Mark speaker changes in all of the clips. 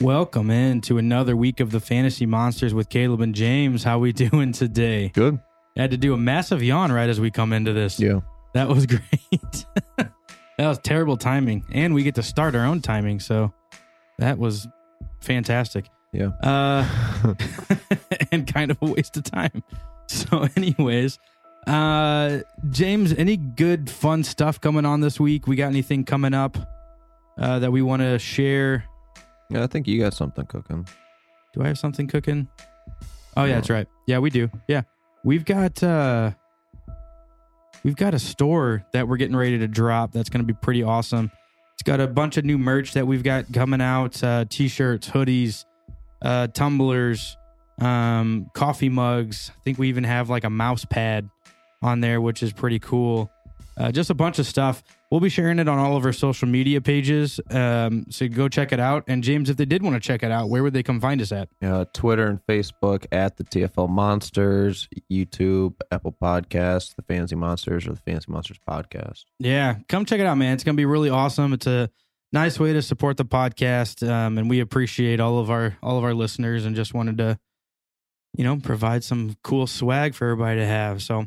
Speaker 1: Welcome in to another week of the Fantasy Monsters with Caleb and James. How we doing today?
Speaker 2: Good.
Speaker 1: I had to do a massive yawn right as we come into this.
Speaker 2: Yeah.
Speaker 1: That was great. that was terrible timing. And we get to start our own timing, so that was fantastic.
Speaker 2: Yeah.
Speaker 1: Uh and kind of a waste of time. So anyways, uh James, any good fun stuff coming on this week? We got anything coming up uh that we want to share?
Speaker 2: Yeah, I think you got something cooking.
Speaker 1: Do I have something cooking? Oh yeah,
Speaker 2: No.
Speaker 1: that's right. Yeah, we do. Yeah. We've got uh we've got a store that we're getting ready to drop that's gonna be pretty awesome. It's got a bunch of new merch that we've got coming out, uh t-shirts, hoodies, uh tumblers, um, coffee mugs. I think we even have like a mouse pad on there, which is pretty cool. Uh, just a bunch of stuff. We'll be sharing it on all of our social media pages. Um, so go check it out. And James, if they did want to check it out, where would they come find us at?
Speaker 2: Uh, Twitter and Facebook at the TFL Monsters, YouTube, Apple Podcasts, the Fancy Monsters, or the Fancy Monsters Podcast.
Speaker 1: Yeah, come check it out, man. It's gonna be really awesome. It's a nice way to support the podcast, um, and we appreciate all of our all of our listeners. And just wanted to, you know, provide some cool swag for everybody to have. So,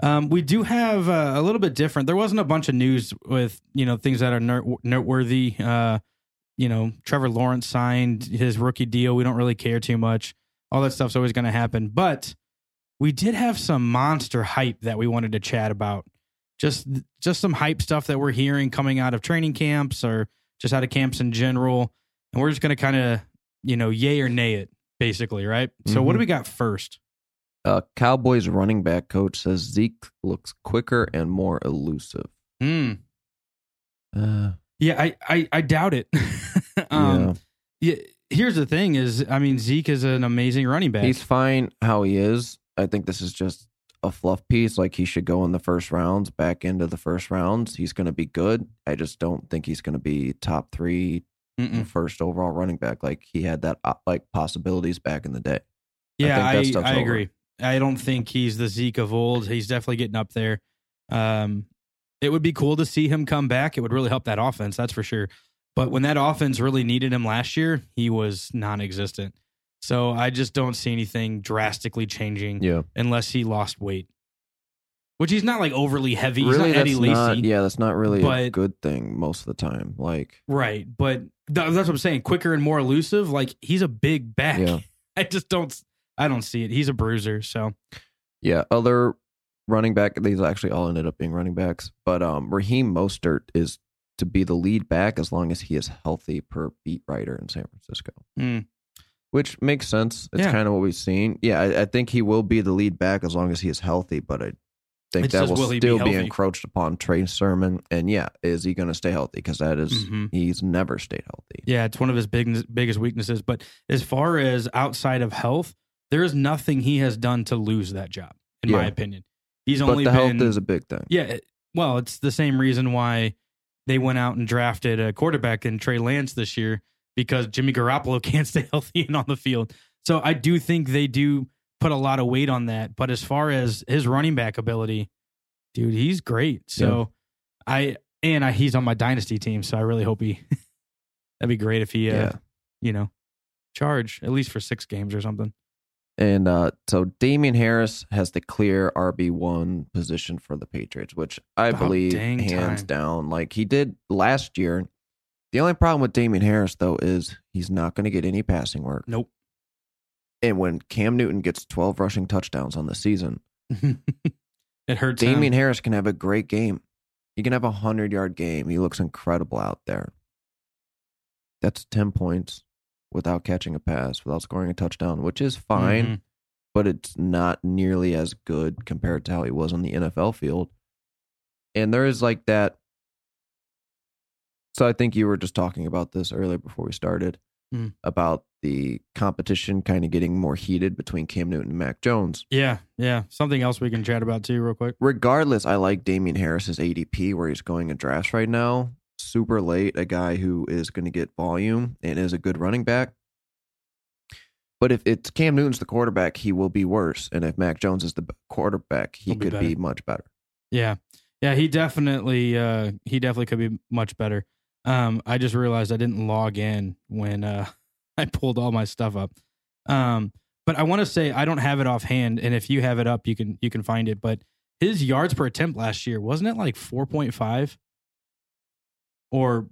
Speaker 1: um, we do have uh, a little bit different. There wasn't a bunch of news with you know things that are ner- noteworthy. Uh, you know, Trevor Lawrence signed his rookie deal. We don't really care too much. All that stuff's always gonna happen, but we did have some monster hype that we wanted to chat about just just some hype stuff that we're hearing coming out of training camps or just out of camps in general and we're just going to kind of you know yay or nay it basically right so what do
Speaker 2: Mhm.
Speaker 1: we got first
Speaker 2: Uh, Cowboys running back coach says Zeke looks quicker and more elusive.
Speaker 1: Hmm.
Speaker 2: Uh,
Speaker 1: yeah I, I i doubt it um yeah. here's the thing is i mean zeke is an amazing running back
Speaker 2: He's fine how he is. I think this is just a fluff piece. Like he should go in the first rounds, back into the first rounds. He's going to be good. I just don't think he's going to be top three,
Speaker 1: Mm-mm.
Speaker 2: first overall running back. Like he had that uh, like possibilities back in the day.
Speaker 1: Yeah,
Speaker 2: think that
Speaker 1: I,
Speaker 2: stuff's
Speaker 1: I,
Speaker 2: over.
Speaker 1: agree. I don't think he's the Zeke of old. He's definitely getting up there. Um, it would be cool to see him come back. It would really help that offense, that's for sure. But when that offense really needed him last year, he was non existent. So I just don't see anything drastically changing
Speaker 2: Yeah,
Speaker 1: unless he lost weight, which he's not like overly heavy. He's
Speaker 2: really,
Speaker 1: not Eddie
Speaker 2: that's
Speaker 1: Lacy.
Speaker 2: not. Yeah, that's not really a
Speaker 1: But-
Speaker 2: good thing most of the time. Like,
Speaker 1: Right. But th- that's what I'm saying. Quicker and more elusive. Like he's a big back.
Speaker 2: Yeah.
Speaker 1: I just don't. I don't see it. He's a bruiser. So
Speaker 2: yeah, other running back. These actually all ended up being running backs. But um, Raheem Mostert is to be the lead back as long as he is healthy per beat writer in San Francisco.
Speaker 1: mm.
Speaker 2: Which makes sense. It's
Speaker 1: Yeah.
Speaker 2: kind of what we've seen. Yeah, I, I think he will be the lead back as long as he is healthy, but I think
Speaker 1: It's
Speaker 2: that
Speaker 1: just,
Speaker 2: will,
Speaker 1: will he be
Speaker 2: still be,
Speaker 1: healthy?
Speaker 2: encroached upon Trey Sermon. And yeah, is he going to stay healthy? Because that is-
Speaker 1: Mhm.
Speaker 2: he's never stayed healthy.
Speaker 1: Yeah, it's one of his big, biggest weaknesses. But as far as outside of health, there is nothing he has done to lose that job, in my
Speaker 2: Yeah.
Speaker 1: opinion. He's
Speaker 2: But
Speaker 1: only
Speaker 2: the
Speaker 1: been,
Speaker 2: health is a big thing.
Speaker 1: yeah. it- Well, it's the same reason why they went out and drafted a quarterback in Trey Lance this year because Jimmy Garoppolo can't stay healthy and on the field. So I do think they do put a lot of weight on that. But as far as his running back ability, dude, he's great. So I and I, he's on my dynasty team, so I really hope he. that'd be great if he, uh,
Speaker 2: Yeah.
Speaker 1: you know, charge at least for six games or something.
Speaker 2: And uh, so Damian Harris has the clear RB1 position for the Patriots, which I
Speaker 1: About
Speaker 2: believe
Speaker 1: dang
Speaker 2: hands
Speaker 1: time.
Speaker 2: down. Like he did last year. The only problem with Damian Harris, though, is he's not going to get any passing work.
Speaker 1: Nope.
Speaker 2: And when Cam Newton gets 12 rushing touchdowns on the season,
Speaker 1: it hurts. him.
Speaker 2: Damian Harris can have a great game. He can have a 100 yard game. He looks incredible out there. That's 10 points without catching a pass, without scoring a touchdown, which is fine
Speaker 1: Mhm.
Speaker 2: but it's not nearly as good compared to how he was on the NFL field. And there is like that. So I think you were just talking about this earlier before we started
Speaker 1: Mm.
Speaker 2: about the competition kind of getting more heated between Cam Newton and Mac Jones.
Speaker 1: Yeah, yeah. Something else we can chat about too, real quick.
Speaker 2: Regardless, I like Damian Harris's ADP where he's going in drafts right now. Super late, a guy who is going to get volume and is a good running back. But if it's Cam Newton's the quarterback, he will be worse. And if Mac Jones is the b- quarterback, he
Speaker 1: He'll be
Speaker 2: could be
Speaker 1: better.
Speaker 2: much better.
Speaker 1: Yeah. Yeah, he definitely uh he definitely could be much better. Um I just realized I didn't log in when uh I pulled all my stuff up. Um, but I want to say I don't have it offhand, and if you have it up, you can you can find it. But his yards per attempt last year wasn't it like four point five, or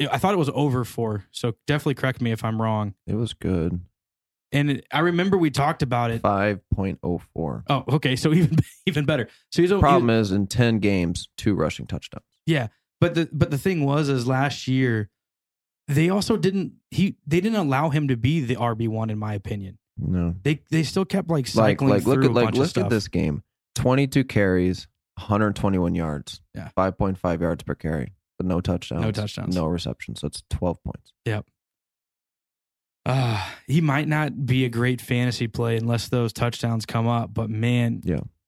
Speaker 1: I thought it was over four. So definitely correct me if I'm wrong.
Speaker 2: It was good.
Speaker 1: And it, I remember we talked about it.
Speaker 2: Five point oh four.
Speaker 1: Oh, okay, so even even better. So he's a
Speaker 2: Problem is, in ten games, two rushing touchdowns.
Speaker 1: But the but the thing was is last year they also didn't he they didn't allow him to be the RB one in my opinion.
Speaker 2: No,
Speaker 1: They they still kept like
Speaker 2: like
Speaker 1: cycling
Speaker 2: like
Speaker 1: through
Speaker 2: look at
Speaker 1: a
Speaker 2: like
Speaker 1: bunch
Speaker 2: look
Speaker 1: of stuff.
Speaker 2: at this game. Twenty two carries, one hundred twenty one yards.
Speaker 1: Yeah.
Speaker 2: five point five yards per carry, but no touchdowns.
Speaker 1: No touchdowns.
Speaker 2: No receptions. That's twelve points.
Speaker 1: Uh, he might not be a great fantasy play unless those touchdowns come up. But man,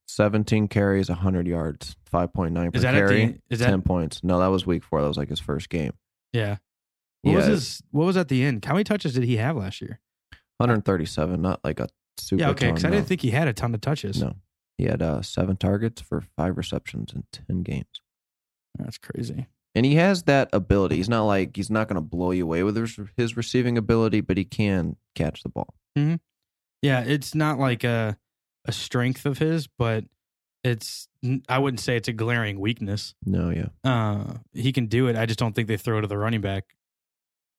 Speaker 2: Seventeen carries, hundred yards, five point nine per
Speaker 1: is that at
Speaker 2: carry.
Speaker 1: the, is that
Speaker 2: ten points. No, that was week four. That was like his first game.
Speaker 1: yeah? What was
Speaker 2: Yeah.
Speaker 1: his What was at the end? How many touches did he have last year?
Speaker 2: 137, not like a super.
Speaker 1: yeah, okay,
Speaker 2: ton,
Speaker 1: because I
Speaker 2: no.
Speaker 1: didn't think he had a ton of touches.
Speaker 2: No, he had uh, seven targets for five receptions in ten games,
Speaker 1: That's crazy.
Speaker 2: and he has that ability. He's not like he's not going to blow you away with his, his receiving ability, but he can catch the ball.
Speaker 1: Yeah, it's not like a a strength of his, but it's I wouldn't say it's a glaring weakness.
Speaker 2: No, yeah,
Speaker 1: uh, he can do it. I just don't think they throw to the running back.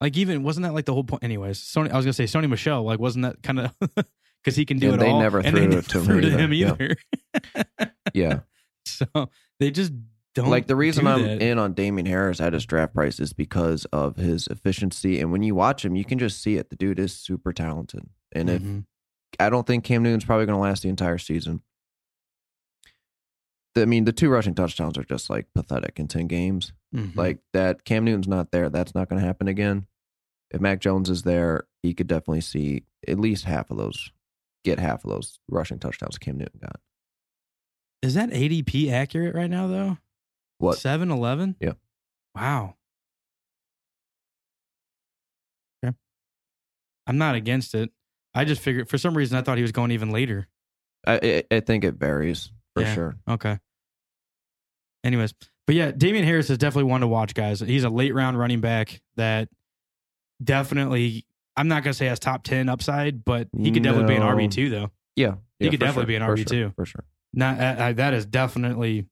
Speaker 1: Like even wasn't that like the whole point? Anyways, Sony. I was gonna say Sony Michelle. Like wasn't that kind of because he can do
Speaker 2: And
Speaker 1: it
Speaker 2: they
Speaker 1: all.
Speaker 2: never
Speaker 1: and
Speaker 2: threw
Speaker 1: they
Speaker 2: it to him
Speaker 1: threw
Speaker 2: either.
Speaker 1: him
Speaker 2: Yeah.
Speaker 1: either.
Speaker 2: yeah.
Speaker 1: so they just don't
Speaker 2: like the reason
Speaker 1: do
Speaker 2: I'm
Speaker 1: that.
Speaker 2: in on Damien Harris at his draft price is because of his efficiency, and when you watch him, you can just see it. The dude is super talented, and if
Speaker 1: Mhm.
Speaker 2: I don't think Cam Newton's probably going to last the entire season. The- I mean, the two rushing touchdowns are just like pathetic in 10 games.
Speaker 1: Mhm.
Speaker 2: Like that, Cam Newton's not there. That's not going to happen again. If Mac Jones is there, he could definitely see at least half of those, get half of those rushing touchdowns Cam Newton got.
Speaker 1: is that ADP accurate right now though?
Speaker 2: What?
Speaker 1: seven eleven?
Speaker 2: Yeah.
Speaker 1: Wow. Okay. I'm not against it. I just figured for some reason I thought he was going even later.
Speaker 2: I, I, I think it varies for
Speaker 1: Yeah.
Speaker 2: sure.
Speaker 1: Okay. Anyways, but yeah, Damian Harris is definitely one to watch, guys. He's a late round running back that definitely. I'm not gonna say has top ten upside, but he could definitely be an
Speaker 2: No.
Speaker 1: RB two though.
Speaker 2: Yeah.
Speaker 1: He
Speaker 2: Yeah,
Speaker 1: could
Speaker 2: for
Speaker 1: definitely
Speaker 2: sure,
Speaker 1: be an
Speaker 2: for
Speaker 1: RB2.
Speaker 2: sure, For sure.
Speaker 1: Not I, I, that is definitely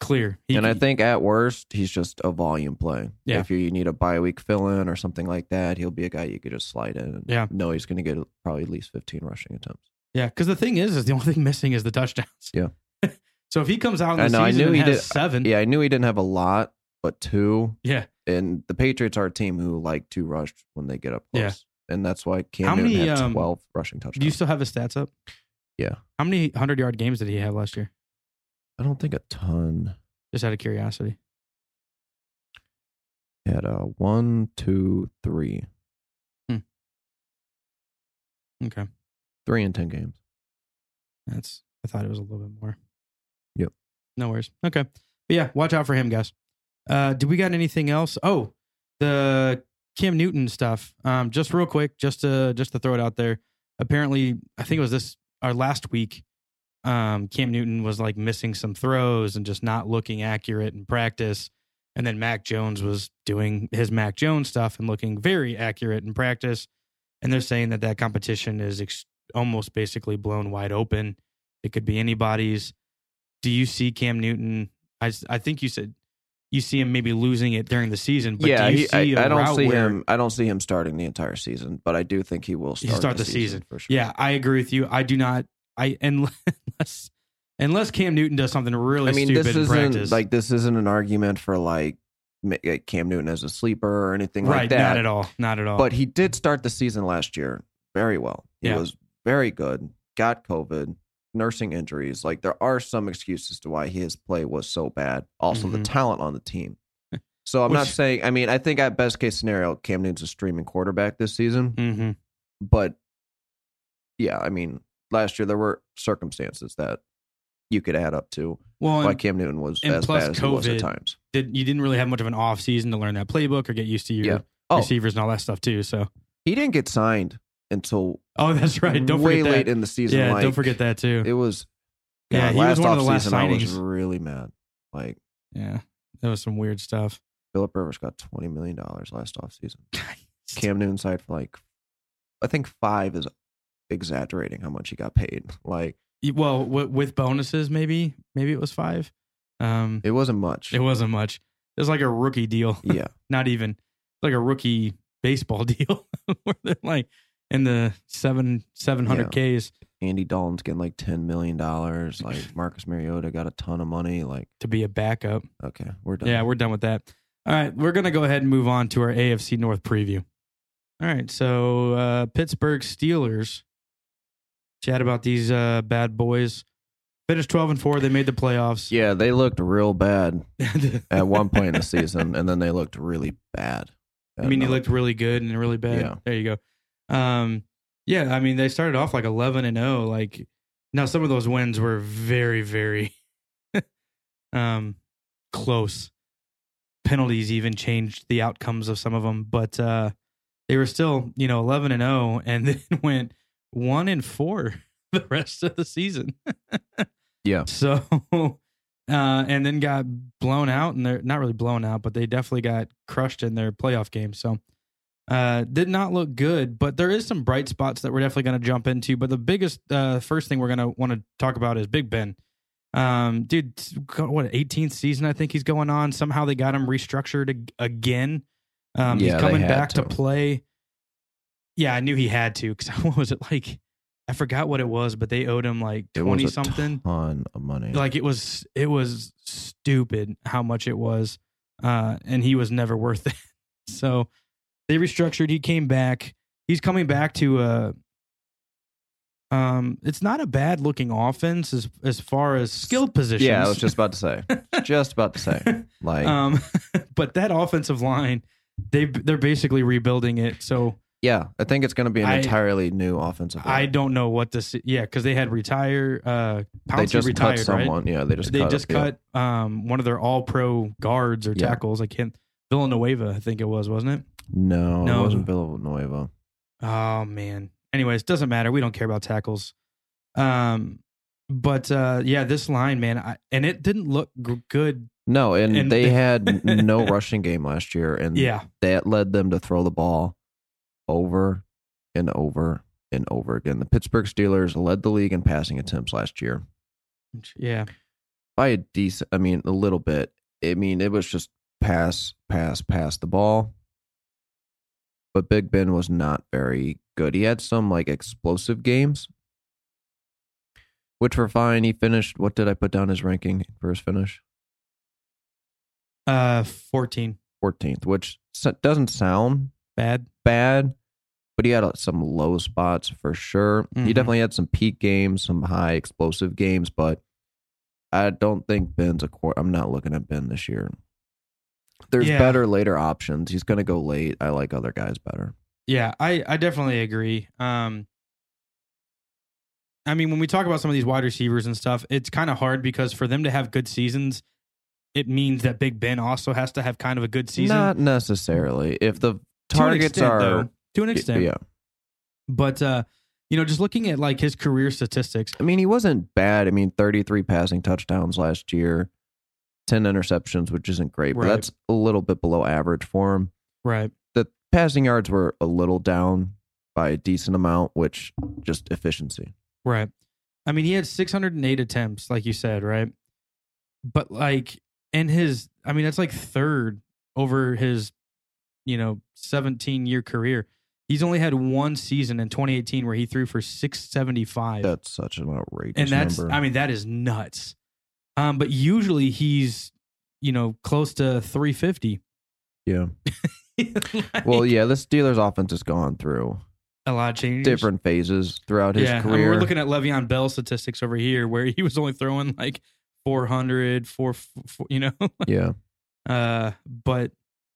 Speaker 1: clear. He
Speaker 2: and I
Speaker 1: could-
Speaker 2: think at worst, he's just a volume play.
Speaker 1: Yeah.
Speaker 2: If you need a bye week fill in or something like that, he'll be a guy you could just slide in. And
Speaker 1: Yeah.
Speaker 2: Know he's going to get probably at least 15 rushing attempts.
Speaker 1: yeah, because the thing is, is the only thing missing is the touchdowns.
Speaker 2: Yeah.
Speaker 1: so if he comes out in the
Speaker 2: I know, I
Speaker 1: season
Speaker 2: knew
Speaker 1: and
Speaker 2: he
Speaker 1: has
Speaker 2: did-
Speaker 1: seven, yeah,
Speaker 2: Yeah. I knew he didn't have a lot, but two.
Speaker 1: Mm-hmm. yeah.
Speaker 2: And the Patriots are a team who like to rush when they get up close.
Speaker 1: Yeah.
Speaker 2: And that's why Cam
Speaker 1: How
Speaker 2: Newton
Speaker 1: many,
Speaker 2: had
Speaker 1: um,
Speaker 2: 12 rushing
Speaker 1: Do you
Speaker 2: touchdowns.
Speaker 1: still have his stats up?
Speaker 2: Yeah.
Speaker 1: How many hundred yard games did he have last year?
Speaker 2: I don't think a ton.
Speaker 1: Just out of curiosity.
Speaker 2: He had a one, two, three,
Speaker 1: Okay.
Speaker 2: three in 10 games.
Speaker 1: That's I thought it was a little bit more.
Speaker 2: Yep.
Speaker 1: No worries. Okay. But yeah, watch out for him, guys. Uh do we got anything else? Oh, the Cam Newton stuff. Um, just real quick, just to just to throw it out there. Apparently, I think it was this our last week. Um, Cam Newton was like missing some throws and just not looking accurate in practice. And then Mac Jones was doing his Mac Jones stuff and looking very accurate in practice. And they're saying that that competition is ex- almost basically blown wide open. It could be anybody's. Do you see Cam Newton? I, s- I think you said you see him maybe losing it during the season. But
Speaker 2: yeah,
Speaker 1: do you
Speaker 2: he,
Speaker 1: see
Speaker 2: I,
Speaker 1: a
Speaker 2: I don't
Speaker 1: route
Speaker 2: see
Speaker 1: where-
Speaker 2: him. I don't see him starting the entire season, but I do think he will
Speaker 1: He'll
Speaker 2: start,
Speaker 1: start
Speaker 2: the,
Speaker 1: the season.
Speaker 2: for sure.
Speaker 1: Yeah, I agree with you. I do not. I unless unless Cam Newton does something really
Speaker 2: I mean,
Speaker 1: stupid
Speaker 2: this
Speaker 1: in
Speaker 2: isn't
Speaker 1: practice,
Speaker 2: like this isn't an argument for like ma- like, Cam Newton as a sleeper or anything
Speaker 1: right?
Speaker 2: like that.
Speaker 1: Not at all. Not at all.
Speaker 2: But he did start the season last year very well. He
Speaker 1: Oh. Yeah.
Speaker 2: was very good. Got COVID, nursing injuries. Like there are some excuses to why his play was so bad. Also, the
Speaker 1: Mhm.
Speaker 2: talent on the team. So I'm not
Speaker 1: Which-
Speaker 2: saying. I mean, I think at best case scenario, Cam Newton's a streaming quarterback this season.
Speaker 1: hmm
Speaker 2: but yeah, I mean, last year there were circumstances that you could add up to
Speaker 1: well,
Speaker 2: why
Speaker 1: and
Speaker 2: Cam Newton was
Speaker 1: and
Speaker 2: as
Speaker 1: plus
Speaker 2: bad as he was
Speaker 1: COVID.
Speaker 2: at times.
Speaker 1: did, you didn't really have much of an off season to learn that playbook or get used to your
Speaker 2: Yeah. Oh.
Speaker 1: receivers and all that stuff too. So,
Speaker 2: He didn't get signed until
Speaker 1: oh, that's right. Don't
Speaker 2: way
Speaker 1: forget
Speaker 2: late
Speaker 1: that.
Speaker 2: in the season.
Speaker 1: yeah,
Speaker 2: like,
Speaker 1: don't forget that too.
Speaker 2: It was
Speaker 1: Yeah,
Speaker 2: God,
Speaker 1: he was
Speaker 2: last
Speaker 1: one of the
Speaker 2: offseason.
Speaker 1: last
Speaker 2: I was
Speaker 1: signings.
Speaker 2: really mad. Like
Speaker 1: yeah, that was some weird stuff.
Speaker 2: Philip Rivers got twenty million dollars last offseason. Cam Newton signed for like I think five is exaggerating how much he got paid. Like
Speaker 1: Y- Well, w- with bonuses, maybe maybe it was five. Um,
Speaker 2: it wasn't much.
Speaker 1: it wasn't much. It was like a rookie deal.
Speaker 2: yeah,
Speaker 1: Not even like a rookie baseball deal where they're like in the seven seven hundred Ks
Speaker 2: Andy Dalton's getting like ten million dollars. Like Marcus Mariota got a ton of money. Like
Speaker 1: to be a backup.
Speaker 2: okay, we're done.
Speaker 1: Yeah, we're done with that. All right, we're going to go ahead and move on to our AFC North preview. All right, so uh, Pittsburgh Steelers. Chat about these uh, bad boys. Finished twelve and four. They made the playoffs.
Speaker 2: yeah, they looked real bad at one point in the
Speaker 1: the
Speaker 2: season, and then they looked really bad.
Speaker 1: I mean, he
Speaker 2: Another-
Speaker 1: looked really good and really bad.
Speaker 2: Yeah.
Speaker 1: There you go. Um, yeah, I mean, they started off like eleven and zero. Like now, some of those wins were very, very um, close. Penalties even changed the outcomes of some of them, but uh, they were still, you know, eleven and zero, and then went one and four the rest of the season.
Speaker 2: Yeah.
Speaker 1: So, uh, and then got blown out, and they're not really blown out, but they definitely got crushed in their playoff game. So, uh, did not look good, but there is some bright spots that we're definitely going to jump into. But the biggest, uh, first thing we're going to want to talk about is Big Ben. Um, dude, it's go- what 18th season I think he's going on. Somehow they got him restructured ag- again. Um, he's
Speaker 2: Yeah, they
Speaker 1: coming
Speaker 2: had
Speaker 1: back to.
Speaker 2: to.
Speaker 1: play. Yeah, I knew he had to because what was it like? I forgot what it was, but they owed him like
Speaker 2: it was
Speaker 1: twenty
Speaker 2: a
Speaker 1: something
Speaker 2: ton of money.
Speaker 1: like it was it was stupid how much it was uh and he was never worth it so they restructured he came back he's coming back to uh um it's not a bad looking offense as as far as skill positions
Speaker 2: yeah, I was just about to say, just about to say, like
Speaker 1: um but that offensive line they they're basically rebuilding it so
Speaker 2: yeah, I think it's going to be an
Speaker 1: I-
Speaker 2: entirely new offensive.
Speaker 1: i
Speaker 2: line.
Speaker 1: don't know what this yeah because they had retire uh Pouncey
Speaker 2: They just
Speaker 1: retired
Speaker 2: cut
Speaker 1: right?
Speaker 2: someone. Yeah, they just
Speaker 1: they
Speaker 2: cut
Speaker 1: just
Speaker 2: yeah.
Speaker 1: cut um, one of their all pro guards or
Speaker 2: Yeah.
Speaker 1: tackles. I can't Villanueva, I think it was, wasn't
Speaker 2: No,
Speaker 1: No.
Speaker 2: it wasn't Villanueva.
Speaker 1: it? Oh man. Anyways, doesn't matter. We don't care about tackles. Um, but uh, yeah, this line, man, I, and it didn't look g- good.
Speaker 2: No, and,
Speaker 1: And-
Speaker 2: they had no rushing game last year, and
Speaker 1: Yeah,
Speaker 2: that led them to throw the ball over and over and over again. The Pittsburgh Steelers led the league in passing attempts last year
Speaker 1: yeah,
Speaker 2: by a decent, I mean, a little bit. I mean, it was just pass, pass, pass the ball. But Big Ben was not very good. He had some like explosive games, which were fine. He finished, what did I put down his ranking for his finish?
Speaker 1: uh, fourteen,
Speaker 2: 14th, which s- doesn't sound
Speaker 1: bad.
Speaker 2: bad, but he had uh, some low spots for sure. He
Speaker 1: Mhm.
Speaker 2: definitely had some peak games, some high explosive games, but I don't think Ben's a core. I'm not looking at Ben this year. There's
Speaker 1: Yeah.
Speaker 2: better later options. He's going to go late. I like other guys better.
Speaker 1: Yeah, I I definitely agree. Um, I mean, when we talk about some of these wide receivers and stuff, it's kind of hard because for them to have good seasons, it means that Big Ben also has to have kind of a good season.
Speaker 2: Not necessarily. If the
Speaker 1: To an
Speaker 2: targets
Speaker 1: extent,
Speaker 2: are
Speaker 1: though. to an extent.
Speaker 2: yeah.
Speaker 1: But uh, you know, just looking at like his career statistics,
Speaker 2: I mean, he wasn't bad. I mean, 33 passing touchdowns last year, 10 interceptions, which isn't great, but
Speaker 1: Right.
Speaker 2: that's a little bit below average for him.
Speaker 1: right?
Speaker 2: the passing yards were a little down by a decent amount, which just efficiency.
Speaker 1: Right. I mean, he had 608 attempts, like you said, right? But like, and his, I mean, that's like third over his, you know, 17 year career. He's only had one season in 2018 where he threw for 675.
Speaker 2: That's such an outrageous
Speaker 1: and that's,
Speaker 2: number.
Speaker 1: I mean, that is nuts. Um, but usually he's, you know, close to 350.
Speaker 2: yeah.
Speaker 1: Like,
Speaker 2: Well, yeah, the Steelers offense has gone through
Speaker 1: a lot of changes.
Speaker 2: different phases throughout his
Speaker 1: yeah, I mean,
Speaker 2: career.
Speaker 1: we're looking at Le'Veon Bell statistics over here where he was only throwing like 400, 4, you know.
Speaker 2: yeah.
Speaker 1: Uh, but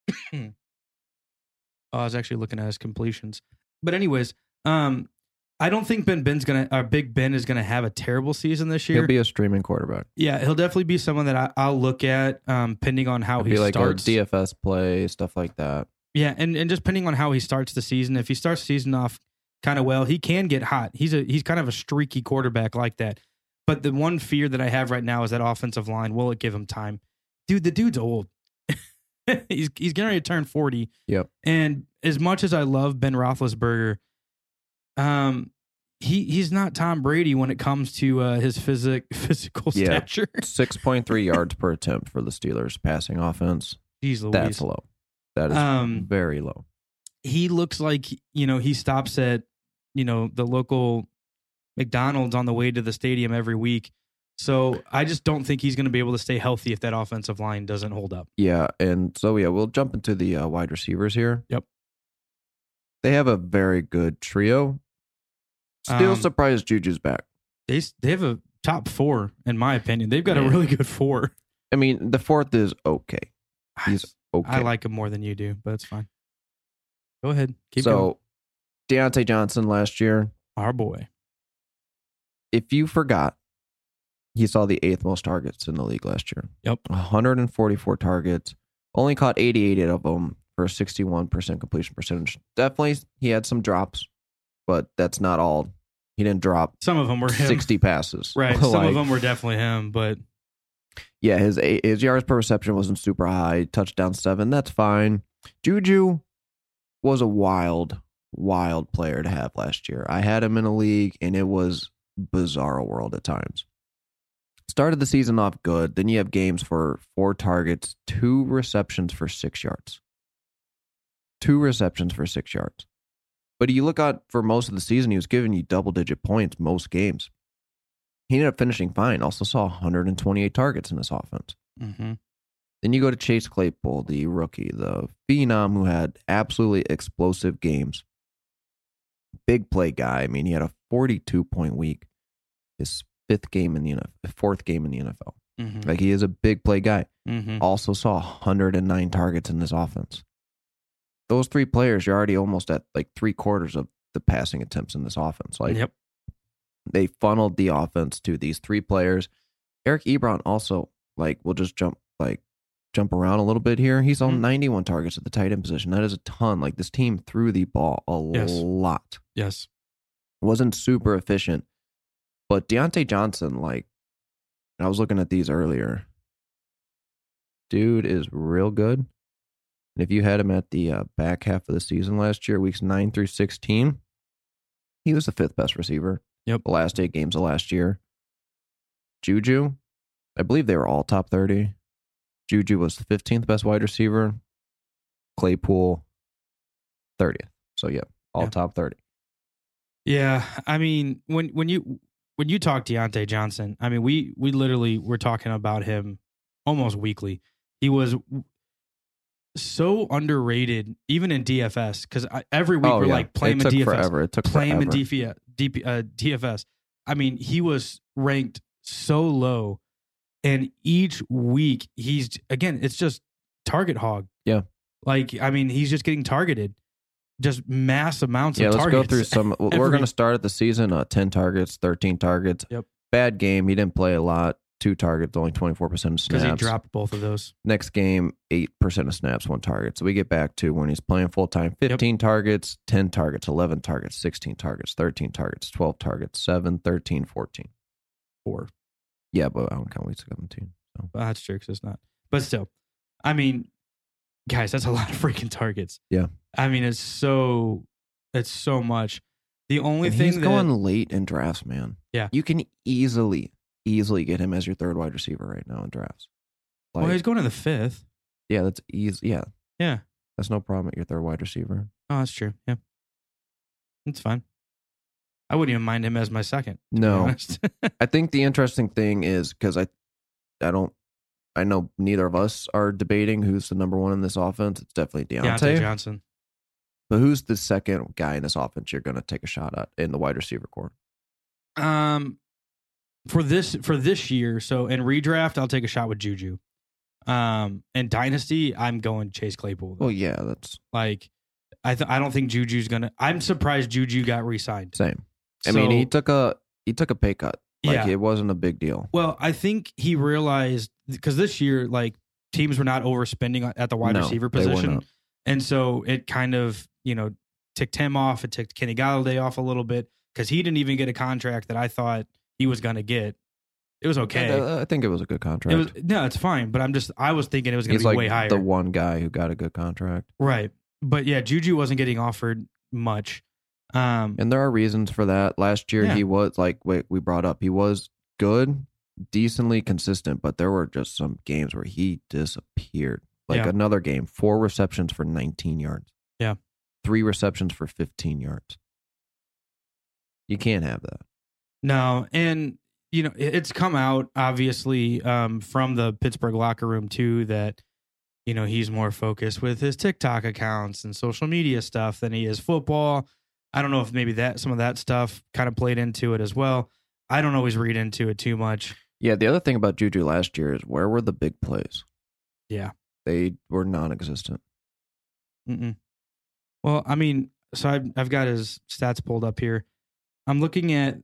Speaker 1: oh, I was actually looking at his completions. But anyways, um, I don't think Ben Ben's gonna or Big Ben is gonna have a terrible season this year.
Speaker 2: He'll be a streaming quarterback.
Speaker 1: yeah, he'll definitely be someone that I, I'll look at, um, depending on how
Speaker 2: He'll
Speaker 1: he
Speaker 2: be like
Speaker 1: starts.
Speaker 2: a DFS play, stuff like that.
Speaker 1: Yeah, and, and just depending on how he starts the season, if he starts the season off kind of well, he can get hot. He's a he's kind of a streaky quarterback like that. But the one fear that I have right now is that offensive line. Will it give him time? Dude, the dude's old. he's he's getting ready to turn forty.
Speaker 2: Yep.
Speaker 1: And as much as I love Ben Roethlisberger, Um, he he's not Tom Brady when it comes to uh, his physic physical
Speaker 2: Yeah.
Speaker 1: stature.
Speaker 2: Six point three yards per attempt for the Steelers passing offense.
Speaker 1: Jeez Louise.
Speaker 2: That's low. That is
Speaker 1: Um,
Speaker 2: very low.
Speaker 1: he looks like you know he stops at you know the local McDonald's on the way to the stadium every week. So I just don't think he's going to be able to stay healthy if that offensive line doesn't hold up.
Speaker 2: Yeah, and so yeah, we'll jump into the uh, wide receivers here.
Speaker 1: Yep.
Speaker 2: They have a very good trio. Still
Speaker 1: Um,
Speaker 2: surprised Juju's back.
Speaker 1: They s- they have a top four in my opinion. They've got a
Speaker 2: Yeah.
Speaker 1: really good four.
Speaker 2: I mean, the fourth is okay. He's Okay.
Speaker 1: I like him more than you do, but it's fine. Go ahead, keep
Speaker 2: so
Speaker 1: going.
Speaker 2: Deontay Johnson last year,
Speaker 1: Our boy.
Speaker 2: if you forgot, he saw the eighth most targets in the league last year.
Speaker 1: Yep.
Speaker 2: 144 targets, only caught 88 of them for a 61% completion percentage. Definitely, he had some drops, but that's not all. He didn't drop
Speaker 1: Some of them were him.
Speaker 2: 60 passes.
Speaker 1: Right. Some
Speaker 2: Like,
Speaker 1: of them were definitely him, but
Speaker 2: Yeah, his his yards per reception wasn't super high. Touchdown seven, that's fine. Juju was a wild, wild player to have last year. I had him in a league, and it was bizarre world at times. Started the season off good. Then you have games for four targets, two receptions for six yards. Two receptions for six yards. But you look at for most of the season, he was giving you double digit points most games. He ended up finishing fine. Also saw 128 targets in this offense.
Speaker 1: mhm.
Speaker 2: Then you go to Chase Claypool, the rookie, the phenom who had absolutely explosive games. Big play guy. I mean, he had a 42 point week, his fifth game in the NFL, fourth game in the NFL.
Speaker 1: Mhm.
Speaker 2: Like he is a big play guy.
Speaker 1: Mhm.
Speaker 2: Also saw 109 targets in this offense. Those three players, you're already almost at like three quarters of the passing attempts in this offense. Like
Speaker 1: yep.
Speaker 2: they funneled the offense to these three players. Eric Ebron also like we'll just jump like jump around a little bit here. He's on
Speaker 1: Mhm.
Speaker 2: 91 targets at the tight end position. That is a ton. Like this team threw the ball a
Speaker 1: Yes.
Speaker 2: lot.
Speaker 1: Yes.
Speaker 2: Wasn't super efficient. But Deontay Johnson, like I was looking at these earlier. Dude is real good. And if you had him at the uh, back half of the season last year, weeks 9 through 16, he was the fifth best receiver.
Speaker 1: Yep.
Speaker 2: The last eight games of last year. Juju, I believe they were all top 30. Juju was the 15th best wide receiver. Claypool, 30th. So, yeah, all
Speaker 1: Yeah.
Speaker 2: top 30.
Speaker 1: Yeah, I mean, when when you when you talk Deontay Johnson, I mean, we we literally were talking about him almost weekly. He was w- so underrated, even in DFS, because every week we're
Speaker 2: Oh, yeah.
Speaker 1: like play him
Speaker 2: it
Speaker 1: in
Speaker 2: took
Speaker 1: DFS,
Speaker 2: forever. It took
Speaker 1: play him
Speaker 2: forever.
Speaker 1: in DF, DP, uh, DFS. I mean, he was ranked so low, and each week he's again, it's just target hog.
Speaker 2: Yeah.
Speaker 1: like I mean, he's just getting targeted, just mass amounts
Speaker 2: yeah,
Speaker 1: of
Speaker 2: let's
Speaker 1: targets. e-,
Speaker 2: go through some. We're
Speaker 1: Every-
Speaker 2: going to start at the season uh, 10 targets, 13 targets.
Speaker 1: Yep.
Speaker 2: Bad game. He didn't play a lot. Two targets, only 24% of snaps.
Speaker 1: because he dropped both of those.
Speaker 2: Next game, 8% of snaps, one target. So we get back to when he's playing full time 15 targets, 10 targets, 11 targets, 16 targets, 13 targets, 12 targets, 7, 13, 14.
Speaker 1: Four.
Speaker 2: Yeah, but I don't count weeks 17. So.
Speaker 1: Well, that's true 'cause it's not. But still, I mean, guys, that's a lot of freaking targets.
Speaker 2: Yeah.
Speaker 1: I mean, it's so it's so much. The only
Speaker 2: And
Speaker 1: thing
Speaker 2: he's
Speaker 1: that
Speaker 2: going late in drafts, man.
Speaker 1: Yeah.
Speaker 2: You can easily, easily get him as your third wide receiver right now in drafts. Like,
Speaker 1: well, he's going to the fifth.
Speaker 2: yeah, that's easy. Yeah,
Speaker 1: Yeah.
Speaker 2: that's no problem at your third wide receiver.
Speaker 1: Oh, that's true. Yeah. That's fine. I wouldn't even mind him as my second. to be
Speaker 2: No,
Speaker 1: honest.
Speaker 2: I think the interesting thing is because I, I don't, I know neither of us are debating who's the number one in this offense. It's definitely Deontay.
Speaker 1: Deontay Johnson.
Speaker 2: But who's the second guy in this offense you're going to take a shot at in the wide receiver core?
Speaker 1: Um, for this for this year, so in redraft, I'll take a shot with Juju. Um, and dynasty, I'm going Chase Claypool. though.
Speaker 2: Well, yeah, that's
Speaker 1: Like, I th- I don't think Juju's gonna. I'm surprised Juju got re-signed.
Speaker 2: same. I mean,
Speaker 1: So-
Speaker 2: he took a he took a pay cut. Like
Speaker 1: yeah.
Speaker 2: it wasn't a big deal.
Speaker 1: well, I think he realized because this year, like teams were not overspending at the wide
Speaker 2: No,
Speaker 1: receiver
Speaker 2: they were
Speaker 1: position,
Speaker 2: not.
Speaker 1: and so it kind of you know ticked him off. It ticked Kenny Galladay off a little bit because he didn't even get a contract that I thought he was gonna get. It was okay.
Speaker 2: I, I think it was a good
Speaker 1: It
Speaker 2: contract.
Speaker 1: was no, it's fine. But I'm just I was thinking it was gonna
Speaker 2: He's
Speaker 1: be
Speaker 2: like
Speaker 1: way higher.
Speaker 2: the one guy who got a good contract.
Speaker 1: Right. But yeah, Juju wasn't getting offered much. Um,
Speaker 2: And there are reasons for that. Last year,
Speaker 1: Yeah.
Speaker 2: he was like wait, we brought up. He was good, decently consistent, but there were just some games where he disappeared. Like
Speaker 1: Yeah.
Speaker 2: another game, four receptions for 19 yards.
Speaker 1: Yeah.
Speaker 2: Three receptions for 15 yards. You can't have that.
Speaker 1: No, and you know it- it's come out obviously um, from the Pittsburgh locker room too that you know he's more focused with his TikTok accounts and social media stuff than he is football. I don't know if maybe that some of that stuff kind of played into it as well. I don't always read into it too much.
Speaker 2: Yeah. The other thing about Juju last year is where were the big plays?
Speaker 1: Yeah.
Speaker 2: They were non existent.
Speaker 1: Mm-mm. Well, I mean, so I've I've got his stats pulled up here. I'm looking at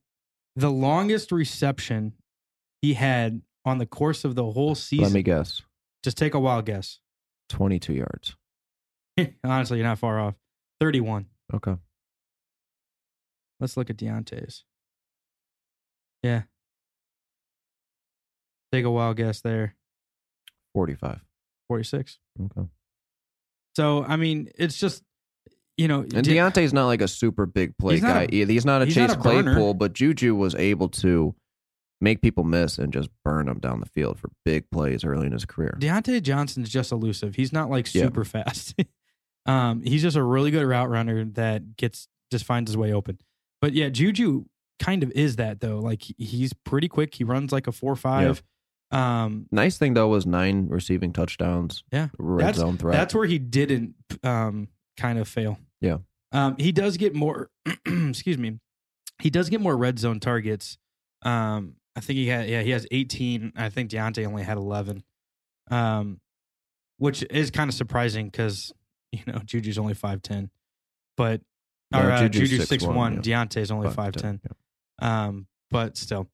Speaker 1: the longest reception he had on the course of the whole
Speaker 2: Let
Speaker 1: season.
Speaker 2: me guess
Speaker 1: Just take a wild guess.
Speaker 2: 22 yards.
Speaker 1: Honestly, you're not far off. 31.
Speaker 2: Okay.
Speaker 1: Let's look at Deontay's. Yeah. Take a wild guess there.
Speaker 2: 45.
Speaker 1: 46.
Speaker 2: Okay.
Speaker 1: So, I mean, it's just, you know,
Speaker 2: And
Speaker 1: De-
Speaker 2: Deontay's not like a super big play
Speaker 1: He's not
Speaker 2: guy
Speaker 1: a-
Speaker 2: either. He's not a
Speaker 1: he's not
Speaker 2: Chase
Speaker 1: a burner.
Speaker 2: Claypool, but Juju was able to make people miss and just burn them down the field for big plays early in his career.
Speaker 1: Deontay Johnson's just elusive. He's not like
Speaker 2: Yeah.
Speaker 1: super fast. um, he's just a really good route runner that gets just finds his way open. But yeah, Juju kind of is that though. Like he- he's pretty quick. He runs like a four five. Um,
Speaker 2: nice thing though was nine receiving touchdowns.
Speaker 1: Yeah.
Speaker 2: red
Speaker 1: That's-
Speaker 2: zone threat.
Speaker 1: That's where he didn't um, kind of fail.
Speaker 2: Yeah.
Speaker 1: Um, he does get more. excuse me. He does get more red zone targets. Um, I think he had. Yeah, he has 18. I think Deontay only had 11. Um, which is kind of surprising because you know Juju's only 5'10, but
Speaker 2: No,
Speaker 1: or, uh,
Speaker 2: Juju's
Speaker 1: Juju's 6'1.
Speaker 2: 6'1",
Speaker 1: Deontay's only
Speaker 2: uh,
Speaker 1: 5'10.
Speaker 2: Yeah.
Speaker 1: Um, but still,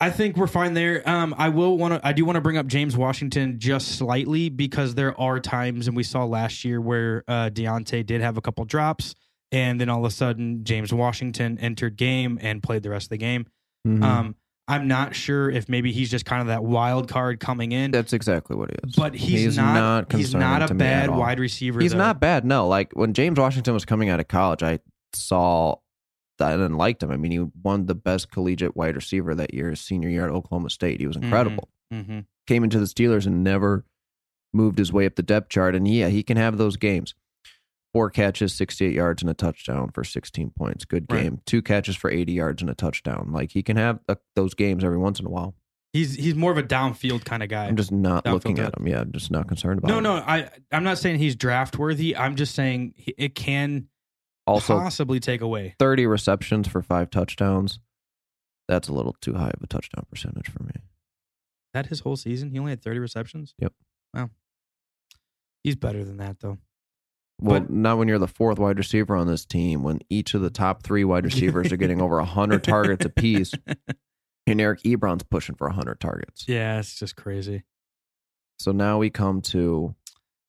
Speaker 1: I think we're fine there. Um, I will want to. I do want to bring up James Washington just slightly because there are times, and we saw last year where uh, Deontay did have a couple drops, and then all of a sudden James Washington entered game and played the rest of the game.
Speaker 2: Mhm.
Speaker 1: Um, I'm not sure if maybe he's just kind of that wild card coming in,
Speaker 2: That's exactly what he is.
Speaker 1: but he's, not. he's
Speaker 2: concerning
Speaker 1: not a
Speaker 2: to me at
Speaker 1: bad
Speaker 2: all.
Speaker 1: wide receiver.
Speaker 2: He's
Speaker 1: though.
Speaker 2: not bad. No, like when James Washington was coming out of college, I saw that and liked him. I mean, he won the best collegiate wide receiver that year, his senior year at Oklahoma State. He was
Speaker 1: Mm-hmm.
Speaker 2: incredible.
Speaker 1: Mhm.
Speaker 2: came into the Steelers and never moved his way up the depth chart. And yeah, he can have those games. Four catches, 68 yards, and a touchdown for 16 points. Good
Speaker 1: Right.
Speaker 2: game. Two catches for 80 yards and a touchdown. Like he can have uh, those games every once in a while.
Speaker 1: He's he's more of a downfield kind of guy.
Speaker 2: I'm just not
Speaker 1: Downfield
Speaker 2: looking
Speaker 1: threat.
Speaker 2: at him. Yeah, I'm just not concerned about
Speaker 1: No,
Speaker 2: him.
Speaker 1: no, I I'm not saying he's draft worthy. I'm just saying he- it can
Speaker 2: Also,
Speaker 1: possibly take away.
Speaker 2: 30 receptions for five touchdowns. That's a little too high of a touchdown percentage for me.
Speaker 1: That his whole season, he only had 30 receptions.
Speaker 2: Yep.
Speaker 1: Wow. He's better than that though.
Speaker 2: Well,
Speaker 1: But-
Speaker 2: not when you're the fourth wide receiver on this team, when each of the top three wide receivers are getting over 100 targets apiece. And Eric Ebron's pushing for 100 targets.
Speaker 1: yeah, it's just crazy.
Speaker 2: So now we come to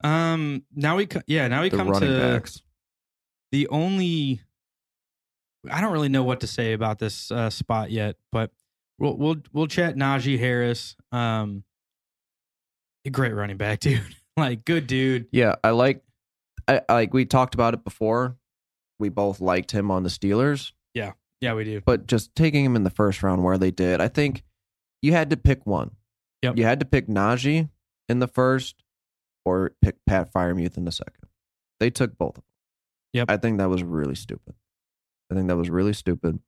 Speaker 1: Um, now we co- yeah, now we
Speaker 2: the
Speaker 1: come
Speaker 2: running
Speaker 1: to
Speaker 2: backs.
Speaker 1: the only. I don't really know what to say about this uh, spot yet, but we'll we'll we'll chat Najee Harris. Um, a great running back, dude. like good dude.
Speaker 2: Yeah, I like, I I- like we talked about it before. We both liked him on the Steelers,
Speaker 1: Yeah, we do.
Speaker 2: but just taking him in the first round where they did, I think you had to pick one.
Speaker 1: Yep.
Speaker 2: You had to pick Najee in the first, or pick Pat Firemuth in the second. They took both of them.
Speaker 1: Yep.
Speaker 2: I think that was really stupid. I think that was really stupid.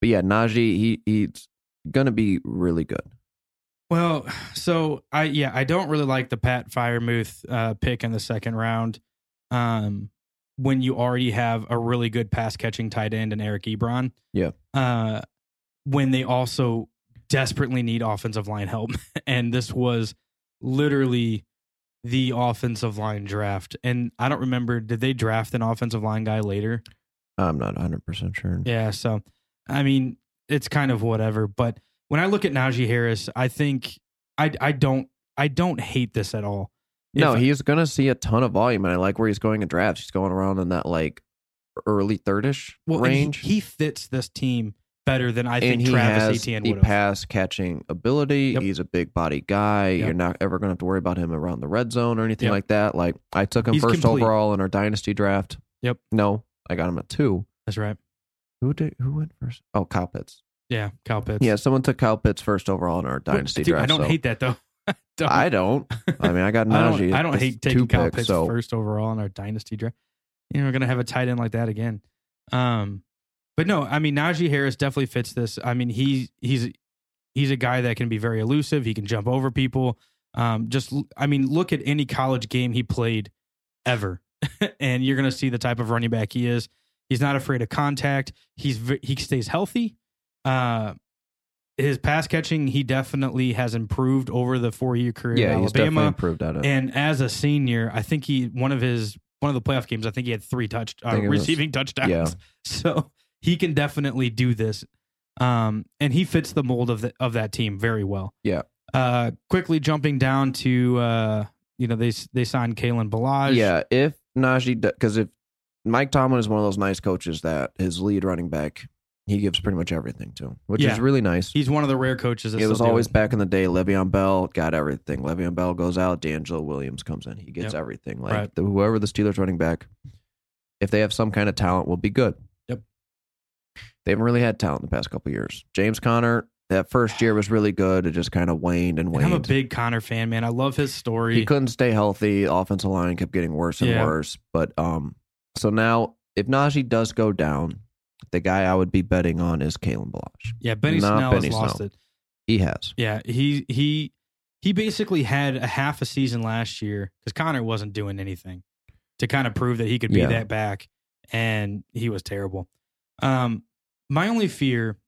Speaker 2: But yeah, Najee, he he's gonna be really good.
Speaker 1: Well, so I yeah, I don't really like the Pat Firemuth uh, pick in the second round. Um, when you already have a really good pass catching tight end and Eric Ebron.
Speaker 2: Yeah.
Speaker 1: Uh, when they also desperately need offensive line help, and this was literally the offensive line draft. And I don't remember did they draft an offensive line guy later?
Speaker 2: I'm not 100 percent sure.
Speaker 1: Yeah. So, I mean, it's kind of whatever. But when I look at Najee Harris, I think I I don't I don't hate this at all.
Speaker 2: No,
Speaker 1: If-
Speaker 2: he's gonna see a ton of volume, and I like where he's going in drafts. He's going around in that like early third-ish
Speaker 1: well, and he-
Speaker 2: range,
Speaker 1: He, fits this team better than I
Speaker 2: and
Speaker 1: think
Speaker 2: he
Speaker 1: Travis
Speaker 2: has
Speaker 1: Etienne
Speaker 2: the
Speaker 1: would have.
Speaker 2: pass catching ability.
Speaker 1: Yep.
Speaker 2: He's a big body guy.
Speaker 1: Yep.
Speaker 2: You're not ever gonna have to worry about him around the red zone or anything
Speaker 1: Yep.
Speaker 2: like that. Like I took him
Speaker 1: He's
Speaker 2: first
Speaker 1: complete.
Speaker 2: overall in our dynasty draft.
Speaker 1: Yep.
Speaker 2: No, I got him at two.
Speaker 1: That's right.
Speaker 2: Who did who went first? Oh, Kyle Pitts.
Speaker 1: Yeah, Kyle Pitts.
Speaker 2: Yeah, someone took Kyle Pitts first overall in our
Speaker 1: But,
Speaker 2: dynasty
Speaker 1: dude,
Speaker 2: draft.
Speaker 1: I don't
Speaker 2: so-
Speaker 1: hate that though. I don't.
Speaker 2: I don't. I mean, I got
Speaker 1: I don't,
Speaker 2: Najee.
Speaker 1: I don't
Speaker 2: It's
Speaker 1: hate
Speaker 2: two
Speaker 1: taking Kyle
Speaker 2: picks,
Speaker 1: Pitts
Speaker 2: so
Speaker 1: first overall in our dynasty draft. You know, we're gonna have a tight end like that again. Um, but no, I mean Najee Harris definitely fits this. I mean he he's he's a guy that can be very elusive. He can jump over people. Um, just l- I mean look at any college game he played ever, and you're gonna see the type of running back he is. He's not afraid of contact. He's ve- he stays healthy. Uh, his pass catching he definitely has improved over the four year career
Speaker 2: Yeah,
Speaker 1: at
Speaker 2: he's definitely
Speaker 1: Alabama.
Speaker 2: improved at it.
Speaker 1: And as a senior, I think he one of his one of the playoff games. I think he had three touch
Speaker 2: I
Speaker 1: uh,
Speaker 2: think it was-
Speaker 1: receiving touchdowns.
Speaker 2: yeah.
Speaker 1: So he can definitely do this, um, and he fits the mold of the, of that team very well.
Speaker 2: Yeah.
Speaker 1: Uh, quickly jumping down to uh, you know they they signed Kalen Balaj.
Speaker 2: yeah, if Najee, because if Mike Tomlin is one of those nice coaches that his lead running back, he gives pretty much everything to, which
Speaker 1: Yeah.
Speaker 2: is really nice.
Speaker 1: he's one of the rare coaches. That
Speaker 2: it
Speaker 1: still
Speaker 2: was
Speaker 1: do
Speaker 2: always back in the day. Le'Veon Bell got everything. Le'Veon Bell goes out. D'Angelo Williams comes in. He gets
Speaker 1: Yep.
Speaker 2: everything. Like
Speaker 1: Right.
Speaker 2: the, whoever the Steelers running back, if they have some kind of talent, will be good.
Speaker 1: Yep.
Speaker 2: They haven't really had talent the past couple years. James Conner, that first year was really good. It just kind of waned and
Speaker 1: And
Speaker 2: waned.
Speaker 1: I'm a big Connor fan, man. I love his story.
Speaker 2: he couldn't stay healthy. Offensive line kept getting worse and
Speaker 1: Yeah.
Speaker 2: worse. But um, so now if Najee does go down, the guy I would be betting on is Kalen Balaj.
Speaker 1: yeah, Benny
Speaker 2: Not
Speaker 1: Snell
Speaker 2: Benny
Speaker 1: has lost
Speaker 2: Snell.
Speaker 1: it.
Speaker 2: He has.
Speaker 1: Yeah, he he he basically had a half a season last year because Connor wasn't doing anything to kind of prove that he could be
Speaker 2: Yeah.
Speaker 1: that back, and he was terrible. Um, my only fear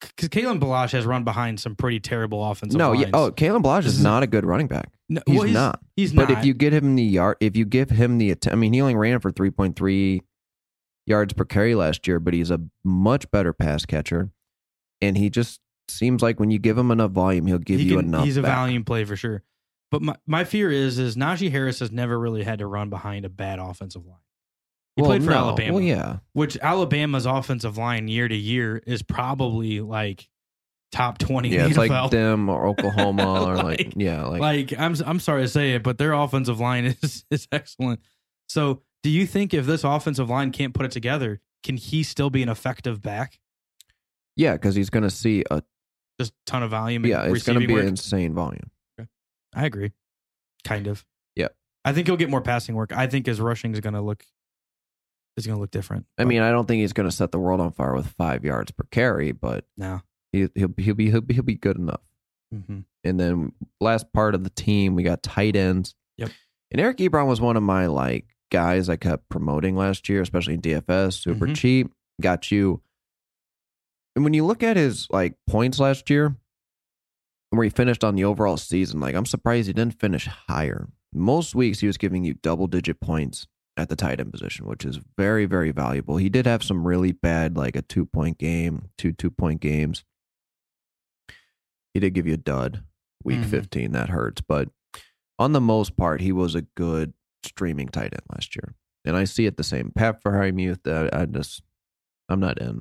Speaker 1: because Kalen Balash has run behind some pretty terrible offensive.
Speaker 2: no, yeah.
Speaker 1: lines.
Speaker 2: Oh, Kalen Balaj
Speaker 1: This
Speaker 2: is
Speaker 1: is-
Speaker 2: not a good running back.
Speaker 1: No,
Speaker 2: He's
Speaker 1: well,
Speaker 2: not.
Speaker 1: He's
Speaker 2: But
Speaker 1: not.
Speaker 2: if you get him the yard, if you give him the, att- I mean, he only ran for 3.3 yards per carry last year, but he's a much better pass catcher. And he just seems like when you give him enough volume, he'll give
Speaker 1: He
Speaker 2: you
Speaker 1: can-
Speaker 2: enough.
Speaker 1: He's a
Speaker 2: back.
Speaker 1: volume play for sure. But my, my fear is is Najee Harris has never really had to run behind a bad offensive line. He
Speaker 2: well,
Speaker 1: played for
Speaker 2: no.
Speaker 1: Alabama.
Speaker 2: Well, yeah.
Speaker 1: which Alabama's offensive line year to year is probably like top twenty.
Speaker 2: Yeah,
Speaker 1: in
Speaker 2: it's
Speaker 1: the
Speaker 2: like
Speaker 1: NFL.
Speaker 2: them or Oklahoma or like,
Speaker 1: Like-
Speaker 2: yeah, like,
Speaker 1: like I'm I'm sorry to say it, but their offensive line is is excellent. So, do you think if this offensive line can't put it together, can he still be an effective back?
Speaker 2: yeah, because he's going to see a,
Speaker 1: Just ton of volume. And
Speaker 2: yeah, it's going to
Speaker 1: receiving
Speaker 2: be
Speaker 1: work?
Speaker 2: insane volume.
Speaker 1: I agree. Kind of.
Speaker 2: Yeah.
Speaker 1: I think he'll get more passing work. I think his rushing is going to look is going to look different.
Speaker 2: I
Speaker 1: But
Speaker 2: mean, I don't think he's going to set the world on fire with five yards per carry, but
Speaker 1: no.
Speaker 2: he, he'll, be- he'll be, he'll be, he'll be good enough.
Speaker 1: hmm
Speaker 2: And then last part of the team, we got tight ends.
Speaker 1: Yep.
Speaker 2: And Eric Ebron was one of my like guys I kept promoting last year, especially in DFS, super
Speaker 1: Mhm.
Speaker 2: cheap. Got you. And when you look at his like points last year, where he finished on the overall season, like I'm surprised he didn't finish higher. Most weeks he was giving you double digit points at the tight end position, which is very, very valuable. He did have some really bad, like a two point game, two two point games. He did give you a dud week
Speaker 1: Mhm.
Speaker 2: 15. That hurts. But on the most part, he was a good streaming tight end last year. And I see it the same. Pat for Highmuth, uh, I just, I'm not in.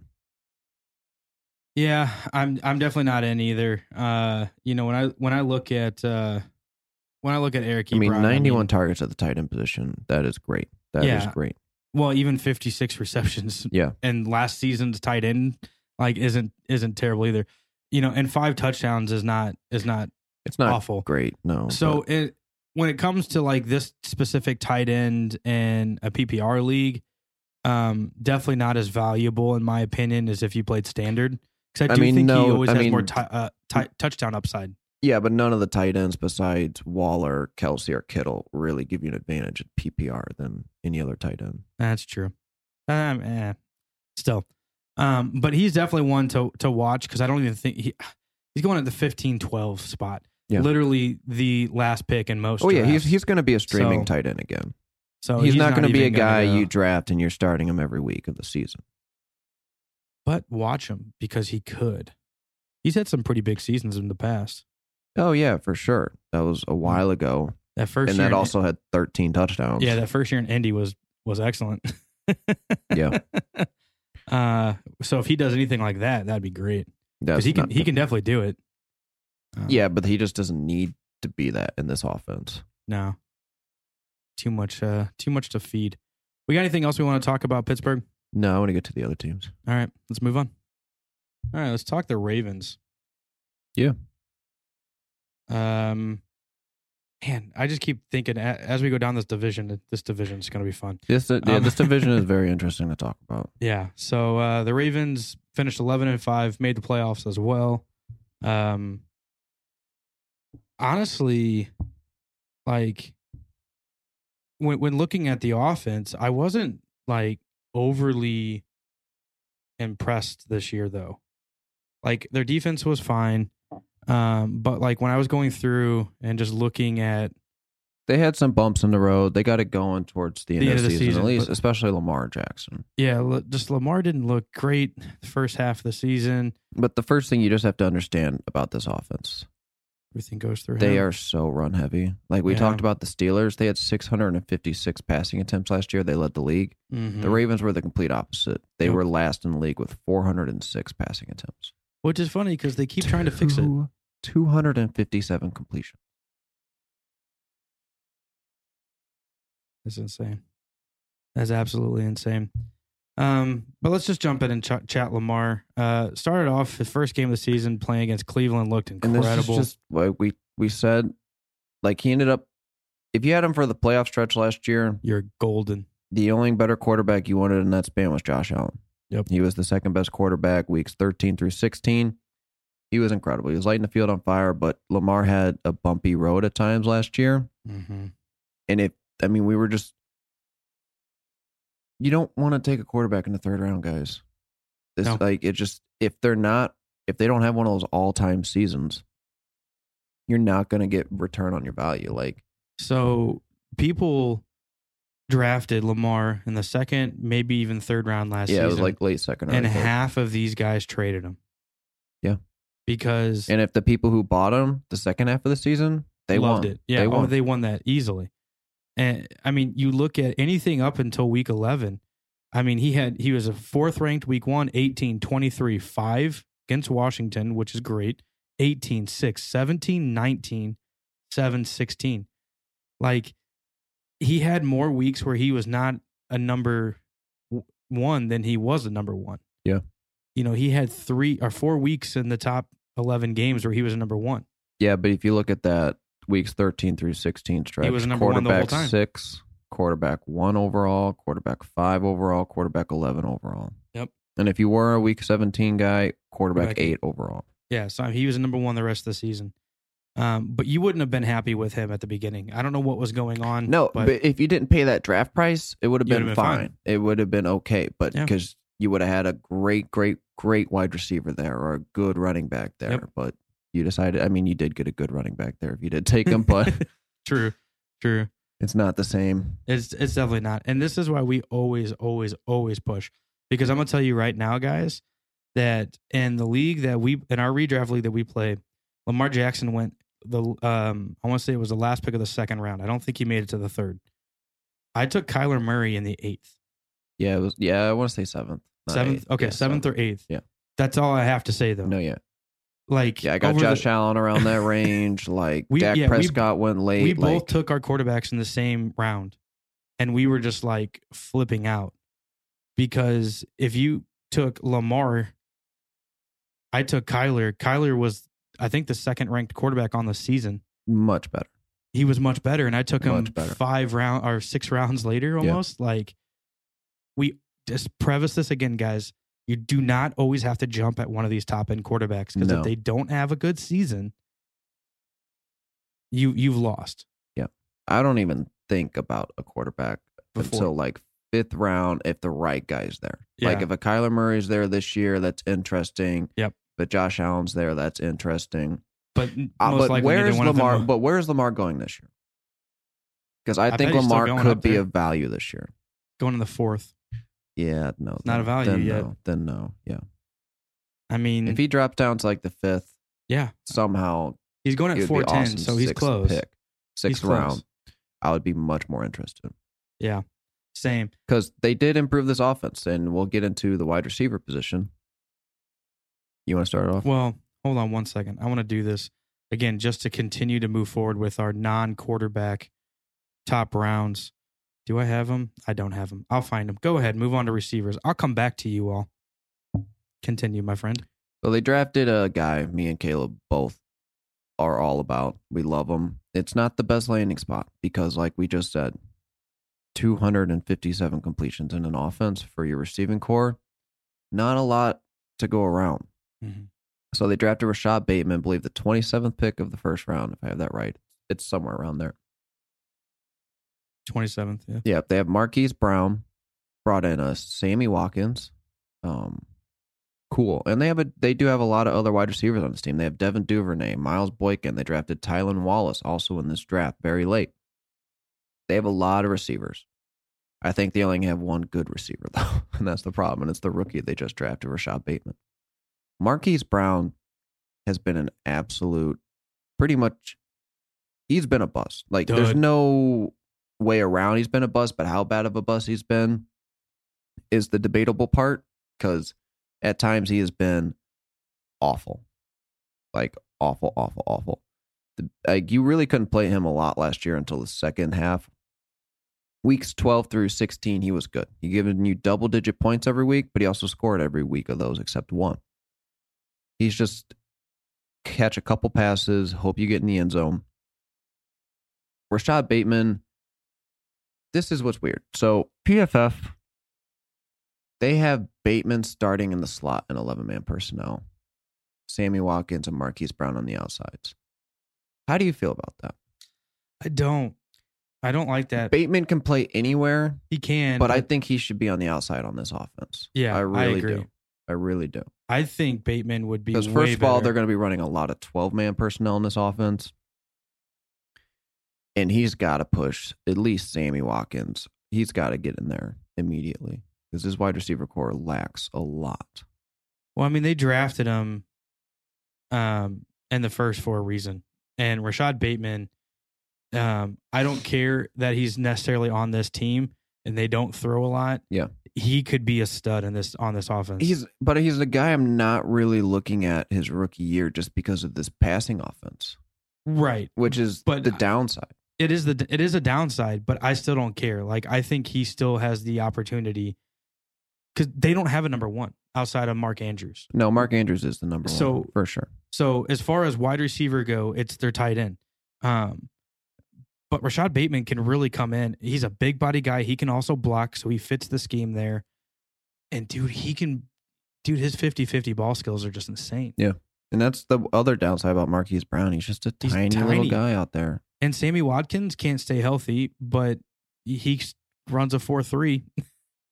Speaker 1: Yeah, I'm I'm definitely not in either. Uh, you know, when I when I look at uh when I look at Eric
Speaker 2: I mean,
Speaker 1: Ebron,
Speaker 2: 91 targets at the tight end position. That is great. That is
Speaker 1: Yeah.
Speaker 2: great.
Speaker 1: well, even 56 receptions.
Speaker 2: Yeah.
Speaker 1: And last season's tight end like isn't isn't terrible either. You know, and five touchdowns is not is not
Speaker 2: It's not
Speaker 1: awful.
Speaker 2: great. No.
Speaker 1: So
Speaker 2: but
Speaker 1: it when it comes to like this specific tight end in a PPR league, um, definitely not as valuable in my opinion as if you played standard. Because I
Speaker 2: I
Speaker 1: do
Speaker 2: mean,
Speaker 1: think he
Speaker 2: no,
Speaker 1: always
Speaker 2: I
Speaker 1: has
Speaker 2: mean-
Speaker 1: more ti uh, ti touchdown upside.
Speaker 2: yeah, but none of the tight ends besides Waller, Kelsey, or Kittle really give you an advantage at PPR than any other tight end.
Speaker 1: That's true. Um, eh, still, um, but he's definitely one to to watch because I don't even think he he's going at the 15-12 spot.
Speaker 2: Yeah.
Speaker 1: Literally the last pick in most.
Speaker 2: Oh yeah, he's
Speaker 1: drafts.
Speaker 2: he's going to be a streaming
Speaker 1: So-
Speaker 2: tight end again.
Speaker 1: so
Speaker 2: he's, not, going to be a
Speaker 1: Oh, even gonna uh,
Speaker 2: guy
Speaker 1: go.
Speaker 2: you draft and you're starting him every week of the season.
Speaker 1: but watch him because he could. He's had some pretty big seasons in the past.
Speaker 2: Oh yeah, for sure. That was a while ago,
Speaker 1: That first
Speaker 2: and
Speaker 1: year,
Speaker 2: that
Speaker 1: in-
Speaker 2: also had 13 touchdowns.
Speaker 1: yeah, that first year in Indy was was excellent.
Speaker 2: Yeah.
Speaker 1: Uh, so if he does anything like that, that'd be great because
Speaker 2: that's
Speaker 1: he can
Speaker 2: not
Speaker 1: he
Speaker 2: good.
Speaker 1: can definitely do it. Uh,
Speaker 2: Yeah, but he just doesn't need to be that in this offense.
Speaker 1: No. Too much. Uh, too much to feed. We got anything else we want to talk about Pittsburgh?
Speaker 2: No, I want to get to the other teams.
Speaker 1: All right, let's move on. All right, let's talk the Ravens.
Speaker 2: Yeah.
Speaker 1: Um, man, I just keep thinking a- as we go down this division, that this division's going to be fun.
Speaker 2: This uh, yeah,
Speaker 1: Um,
Speaker 2: this division is very interesting to talk about.
Speaker 1: Yeah. So uh, the Ravens finished eleven and five, made the playoffs as well. Um, honestly, like when when looking at the offense, I wasn't like overly impressed this year though. Like their defense was fine. Um, but like when I was going through and just looking at
Speaker 2: They had some bumps in the road. They got it going towards the end, of the season, at least,
Speaker 1: but-
Speaker 2: especially Lamar Jackson.
Speaker 1: yeah, l- just Lamar didn't look great the first half of the season.
Speaker 2: But the first thing you just have to understand about this offense,
Speaker 1: Everything goes through.
Speaker 2: they
Speaker 1: him.
Speaker 2: are so run heavy. Like we
Speaker 1: Yeah.
Speaker 2: talked about the Steelers, they had 656 passing attempts last year. They led the league.
Speaker 1: Mhm.
Speaker 2: The Ravens were the complete opposite. They
Speaker 1: Yep.
Speaker 2: were last in the league with 406 passing attempts.
Speaker 1: Which is funny because they keep trying to fix it.
Speaker 2: Two- 257 completion.
Speaker 1: That's insane. That's absolutely insane. Um, but let's just jump in and ch- chat Lamar. Uh, started off his first game of the season playing against Cleveland looked
Speaker 2: And
Speaker 1: incredible.
Speaker 2: this is just like we we said, like he ended up. If you had him for the playoff stretch last year,
Speaker 1: You're golden.
Speaker 2: the only better quarterback you wanted in that span was Josh Allen.
Speaker 1: Yep.
Speaker 2: He was the second best quarterback weeks 13 through 16. He was incredible. He was lighting the field on fire, but Lamar had a bumpy road at times last year.
Speaker 1: Mm-hmm.
Speaker 2: And if, I mean, we were just, you don't want to take a quarterback in the third round, guys. This,
Speaker 1: No.
Speaker 2: like, it just, if they're not, if they don't have one of those all time seasons, you're not going to get return on your value. Like,
Speaker 1: So people drafted Lamar in the second, maybe even third round last
Speaker 2: yeah,
Speaker 1: season.
Speaker 2: it was like late second or
Speaker 1: and
Speaker 2: early third.
Speaker 1: half of these guys traded him.
Speaker 2: Yeah.
Speaker 1: Because
Speaker 2: And if the people who bought him the second half of the season, they
Speaker 1: loved
Speaker 2: won.
Speaker 1: it. Yeah,
Speaker 2: they
Speaker 1: oh,
Speaker 2: won.
Speaker 1: they won that easily. And I mean, you look at anything up until week 11. I mean, he had he was a fourth ranked week 1, 18 23 5 against Washington, which is great. 18 6, 17 19, 7 16. Like he had more weeks where he was not a number w- 1 than he was a number 1.
Speaker 2: Yeah.
Speaker 1: You know, he had 3 or 4 weeks in the top 11 games where he was a number 1.
Speaker 2: Yeah, but if you look at that weeks 13 through 16 stretch,
Speaker 1: was number one the whole
Speaker 2: quarterback
Speaker 1: time.
Speaker 2: six, quarterback one overall, quarterback five overall, quarterback 11 overall.
Speaker 1: Yep.
Speaker 2: And if you were a week 17 guy, quarterback,
Speaker 1: Quarterback
Speaker 2: eight overall.
Speaker 1: Yeah, so he was number one the rest of the season. Um, but you wouldn't have been happy with him at the beginning. I don't know what was going on.
Speaker 2: No,
Speaker 1: but,
Speaker 2: but, if you didn't pay that draft price, it would have
Speaker 1: You
Speaker 2: been,
Speaker 1: would've been
Speaker 2: fine.
Speaker 1: fine.
Speaker 2: It would have been okay, but
Speaker 1: Yeah.
Speaker 2: because you would have had a great, great, great wide receiver there or a good running back there,
Speaker 1: Yep.
Speaker 2: but. You decided. I mean, you did get a good running back there if you did take him, but
Speaker 1: true, true.
Speaker 2: it's not the same.
Speaker 1: It's it's definitely not. And this is why we always, always, always push. Because I'm gonna tell you right now, guys, that in the league that we in our redraft league that we play, Lamar Jackson went the um I want to say it was the last pick of the second round. I don't think he made it to the third. I took Kyler Murray in the eighth.
Speaker 2: Yeah, it was. Yeah, I want to say seventh, not
Speaker 1: Seventh
Speaker 2: eighth.
Speaker 1: okay,
Speaker 2: Yeah,
Speaker 1: seventh or eighth.
Speaker 2: Yeah.
Speaker 1: That's all I have to say though.
Speaker 2: No, yeah,
Speaker 1: Like
Speaker 2: yeah. I got
Speaker 1: over the-
Speaker 2: Josh Allen around that range. Like
Speaker 1: We-
Speaker 2: Dak
Speaker 1: yeah, we-
Speaker 2: Prescott went late.
Speaker 1: we
Speaker 2: like,
Speaker 1: both took our quarterbacks in the same round and we were just like flipping out because if you took Lamar, I took Kyler. Kyler was, I think, the second ranked quarterback on the season.
Speaker 2: much better.
Speaker 1: He was much better, and I took him
Speaker 2: Much better.
Speaker 1: five round or six rounds later,
Speaker 2: Yeah.
Speaker 1: almost. Like we just preface this again, guys. You do not always have to jump at one of these top end quarterbacks because
Speaker 2: No.
Speaker 1: if they don't have a good season, you you've lost.
Speaker 2: I don't even think about a quarterback
Speaker 1: Before.
Speaker 2: until like fifth round if the right guy's there. Like
Speaker 1: Yeah.
Speaker 2: if a Kyler Murray's there this year, that's interesting.
Speaker 1: Yep.
Speaker 2: But Josh Allen's there, that's interesting.
Speaker 1: But
Speaker 2: Uh,
Speaker 1: most
Speaker 2: but
Speaker 1: likely
Speaker 2: where
Speaker 1: neither
Speaker 2: is
Speaker 1: one of them
Speaker 2: Lamar?
Speaker 1: will.
Speaker 2: But where is Lamar going this year? Because I,
Speaker 1: bet
Speaker 2: think
Speaker 1: he's still
Speaker 2: Lamar
Speaker 1: going
Speaker 2: could
Speaker 1: up
Speaker 2: be
Speaker 1: there.
Speaker 2: of value this year.
Speaker 1: going in the fourth.
Speaker 2: Yeah, no,
Speaker 1: not
Speaker 2: then-
Speaker 1: a value
Speaker 2: then
Speaker 1: yet. Mm.
Speaker 2: No, then no, yeah.
Speaker 1: I mean,
Speaker 2: If he drops down to like the fifth,
Speaker 1: yeah,
Speaker 2: somehow
Speaker 1: he's going
Speaker 2: it
Speaker 1: at
Speaker 2: would
Speaker 1: four
Speaker 2: be
Speaker 1: ten,
Speaker 2: awesome
Speaker 1: so he's
Speaker 2: sixth
Speaker 1: close.
Speaker 2: Pick, sixth
Speaker 1: close.
Speaker 2: round, I would be much more interested
Speaker 1: Yeah, same.
Speaker 2: because they did improve this offense, and we'll get into the wide receiver position. You want to start off?
Speaker 1: Well, hold on one second. I want to do this again just to continue to move forward with our non quarterback top rounds. Do I have them? I don't have them. I'll find them. Go ahead. Move on to receivers. I'll come back to you all. Continue, my friend.
Speaker 2: So they drafted a guy me and Caleb both are all about. We love him. It's not the best landing spot because, like we just said, 257 completions in an offense for your receiving core. Not a lot to go around.
Speaker 1: Mhm.
Speaker 2: So they drafted Rashad Bateman, I believe the 27th pick of the first round, if I have that right. It's somewhere around there.
Speaker 1: 27th. Yeah.
Speaker 2: Yeah, they have Marquise Brown, brought in a Sammy Watkins. Um, cool, and they have a they do have a lot of other wide receivers on this team. They have Devin Duvernay, Miles Boykin. They drafted Tylen Wallace also in this draft very late. They have a lot of receivers. I think they only have one good receiver though, and that's the problem. And it's the rookie they just drafted, Rashad Bateman. Marquise Brown has been an absolute, pretty much. He's been a bust. Like there's
Speaker 1: Dud.
Speaker 2: no way around he's been a bust, but how bad of a bust he's been is the debatable part because at times he has been awful. Like awful, awful, awful. The, like you really couldn't play him a lot last year until the second half. Weeks 12 through 16, he was good. He given you double digit points every week, but he also scored every week of those except one. He's just catch a couple passes, hope you get in the end zone. Rashad Bateman this is what's weird. So PFF, they have Bateman starting in the slot in eleven man personnel, Sammy Watkins and Marquise Brown on the outsides. How do you feel about that?
Speaker 1: I don't. I don't like that.
Speaker 2: Bateman can play anywhere,
Speaker 1: He can.
Speaker 2: but I think he should be on the outside on this offense.
Speaker 1: Yeah,
Speaker 2: I
Speaker 1: I
Speaker 2: really
Speaker 1: agree.
Speaker 2: do. I really do.
Speaker 1: I think Bateman would be
Speaker 2: Because
Speaker 1: way
Speaker 2: first of all,
Speaker 1: better.
Speaker 2: they're going to be running a lot of twelve man personnel in this offense, and he's got to push at least Sammy Watkins. He's got to get in there immediately because this wide receiver core lacks a lot.
Speaker 1: Well, I mean, they drafted him um in the first for a reason. And Rashad Bateman, um, I don't care that he's necessarily on this team and they don't throw a lot.
Speaker 2: Yeah.
Speaker 1: He could be a stud in this on this offense.
Speaker 2: He's but he's the guy I'm not really looking at his rookie year just because of this passing offense,
Speaker 1: right.
Speaker 2: which is
Speaker 1: But
Speaker 2: the
Speaker 1: I-
Speaker 2: downside.
Speaker 1: It is the it is a downside, but I still don't care. Like I think he still has the opportunity because they don't have a number one outside of Mark Andrews.
Speaker 2: No, Mark Andrews is the number one
Speaker 1: So-
Speaker 2: for sure.
Speaker 1: So as far as wide receiver go, it's their tight end. Um, but Rashad Bateman can really come in. He's a big body guy. He can also block, so he fits the scheme there. And dude, he can dude, his 50-50 ball skills are just insane.
Speaker 2: And that's the other downside about Marquise Brown. He's just a
Speaker 1: He's
Speaker 2: tiny, little
Speaker 1: tiny.
Speaker 2: guy out there.
Speaker 1: And Sammy Watkins can't stay healthy, but he- he s- runs a 4-3.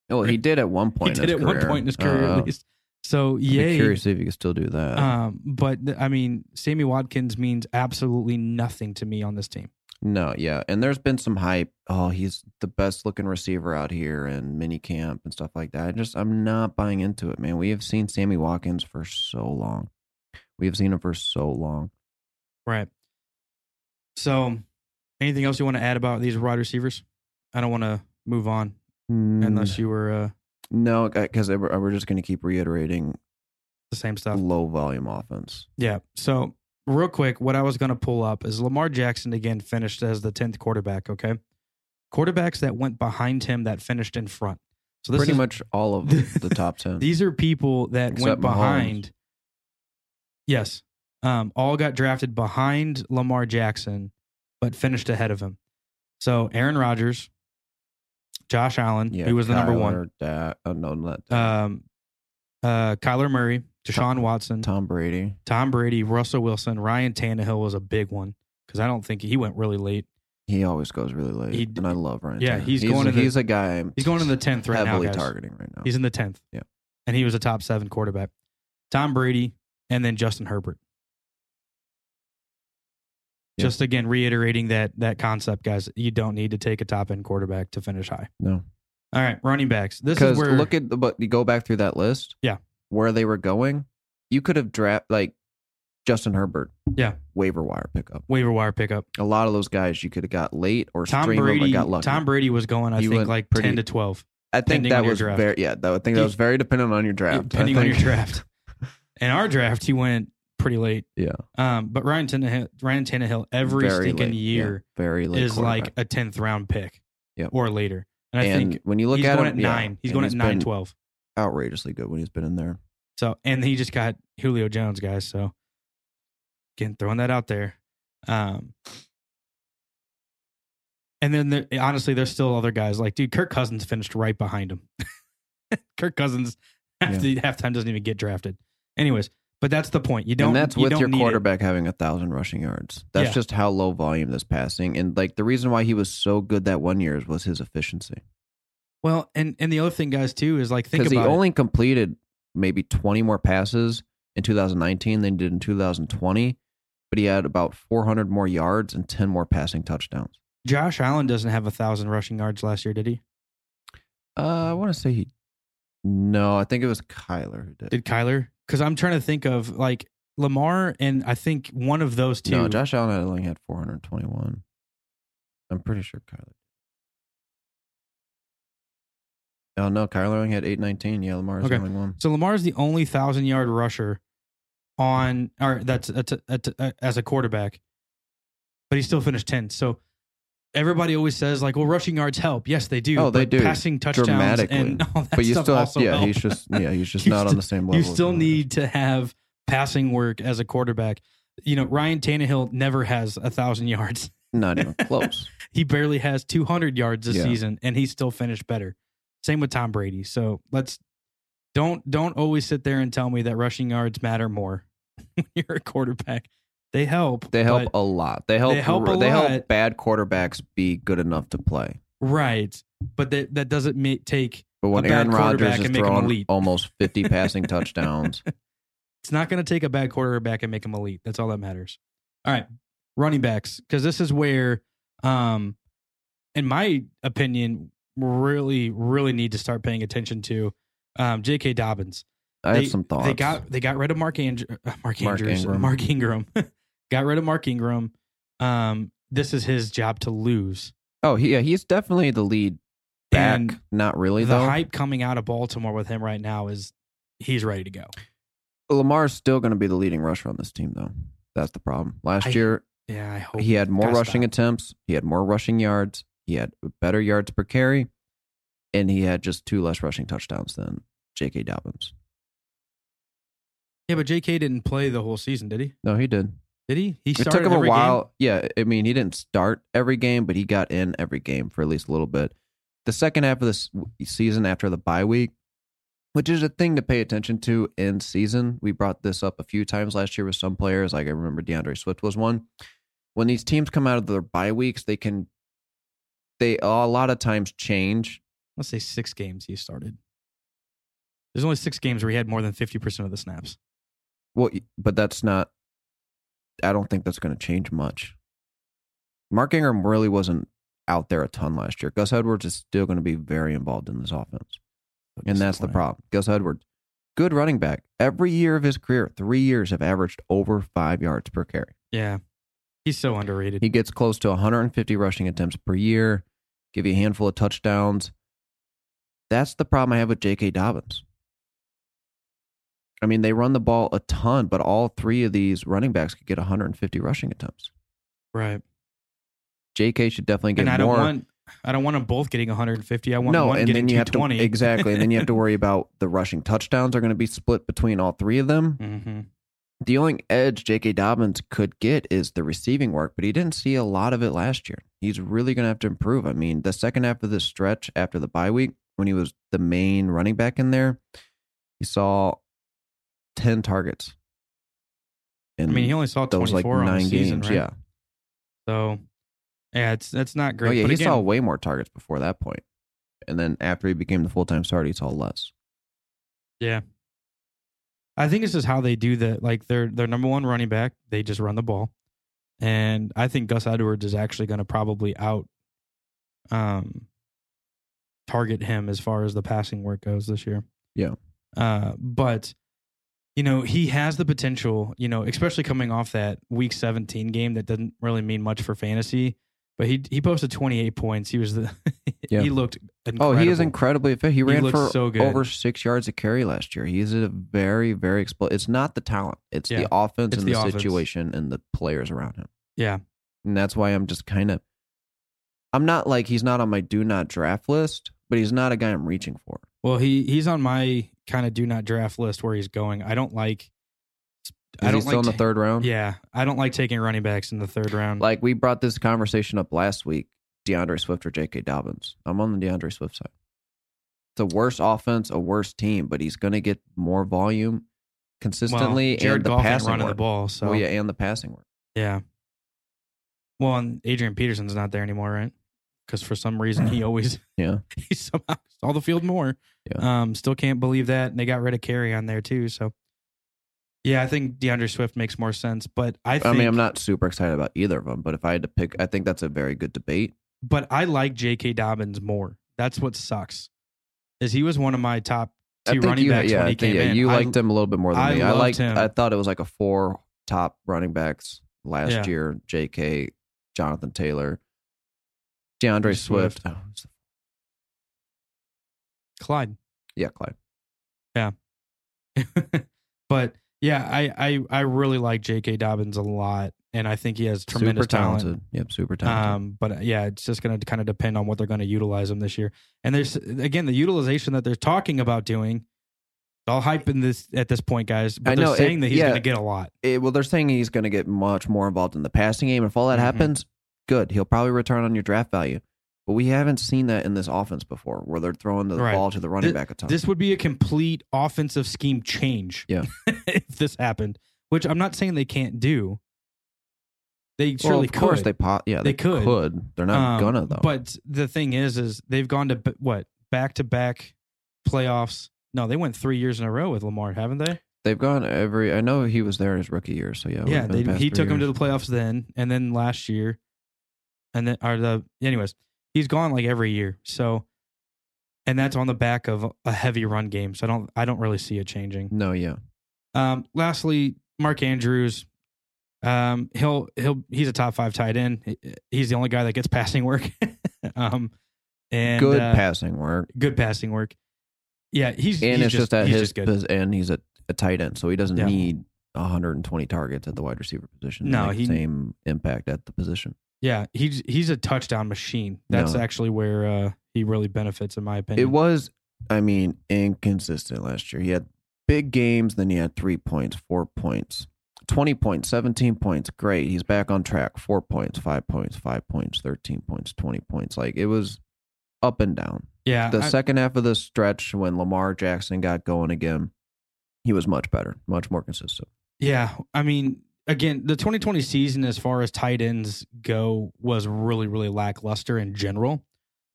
Speaker 2: Oh, he did at one
Speaker 1: He
Speaker 2: point.
Speaker 1: did
Speaker 2: in
Speaker 1: at
Speaker 2: his
Speaker 1: one
Speaker 2: career.
Speaker 1: point in his career
Speaker 2: Uh,
Speaker 1: at least. So
Speaker 2: I'd be
Speaker 1: yay.
Speaker 2: curious if you can still do that.
Speaker 1: Um, but th- I mean, Sammy Watkins means absolutely nothing to me on this team.
Speaker 2: no, yeah. And there's been some hype. Oh, he's the best looking receiver out here and mini camp and stuff like that. I just I'm not buying into it, man. We have seen Sammy Watkins for so long. We have seen him for so long.
Speaker 1: Right. So, anything else you want to add about these wide receivers? I don't want to move on unless you were uh,
Speaker 2: Mm, no, because we're we're just going to keep reiterating
Speaker 1: the same stuff.
Speaker 2: low volume offense.
Speaker 1: Yeah. So, real quick, what I was going to pull up is Lamar Jackson again finished as the 10th quarterback. Okay. Quarterbacks that went behind him that finished in front. So, this
Speaker 2: Pretty
Speaker 1: is,
Speaker 2: much all of the top ten.
Speaker 1: these are people that
Speaker 2: Except
Speaker 1: went
Speaker 2: Mahomes.
Speaker 1: behind. Yes. Um, all got drafted behind Lamar Jackson, but finished ahead of him. So, Aaron Rodgers, Josh Allen, who was the number one.
Speaker 2: Kyler, Dak- oh, no, not Dak.
Speaker 1: um, uh, Kyler Murray, Deshaun
Speaker 2: Tom-
Speaker 1: Watson, Tom,
Speaker 2: Tom Brady.
Speaker 1: Brady, Russell Wilson, Ryan Tannehill was a big one because I don't think he went really late.
Speaker 2: He always goes really late,
Speaker 1: He-
Speaker 2: and I love Ryan.
Speaker 1: Yeah,
Speaker 2: Tannehill.
Speaker 1: he's going in the-
Speaker 2: he's a guy. I'm
Speaker 1: He's going in the tenth right now,
Speaker 2: heavily
Speaker 1: guys.
Speaker 2: targeting right now.
Speaker 1: He's in the tenth.
Speaker 2: Yeah.
Speaker 1: and he was a top seven quarterback. Tom Brady, and then Justin Herbert.
Speaker 2: Yeah.
Speaker 1: Just again reiterating that that concept, guys. You don't need to take a top end quarterback to finish high.
Speaker 2: no,
Speaker 1: All right, running backs. This
Speaker 2: because
Speaker 1: is where
Speaker 2: look at the, but you go back through that list.
Speaker 1: Yeah.
Speaker 2: where they were going, you could have draft like Justin Herbert.
Speaker 1: Yeah.
Speaker 2: waiver wire pickup.
Speaker 1: waiver wire pickup.
Speaker 2: A lot of those guys you could have got late or
Speaker 1: Tom
Speaker 2: stream them
Speaker 1: Brady.
Speaker 2: and got lucky.
Speaker 1: Tom Brady was going, I
Speaker 2: He
Speaker 1: think,
Speaker 2: went
Speaker 1: like
Speaker 2: pretty-
Speaker 1: ten to twelve.
Speaker 2: I think
Speaker 1: depending
Speaker 2: that
Speaker 1: on your
Speaker 2: was
Speaker 1: draft.
Speaker 2: very yeah. That, I think that
Speaker 1: He-
Speaker 2: was very dependent on your draft. I
Speaker 1: Depending on your
Speaker 2: think-
Speaker 1: draft. In our draft, he went pretty late.
Speaker 2: Yeah.
Speaker 1: Um, but Ryan Tannehill, Ryan Tannehill every
Speaker 2: Very
Speaker 1: stinking
Speaker 2: late, yeah.
Speaker 1: year
Speaker 2: very late
Speaker 1: is like
Speaker 2: quarterback.
Speaker 1: a tenth round pick.
Speaker 2: Yep.
Speaker 1: or later. And I
Speaker 2: and
Speaker 1: think
Speaker 2: when you look
Speaker 1: he's
Speaker 2: at
Speaker 1: going
Speaker 2: him,
Speaker 1: at
Speaker 2: yeah,
Speaker 1: nine. He's
Speaker 2: and
Speaker 1: going at nine
Speaker 2: been
Speaker 1: twelve.
Speaker 2: Outrageously good when he's been in there.
Speaker 1: So and he just got Julio Jones, guys. So again, throwing that out there. Um and then there, honestly, there's still other guys like dude, Kirk Cousins finished right behind him. Kirk Cousins half the halftime doesn't even get drafted. Anyways, but that's the point. You don't
Speaker 2: and that's
Speaker 1: you
Speaker 2: with
Speaker 1: don't
Speaker 2: your
Speaker 1: need it.
Speaker 2: quarterback having a thousand rushing yards. That's
Speaker 1: Yeah.
Speaker 2: just how low volume this passing. And like the reason why he was so good that one year was his efficiency
Speaker 1: Well, and and the other thing, guys, too, is like think
Speaker 2: because he
Speaker 1: about it.
Speaker 2: only completed maybe twenty more passes in 2019 than he did in 2020, but he had about 400 more yards and 10 more passing touchdowns.
Speaker 1: Josh Allen doesn't have a thousand rushing yards last year, did he?
Speaker 2: Uh, I want to say he. No, I think it was Kyler who did.
Speaker 1: Did Kyler? Because I'm trying to think of like Lamar and I think one of those two.
Speaker 2: No, Josh Allen had only had 421. I'm pretty sure Kyler. Oh no, Kyler only had 819. Yeah, Lamar's
Speaker 1: Okay.
Speaker 2: only one.
Speaker 1: So Lamar's the only thousand yard rusher on or that's, that's, that's uh, as a quarterback, but he still finished ten. So everybody always says like, well, rushing yards help. Yes, they do.
Speaker 2: Oh, they
Speaker 1: but
Speaker 2: do.
Speaker 1: Passing touchdowns
Speaker 2: Dramatically.
Speaker 1: and all that
Speaker 2: But you
Speaker 1: stuff
Speaker 2: still have,
Speaker 1: also
Speaker 2: yeah,
Speaker 1: help.
Speaker 2: he's just yeah, he's just
Speaker 1: You
Speaker 2: not on
Speaker 1: still-
Speaker 2: the same level.
Speaker 1: you
Speaker 2: as
Speaker 1: still
Speaker 2: Lamar.
Speaker 1: need to have passing work as a quarterback. You know, Ryan Tannehill never has a thousand yards.
Speaker 2: not even close.
Speaker 1: he barely has 200 yards this
Speaker 2: Yeah.
Speaker 1: season and he still finished better same with tom brady so let's don't don't always sit there and tell me that rushing yards matter more when you're a quarterback they help
Speaker 2: They help
Speaker 1: but-
Speaker 2: a lot. They help.
Speaker 1: They help a
Speaker 2: they
Speaker 1: lot.
Speaker 2: help bad quarterbacks be good enough to play.
Speaker 1: right but that that doesn't ma- take
Speaker 2: But when
Speaker 1: A bad
Speaker 2: Aaron
Speaker 1: quarterback
Speaker 2: Rodgers is
Speaker 1: can make 'em
Speaker 2: throwing
Speaker 1: elite.
Speaker 2: almost 50 passing touchdowns,
Speaker 1: it's not going to take a bad quarterback and make him elite that's all that matters all right running backs because this is where um in my opinion really really need to start paying attention to um jk dobbins
Speaker 2: I
Speaker 1: They-
Speaker 2: have some thoughts.
Speaker 1: They got they got rid of Mark Andrew, Mark
Speaker 2: Mark
Speaker 1: Andrews,
Speaker 2: Ingram.
Speaker 1: Mark Ingram. got rid of Mark Ingram. Um, this is his job to lose.
Speaker 2: oh, he, yeah, he's definitely the lead back.
Speaker 1: And
Speaker 2: not really
Speaker 1: the
Speaker 2: though.
Speaker 1: hype coming out of Baltimore with him right now is he's ready to go.
Speaker 2: Lamar's still going to be the leading rusher on this team, though. That's the problem. Last
Speaker 1: I-
Speaker 2: year,
Speaker 1: Yeah, I hope.
Speaker 2: he had more
Speaker 1: gotta
Speaker 2: rushing
Speaker 1: stop.
Speaker 2: attempts, he had more rushing yards, he had better yards per carry, and he had just two less rushing touchdowns than J.K. Dobbins.
Speaker 1: Yeah, but J.K. didn't play the whole season, did he?
Speaker 2: No, he did.
Speaker 1: Did he? He
Speaker 2: It
Speaker 1: started
Speaker 2: took him a
Speaker 1: every game?
Speaker 2: while. Yeah, I mean, he didn't start every game, but he got in every game for at least a little bit. The second half of this season after the bye week, which is a thing to pay attention to in season. We brought this up a few times last year with some players. Like I remember DeAndre Swift was one. When these teams come out of their bye weeks, they can they a lot of times change.
Speaker 1: Let's say six games he started. There's only six games where he had more than fifty percent of the snaps.
Speaker 2: Well, but that's not. I don't think that's going to change much. Mark Ingram really wasn't out there a ton last year. Gus Edwards is still going to be very involved in this offense, and that's the
Speaker 1: Disappointing.
Speaker 2: problem. Gus Edwards, good running back. Every year of his career, three years have averaged over five yards per carry.
Speaker 1: Yeah, he's so underrated.
Speaker 2: He gets close to 150 rushing attempts per year. Give you a handful of touchdowns. That's the problem I have with J.K. Dobbins. I mean, they run the ball a ton, but all three of these running backs could get 150 rushing attempts.
Speaker 1: right.
Speaker 2: J.K. should definitely get
Speaker 1: and I
Speaker 2: more.
Speaker 1: don't want I don't want them both getting 150. I want
Speaker 2: no,
Speaker 1: one
Speaker 2: and
Speaker 1: getting
Speaker 2: then you have to
Speaker 1: 220.
Speaker 2: exactly, and then you have to worry about the rushing touchdowns are going to be split between all three of them.
Speaker 1: hmm
Speaker 2: The only edge J.K. Dobbins could get is the receiving work, but he didn't see a lot of it last year. He's really going to have to improve. I mean, the second half of this stretch after the bye week, when he was the main running back in there, he saw 10 targets.
Speaker 1: I
Speaker 2: And
Speaker 1: mean, he only saw 24
Speaker 2: those like
Speaker 1: on the
Speaker 2: nine
Speaker 1: season,
Speaker 2: games.
Speaker 1: right?
Speaker 2: Yeah.
Speaker 1: So, yeah, it's that's not great.
Speaker 2: Oh, yeah.
Speaker 1: but
Speaker 2: he
Speaker 1: again,
Speaker 2: saw way more targets before that point. And then after he became the full time starter, he saw less.
Speaker 1: I think this is how they do the like their their number one running back. They just run the ball, and I think Gus Edwards is actually going to probably out um target him as far as the passing work goes this year.
Speaker 2: Yeah.
Speaker 1: Uh, but you know he has the potential. You know, especially coming off that Week 17 game that doesn't really mean much for fantasy. But he he posted 28 points. He was the
Speaker 2: Yeah.
Speaker 1: he looked
Speaker 2: Oh,
Speaker 1: incredible.
Speaker 2: he is incredibly efficient. He ran
Speaker 1: looks
Speaker 2: for
Speaker 1: so good.
Speaker 2: over six yards a carry last year. He is a very, very explosive. It's not the talent; it's
Speaker 1: Yeah.
Speaker 2: the offense
Speaker 1: It's
Speaker 2: and
Speaker 1: the
Speaker 2: the,
Speaker 1: offense.
Speaker 2: situation and the players around him.
Speaker 1: Yeah.
Speaker 2: and that's why I'm just kind of I'm not like he's not on my do not draft list, but he's not a guy I'm reaching for.
Speaker 1: Well, he he's on my kind of do not draft list where he's going. I don't like.
Speaker 2: Is
Speaker 1: I don't
Speaker 2: he still
Speaker 1: like
Speaker 2: in the
Speaker 1: ta-
Speaker 2: third round?
Speaker 1: Yeah, I don't like taking running backs in the third round.
Speaker 2: Like we brought this conversation up last week, DeAndre Swift or J.K. Dobbins. I'm on the DeAndre Swift side. It's a worse offense, a worse team, but he's going to get more volume consistently
Speaker 1: well, Jared
Speaker 2: and the
Speaker 1: Goff ain't
Speaker 2: passing
Speaker 1: running
Speaker 2: work.
Speaker 1: the ball. So
Speaker 2: Oh yeah, and the passing work.
Speaker 1: yeah. Well, and Adrian Peterson's not there anymore, right? Because for some reason he always
Speaker 2: Yeah.
Speaker 1: he somehow saw the field more.
Speaker 2: Yeah.
Speaker 1: Um, still can't believe that, and they got rid of Carry on there too. So yeah, I think DeAndre Swift makes more sense, but I
Speaker 2: I
Speaker 1: think
Speaker 2: mean, I'm not super excited about either of them, but if I had to pick, I think that's a very good debate.
Speaker 1: but I like J.K. Dobbins more. That's what sucks. Is he was one of my top
Speaker 2: I
Speaker 1: two
Speaker 2: think
Speaker 1: running
Speaker 2: you,
Speaker 1: backs
Speaker 2: yeah,
Speaker 1: when
Speaker 2: I
Speaker 1: he
Speaker 2: think-
Speaker 1: came
Speaker 2: yeah,
Speaker 1: in.
Speaker 2: you
Speaker 1: I-
Speaker 2: liked him a little bit more than
Speaker 1: I
Speaker 2: me. I
Speaker 1: loved
Speaker 2: liked.
Speaker 1: him.
Speaker 2: I thought it was like a four top running backs last
Speaker 1: Yeah.
Speaker 2: year: J.K., Jonathan Taylor, DeAndre
Speaker 1: Swift.
Speaker 2: Swift. Oh, it's-
Speaker 1: Clyde.
Speaker 2: yeah, Clyde.
Speaker 1: but yeah, I, I I really like J.K. Dobbins a lot, and I think he has tremendous
Speaker 2: super talented.
Speaker 1: talent.
Speaker 2: Yep, super talented.
Speaker 1: Um, but yeah, it's just going to kind of depend on what they're going to utilize him this year. And there's again the utilization that they're talking about doing. I'll hype in this at this point, guys. But
Speaker 2: I
Speaker 1: they're
Speaker 2: know, it-
Speaker 1: saying that he's
Speaker 2: yeah.
Speaker 1: going to get a lot.
Speaker 2: It- well, they're saying he's going to get much more involved in the passing game. If all that
Speaker 1: Mhm.
Speaker 2: happens, good. He'll probably return on your draft value. But we haven't seen that in this offense before, where they're throwing the
Speaker 1: Right.
Speaker 2: ball to the running
Speaker 1: Thi-
Speaker 2: back a ton.
Speaker 1: This would be a complete offensive scheme change.
Speaker 2: Yeah.
Speaker 1: if this happened, which I'm not saying they can't do. They
Speaker 2: well,
Speaker 1: surely
Speaker 2: of course
Speaker 1: could.
Speaker 2: they pot. Yeah,
Speaker 1: They
Speaker 2: they,
Speaker 1: could.
Speaker 2: They're not
Speaker 1: Um,
Speaker 2: gonna though.
Speaker 1: But the thing is, is they've gone to b- what back to back playoffs. No, they went three years in a row with Lamar, haven't they?
Speaker 2: They've gone every. I know he was there in his rookie year, so yeah. it
Speaker 1: yeah,
Speaker 2: would've been
Speaker 1: they,
Speaker 2: the past
Speaker 1: he
Speaker 2: three
Speaker 1: took him to
Speaker 2: years.
Speaker 1: the playoffs then, and then last year, and then or the anyways, he's gone like every year. So, and that's on the back of a heavy run game. So I don't, I don't really see it changing.
Speaker 2: No, yeah,
Speaker 1: Um, lastly, Mark Andrews. Um, he'll he'll he's a top five tight end. He- He's the only guy that gets passing work. um, and
Speaker 2: good
Speaker 1: uh,
Speaker 2: passing work,
Speaker 1: good passing work. Yeah, he's
Speaker 2: and
Speaker 1: he's
Speaker 2: it's just at
Speaker 1: he's
Speaker 2: his
Speaker 1: just good.
Speaker 2: pos- and he's a, a tight end, so he doesn't
Speaker 1: Yeah.
Speaker 2: need 120 targets at the wide receiver position. to
Speaker 1: No,
Speaker 2: make
Speaker 1: he-
Speaker 2: the same impact at the position.
Speaker 1: Yeah, he's he's a touchdown machine. That's
Speaker 2: No.
Speaker 1: actually where uh, he really benefits, in my opinion.
Speaker 2: It was, I mean, inconsistent last year. He had big games, then he had three points, four points, 20 points, 17 points. Great. He's back on track. Four points, five points, five points, 13 points, 20 points. Like it was up and down.
Speaker 1: yeah,
Speaker 2: The
Speaker 1: I-
Speaker 2: second half of the stretch when Lamar Jackson got going again, he was much better, much more consistent.
Speaker 1: yeah. I mean, again, the 2020 season, as far as tight ends go, was really really lackluster in general.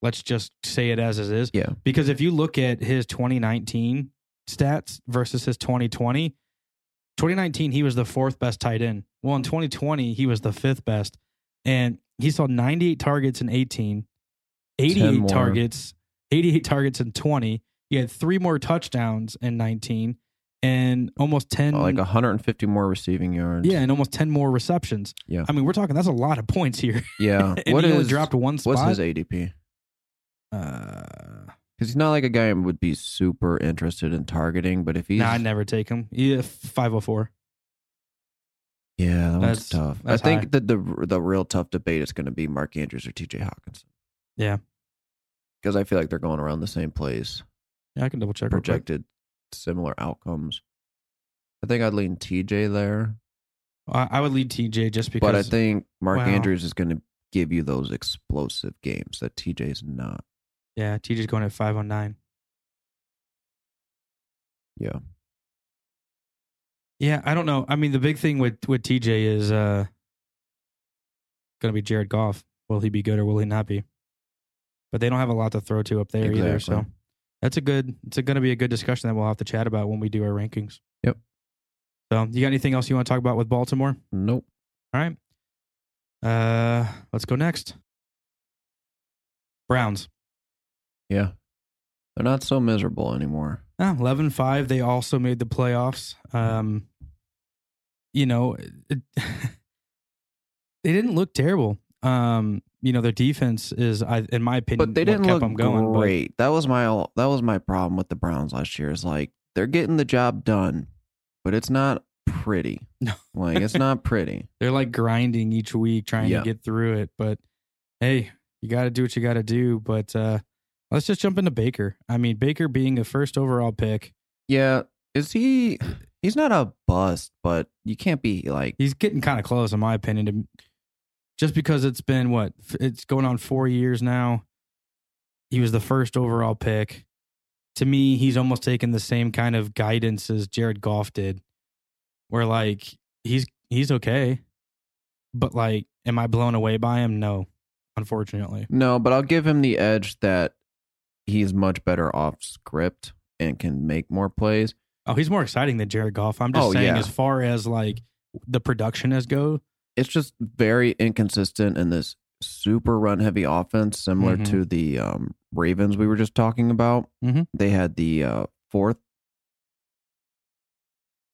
Speaker 1: Let's just say it as it is.
Speaker 2: Yeah.
Speaker 1: Because if you look at his 2019 stats versus his 2020, 2019 he was the fourth best tight end. Well, in 2020 he was the fifth best, and he saw 98 targets in 18,
Speaker 2: 10
Speaker 1: 88
Speaker 2: more.
Speaker 1: targets, 88 targets in 20. He had three more touchdowns in 19, and almost 10
Speaker 2: Like 150 more receiving yards.
Speaker 1: yeah, and almost 10 more receptions.
Speaker 2: Yeah.
Speaker 1: I mean, we're talking that's a lot of points here.
Speaker 2: Yeah.
Speaker 1: and
Speaker 2: What
Speaker 1: he only
Speaker 2: is-
Speaker 1: dropped one spot.
Speaker 2: what's his ADP?
Speaker 1: uh,
Speaker 2: Because he's not like a guy who would be super interested in targeting, but if he's
Speaker 1: Nah, I never take him. uh, Yeah, 504.
Speaker 2: Yeah, that
Speaker 1: That's-
Speaker 2: one's tough.
Speaker 1: that's
Speaker 2: I think
Speaker 1: high.
Speaker 2: that the the real tough debate is going to be Mark Andrews or T.J. Hawkinson.
Speaker 1: Yeah.
Speaker 2: because I feel like they're going around the same place,
Speaker 1: Yeah, I can double check. real quick.
Speaker 2: projected similar outcomes. I think I'd lean T.J. there,
Speaker 1: I, I would lead TJ just because.
Speaker 2: but I think Mark
Speaker 1: wow.
Speaker 2: Andrews is going to give you those explosive games that T.J.'s not.
Speaker 1: yeah, TJ's going at 509.
Speaker 2: Yeah.
Speaker 1: Yeah, I don't know. I mean, the big thing with, with TJ is uh, going to be Jared Goff. Will he be good or will he not be? But they don't have a lot to throw to up there either. So
Speaker 2: Exactly.
Speaker 1: that's a good, it's going to be a good discussion that we'll have to chat about when we do our rankings.
Speaker 2: Yep.
Speaker 1: So you got anything else you want to talk about with Baltimore?
Speaker 2: Nope.
Speaker 1: All right. Uh, let's go next. Browns.
Speaker 2: Yeah, they're not so miserable anymore.
Speaker 1: Ah, 11 5. They also made the playoffs. Um, you know, it, they didn't look terrible. Um, you know, their defense is, I, in my opinion,
Speaker 2: But they
Speaker 1: what
Speaker 2: didn't
Speaker 1: kept
Speaker 2: look
Speaker 1: them going. but-
Speaker 2: great. that was my that was my problem with the Browns last year. Is like they're getting the job done, but it's not pretty.
Speaker 1: No.
Speaker 2: like it's not pretty.
Speaker 1: they're like grinding each week trying
Speaker 2: Yeah.
Speaker 1: to get through it. But hey, You got to do what you got to do. But uh, let's just jump into Baker. I mean, Baker being a first overall pick,
Speaker 2: Yeah. Is he? He's not a bust, but you can't be like
Speaker 1: he's getting kind of close, in my opinion, to just because it's been what f- it's going on four years now. He was the first overall pick. To me, he's almost taken the same kind of guidance as Jared Goff did, where like he's he's okay, but like, am I blown away by him? No, unfortunately.
Speaker 2: no. But I'll give him the edge that he's much better off script and can make more plays.
Speaker 1: Oh, he's more exciting than Jared Goff. I'm just
Speaker 2: Oh,
Speaker 1: saying,
Speaker 2: yeah.
Speaker 1: as far as like the production as go,
Speaker 2: It's just very inconsistent in this super run heavy offense, similar
Speaker 1: Mhm.
Speaker 2: to the um, Ravens we were just talking about.
Speaker 1: Mhm.
Speaker 2: They had the uh, fourth,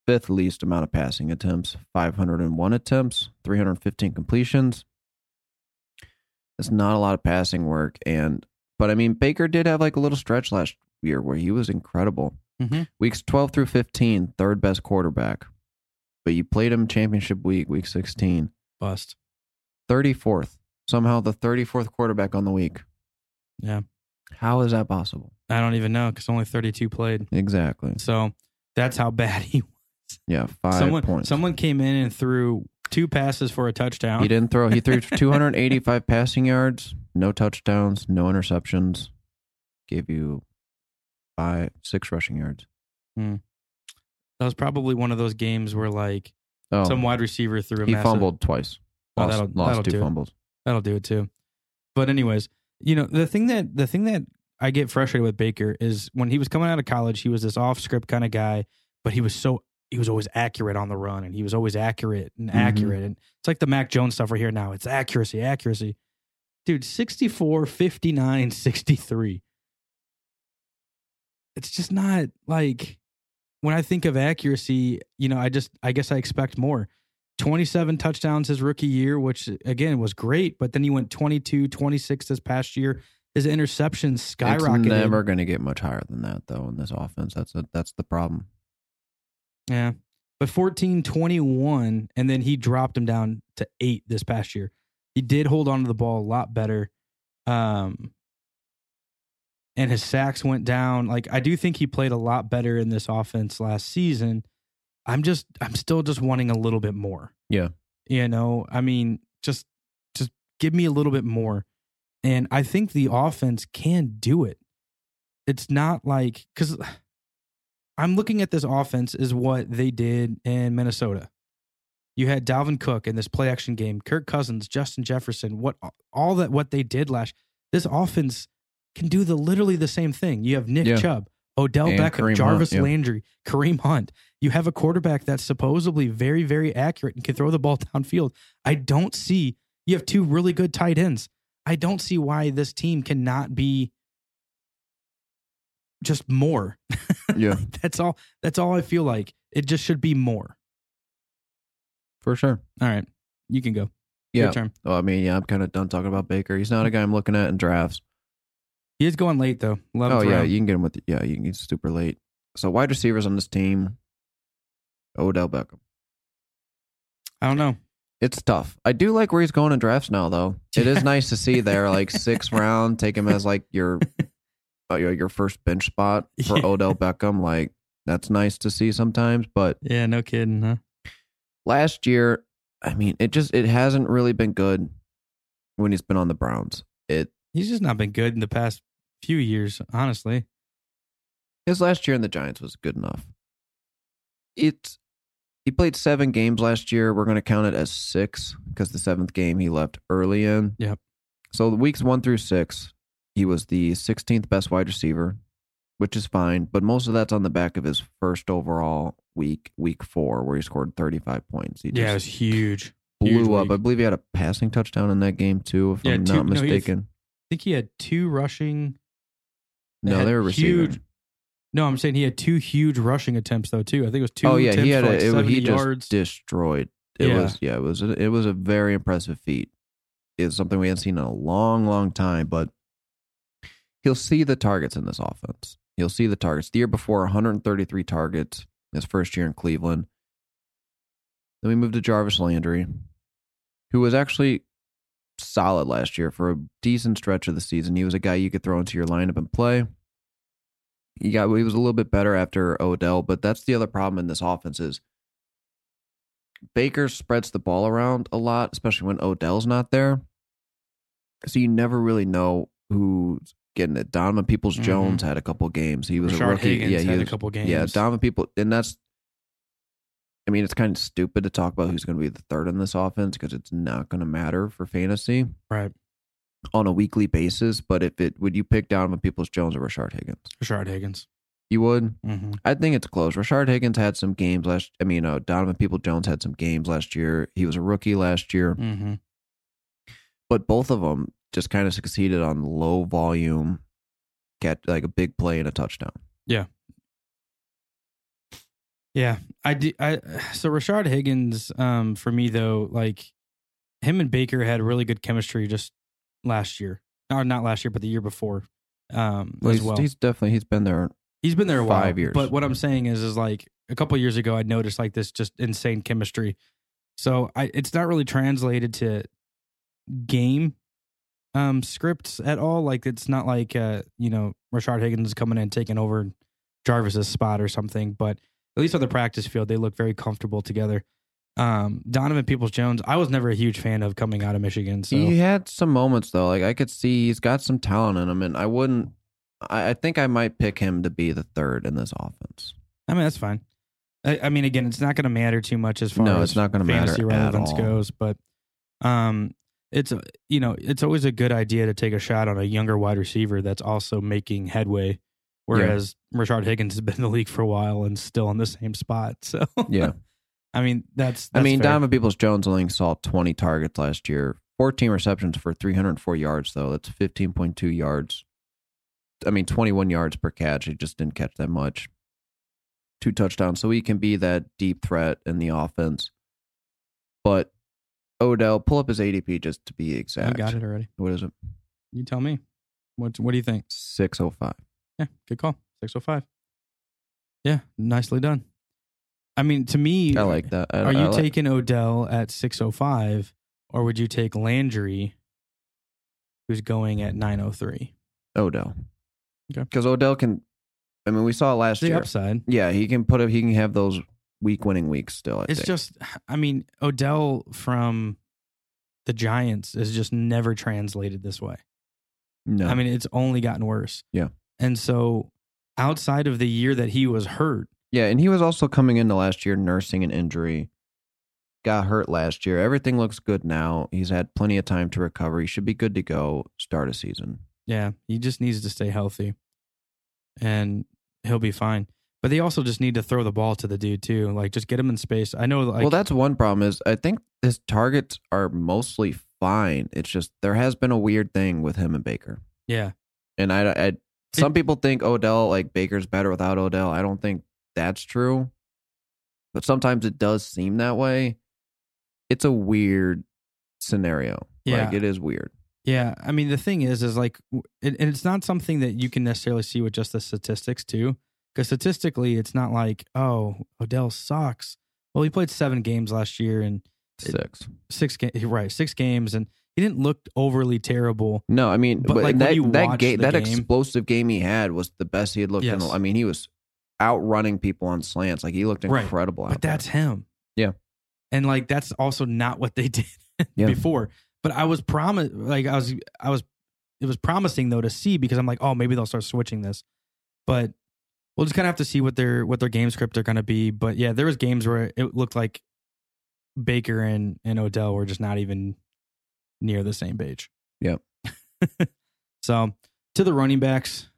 Speaker 2: fifth least amount of passing attempts, 501 attempts, 315 completions. It's not a lot of passing work, and but I mean Baker did have like a little stretch last year where he was incredible.
Speaker 1: Mhm.
Speaker 2: Weeks 12 through 15, third best quarterback. But you played him championship week, week 16.
Speaker 1: bust.
Speaker 2: 34th. Somehow the 34th quarterback on the week.
Speaker 1: Yeah.
Speaker 2: How is that possible?
Speaker 1: I don't even know because only 32 played.
Speaker 2: Exactly.
Speaker 1: So that's how bad he
Speaker 2: Yeah, five
Speaker 1: someone
Speaker 2: points.
Speaker 1: someone came in and threw two passes for a touchdown.
Speaker 2: he didn't throw. He threw 285 passing yards, no touchdowns, no interceptions. Gave you five, six rushing yards.
Speaker 1: That was probably one of those games where like
Speaker 2: Oh,
Speaker 1: some wide receiver threw a
Speaker 2: he
Speaker 1: massive-
Speaker 2: fumbled twice.
Speaker 1: Oh,
Speaker 2: Lost,
Speaker 1: that'll-
Speaker 2: lost
Speaker 1: that'll
Speaker 2: two
Speaker 1: do it.
Speaker 2: fumbles.
Speaker 1: That'll do it too. But anyways, you know the thing that the thing that I get frustrated with Baker is when he was coming out of college, he was this off script kind of guy, but he was so he was always accurate on the run, and he was always accurate and
Speaker 2: Mhm.
Speaker 1: accurate. And it's like the Mac Jones stuff right here now. It's accuracy, accuracy. Dude, 64, 59, 63. It's just not like when I think of accuracy, you know, I just I guess I expect more. 27 touchdowns his rookie year, which again was great, but then he went 22, 26 this past year. His interceptions skyrocketed.
Speaker 2: It's never going to get much higher than that, though, in this offense. That's a, that's the problem.
Speaker 1: Yeah. But 14, 21, and then he dropped him down to eight this past year. He did hold on to the ball a lot better. Um, and his sacks went down. Like, I do think he played a lot better in this offense last season. I'm just, I'm still just wanting a little bit more.
Speaker 2: Yeah.
Speaker 1: You know, I mean, just, just give me a little bit more. And I think the offense can do it. It's not like, because I'm looking at this offense is what they did in Minnesota. You had Dalvin Cook in this play action game, Kirk Cousins, Justin Jefferson, what all that what they did last. This offense can do the literally the same thing. You have Nick
Speaker 2: Yeah.
Speaker 1: Chubb, Odell
Speaker 2: And
Speaker 1: Beckham,
Speaker 2: Kareem Hunt,
Speaker 1: Jarvis
Speaker 2: yeah.
Speaker 1: Landry, Kareem Hunt. You have a quarterback that's supposedly very very accurate and can throw the ball downfield. I don't see you have two really good tight ends. I don't see why this team cannot be just more.
Speaker 2: Yeah,
Speaker 1: That's all. That's all I feel like. It just should be more.
Speaker 2: for sure.
Speaker 1: All right, you can go.
Speaker 2: Yeah.
Speaker 1: Your turn.
Speaker 2: Well, I mean, yeah, I'm kind of done talking about Baker. He's not a guy I'm looking at in drafts.
Speaker 1: He is going late though. Love.
Speaker 2: Oh yeah, you can get him with yeah, you can get super late. So wide receivers on this team, Odell Beckham.
Speaker 1: I don't know.
Speaker 2: It's tough. I do like where he's going in drafts now, though. It is nice to see there, like sixth round, take him as like your uh, your your first bench spot for
Speaker 1: Yeah.
Speaker 2: Odell Beckham. Like that's nice to see sometimes, but
Speaker 1: Yeah, no kidding, huh?
Speaker 2: last year, I mean, it just it hasn't really been good when he's been on the Browns. It
Speaker 1: He's just not been good in the past few years, honestly.
Speaker 2: His last year in the Giants was good enough. It's he played seven games last year. We're going to count it as six because the seventh game he left early in.
Speaker 1: Yep.
Speaker 2: So the weeks one through six, he was the 16th best wide receiver, which is fine. But most of that's on the back of his first overall week, week four, where he scored 35 points. He
Speaker 1: Yeah, it was
Speaker 2: just
Speaker 1: huge. I huge
Speaker 2: blew up.
Speaker 1: week.
Speaker 2: I believe he had a passing touchdown in that game too, if
Speaker 1: Yeah,
Speaker 2: I'm
Speaker 1: two-
Speaker 2: not
Speaker 1: no, he had-
Speaker 2: mistaken.
Speaker 1: think he had two rushing. they
Speaker 2: No,
Speaker 1: had
Speaker 2: they were receiving.
Speaker 1: huge No, I'm saying he had two huge rushing attempts though too. I think it was two.
Speaker 2: oh yeah,
Speaker 1: attempts
Speaker 2: he had
Speaker 1: for,
Speaker 2: a,
Speaker 1: like,
Speaker 2: it,
Speaker 1: 70
Speaker 2: he just
Speaker 1: yards.
Speaker 2: destroyed. It
Speaker 1: Yeah.
Speaker 2: was yeah, it was a, it was a very impressive feat. It's something we hadn't seen in a long, long time. But he'll see the targets in this offense. He'll see the targets. The year before, 133 targets. His first year in Cleveland. Then we moved to Jarvis Landry, who was actually solid last year for a decent stretch of the season. He was a guy you could throw into your lineup and play. He got he was a little bit better after Odell, but that's the other problem in this offense is Baker spreads the ball around a lot, especially when Odell's not there. So you never really know who's getting it. Donovan Peoples Jones had a couple games. He was
Speaker 1: Mm-hmm. Rashard
Speaker 2: a rookie.
Speaker 1: Higgins
Speaker 2: yeah, he
Speaker 1: had
Speaker 2: was,
Speaker 1: a couple games.
Speaker 2: yeah, Donovan people, and that's. I mean, it's kind of stupid to talk about who's going to be the third in this offense because it's not going to matter for fantasy
Speaker 1: right.
Speaker 2: on a weekly basis. But if it would you pick Donovan Peoples Jones or Rashard Higgins?
Speaker 1: Rashard Higgins.
Speaker 2: You would.
Speaker 1: Mm-hmm.
Speaker 2: I think it's close. Rashard Higgins had some games last. I mean, uh, Donovan People Jones had some games last year. He was a rookie last year,
Speaker 1: Mm-hmm.
Speaker 2: but both of them just kind of succeeded on low volume, get like a big play and a touchdown.
Speaker 1: Yeah, I do. I so Rashard Higgins, um, for me though, like him and Baker had really good chemistry just last year. No, not last year, but the year before. Um, as
Speaker 2: he's,
Speaker 1: well,
Speaker 2: he's definitely he's been there.
Speaker 1: He's been there a while,
Speaker 2: Five years.
Speaker 1: But what I'm saying is, is like a couple years ago, I noticed like this just insane chemistry. So I, it's not really translated to game um scripts at all. Like it's not like uh you know Rashard Higgins is coming in taking over Jarvis's spot or something. But at least on the practice field, they look very comfortable together. Um, Donovan Peoples Jones, I was never a huge fan of coming out of Michigan. So
Speaker 2: He had some moments though. Like I could see he's got some talent in him, and I wouldn't. I, I think I might pick him to be the third in this offense.
Speaker 1: I mean that's fine. I, I mean again, it's not going to matter too much as far
Speaker 2: No,
Speaker 1: as
Speaker 2: it's not going to matter
Speaker 1: fantasy
Speaker 2: at
Speaker 1: relevance
Speaker 2: all.
Speaker 1: goes, but um, it's a- you know it's always a good idea to take a shot on a younger wide receiver that's also making headway. Whereas Rashard Higgins has been in the league for a while and still in the same spot. So
Speaker 2: Yeah.
Speaker 1: I mean that's,
Speaker 2: I
Speaker 1: that's
Speaker 2: mean,
Speaker 1: fair.
Speaker 2: Donovan Peoples Jones only saw 20 targets last year, 14 receptions for 304 yards, though. That's 15.2 yards. I mean, 21 yards per catch. He just didn't catch that much. Two touchdowns. So he can be that deep threat in the offense. But Odell, pull up his ADP just to be
Speaker 1: you
Speaker 2: exact.
Speaker 1: got it already.
Speaker 2: What is it?
Speaker 1: You tell me. What what do you think?
Speaker 2: 605.
Speaker 1: Yeah, good call. Six oh five. Yeah, nicely done. I mean, to me,
Speaker 2: I like that. I,
Speaker 1: Are
Speaker 2: I
Speaker 1: you
Speaker 2: like-
Speaker 1: taking Odell at 605 or would you take Landry who's going at 903?
Speaker 2: Odell?
Speaker 1: Okay.
Speaker 2: Because Odell can. I mean, we saw it last
Speaker 1: It's the
Speaker 2: year.
Speaker 1: upside.
Speaker 2: Yeah, he can put up. He can have those week winning weeks still. I
Speaker 1: It's
Speaker 2: think.
Speaker 1: just I mean, Odell from the Giants is just never translated this way.
Speaker 2: no.
Speaker 1: I mean, it's only gotten worse.
Speaker 2: Yeah.
Speaker 1: And so outside of the year that he was hurt,
Speaker 2: Yeah, and he was also coming into last year nursing an injury. Got hurt last year. Everything looks good now. He's had plenty of time to recover. He should be good to go start a season.
Speaker 1: yeah, he just needs to stay healthy and he'll be fine. But they also just need to throw the ball to the dude too. Like just get him in space. I know like
Speaker 2: well, that's one problem is I think his targets are mostly fine. It's just there has been a weird thing with him and Baker.
Speaker 1: yeah.
Speaker 2: And I, I some people think Odell like Baker's better without Odell. I don't think that's true. But sometimes it does seem that way. It's a weird scenario.
Speaker 1: Yeah.
Speaker 2: Like it is weird.
Speaker 1: Yeah, I mean the thing is, is like, w- and and it's not something that you can necessarily see with just the statistics too, because statistically, it's not like, oh, Odell sucks. Well, he played seven games last year and It-
Speaker 2: Six.
Speaker 1: six games, right? Six games, and he didn't look overly terrible.
Speaker 2: No, I mean,
Speaker 1: But,
Speaker 2: but,
Speaker 1: like, when
Speaker 2: that
Speaker 1: you
Speaker 2: that
Speaker 1: watch
Speaker 2: game,
Speaker 1: the
Speaker 2: that
Speaker 1: game-
Speaker 2: explosive game he had was the best he had looked. In the,
Speaker 1: Yes.
Speaker 2: I mean, he was outrunning people on slants. Like he looked
Speaker 1: Right.
Speaker 2: incredible. out
Speaker 1: but that's him.
Speaker 2: Yeah.
Speaker 1: And like that's also not what they did
Speaker 2: Yeah.
Speaker 1: before. But I was promise like I was I was it was promising though to see because I'm like, oh, maybe they'll start switching this. But we'll just kind of have to see what their what their game script are going to be. But yeah, there was games where it looked like Baker and and Odell were just not even near the same page.
Speaker 2: Yep.
Speaker 1: so to the running backs,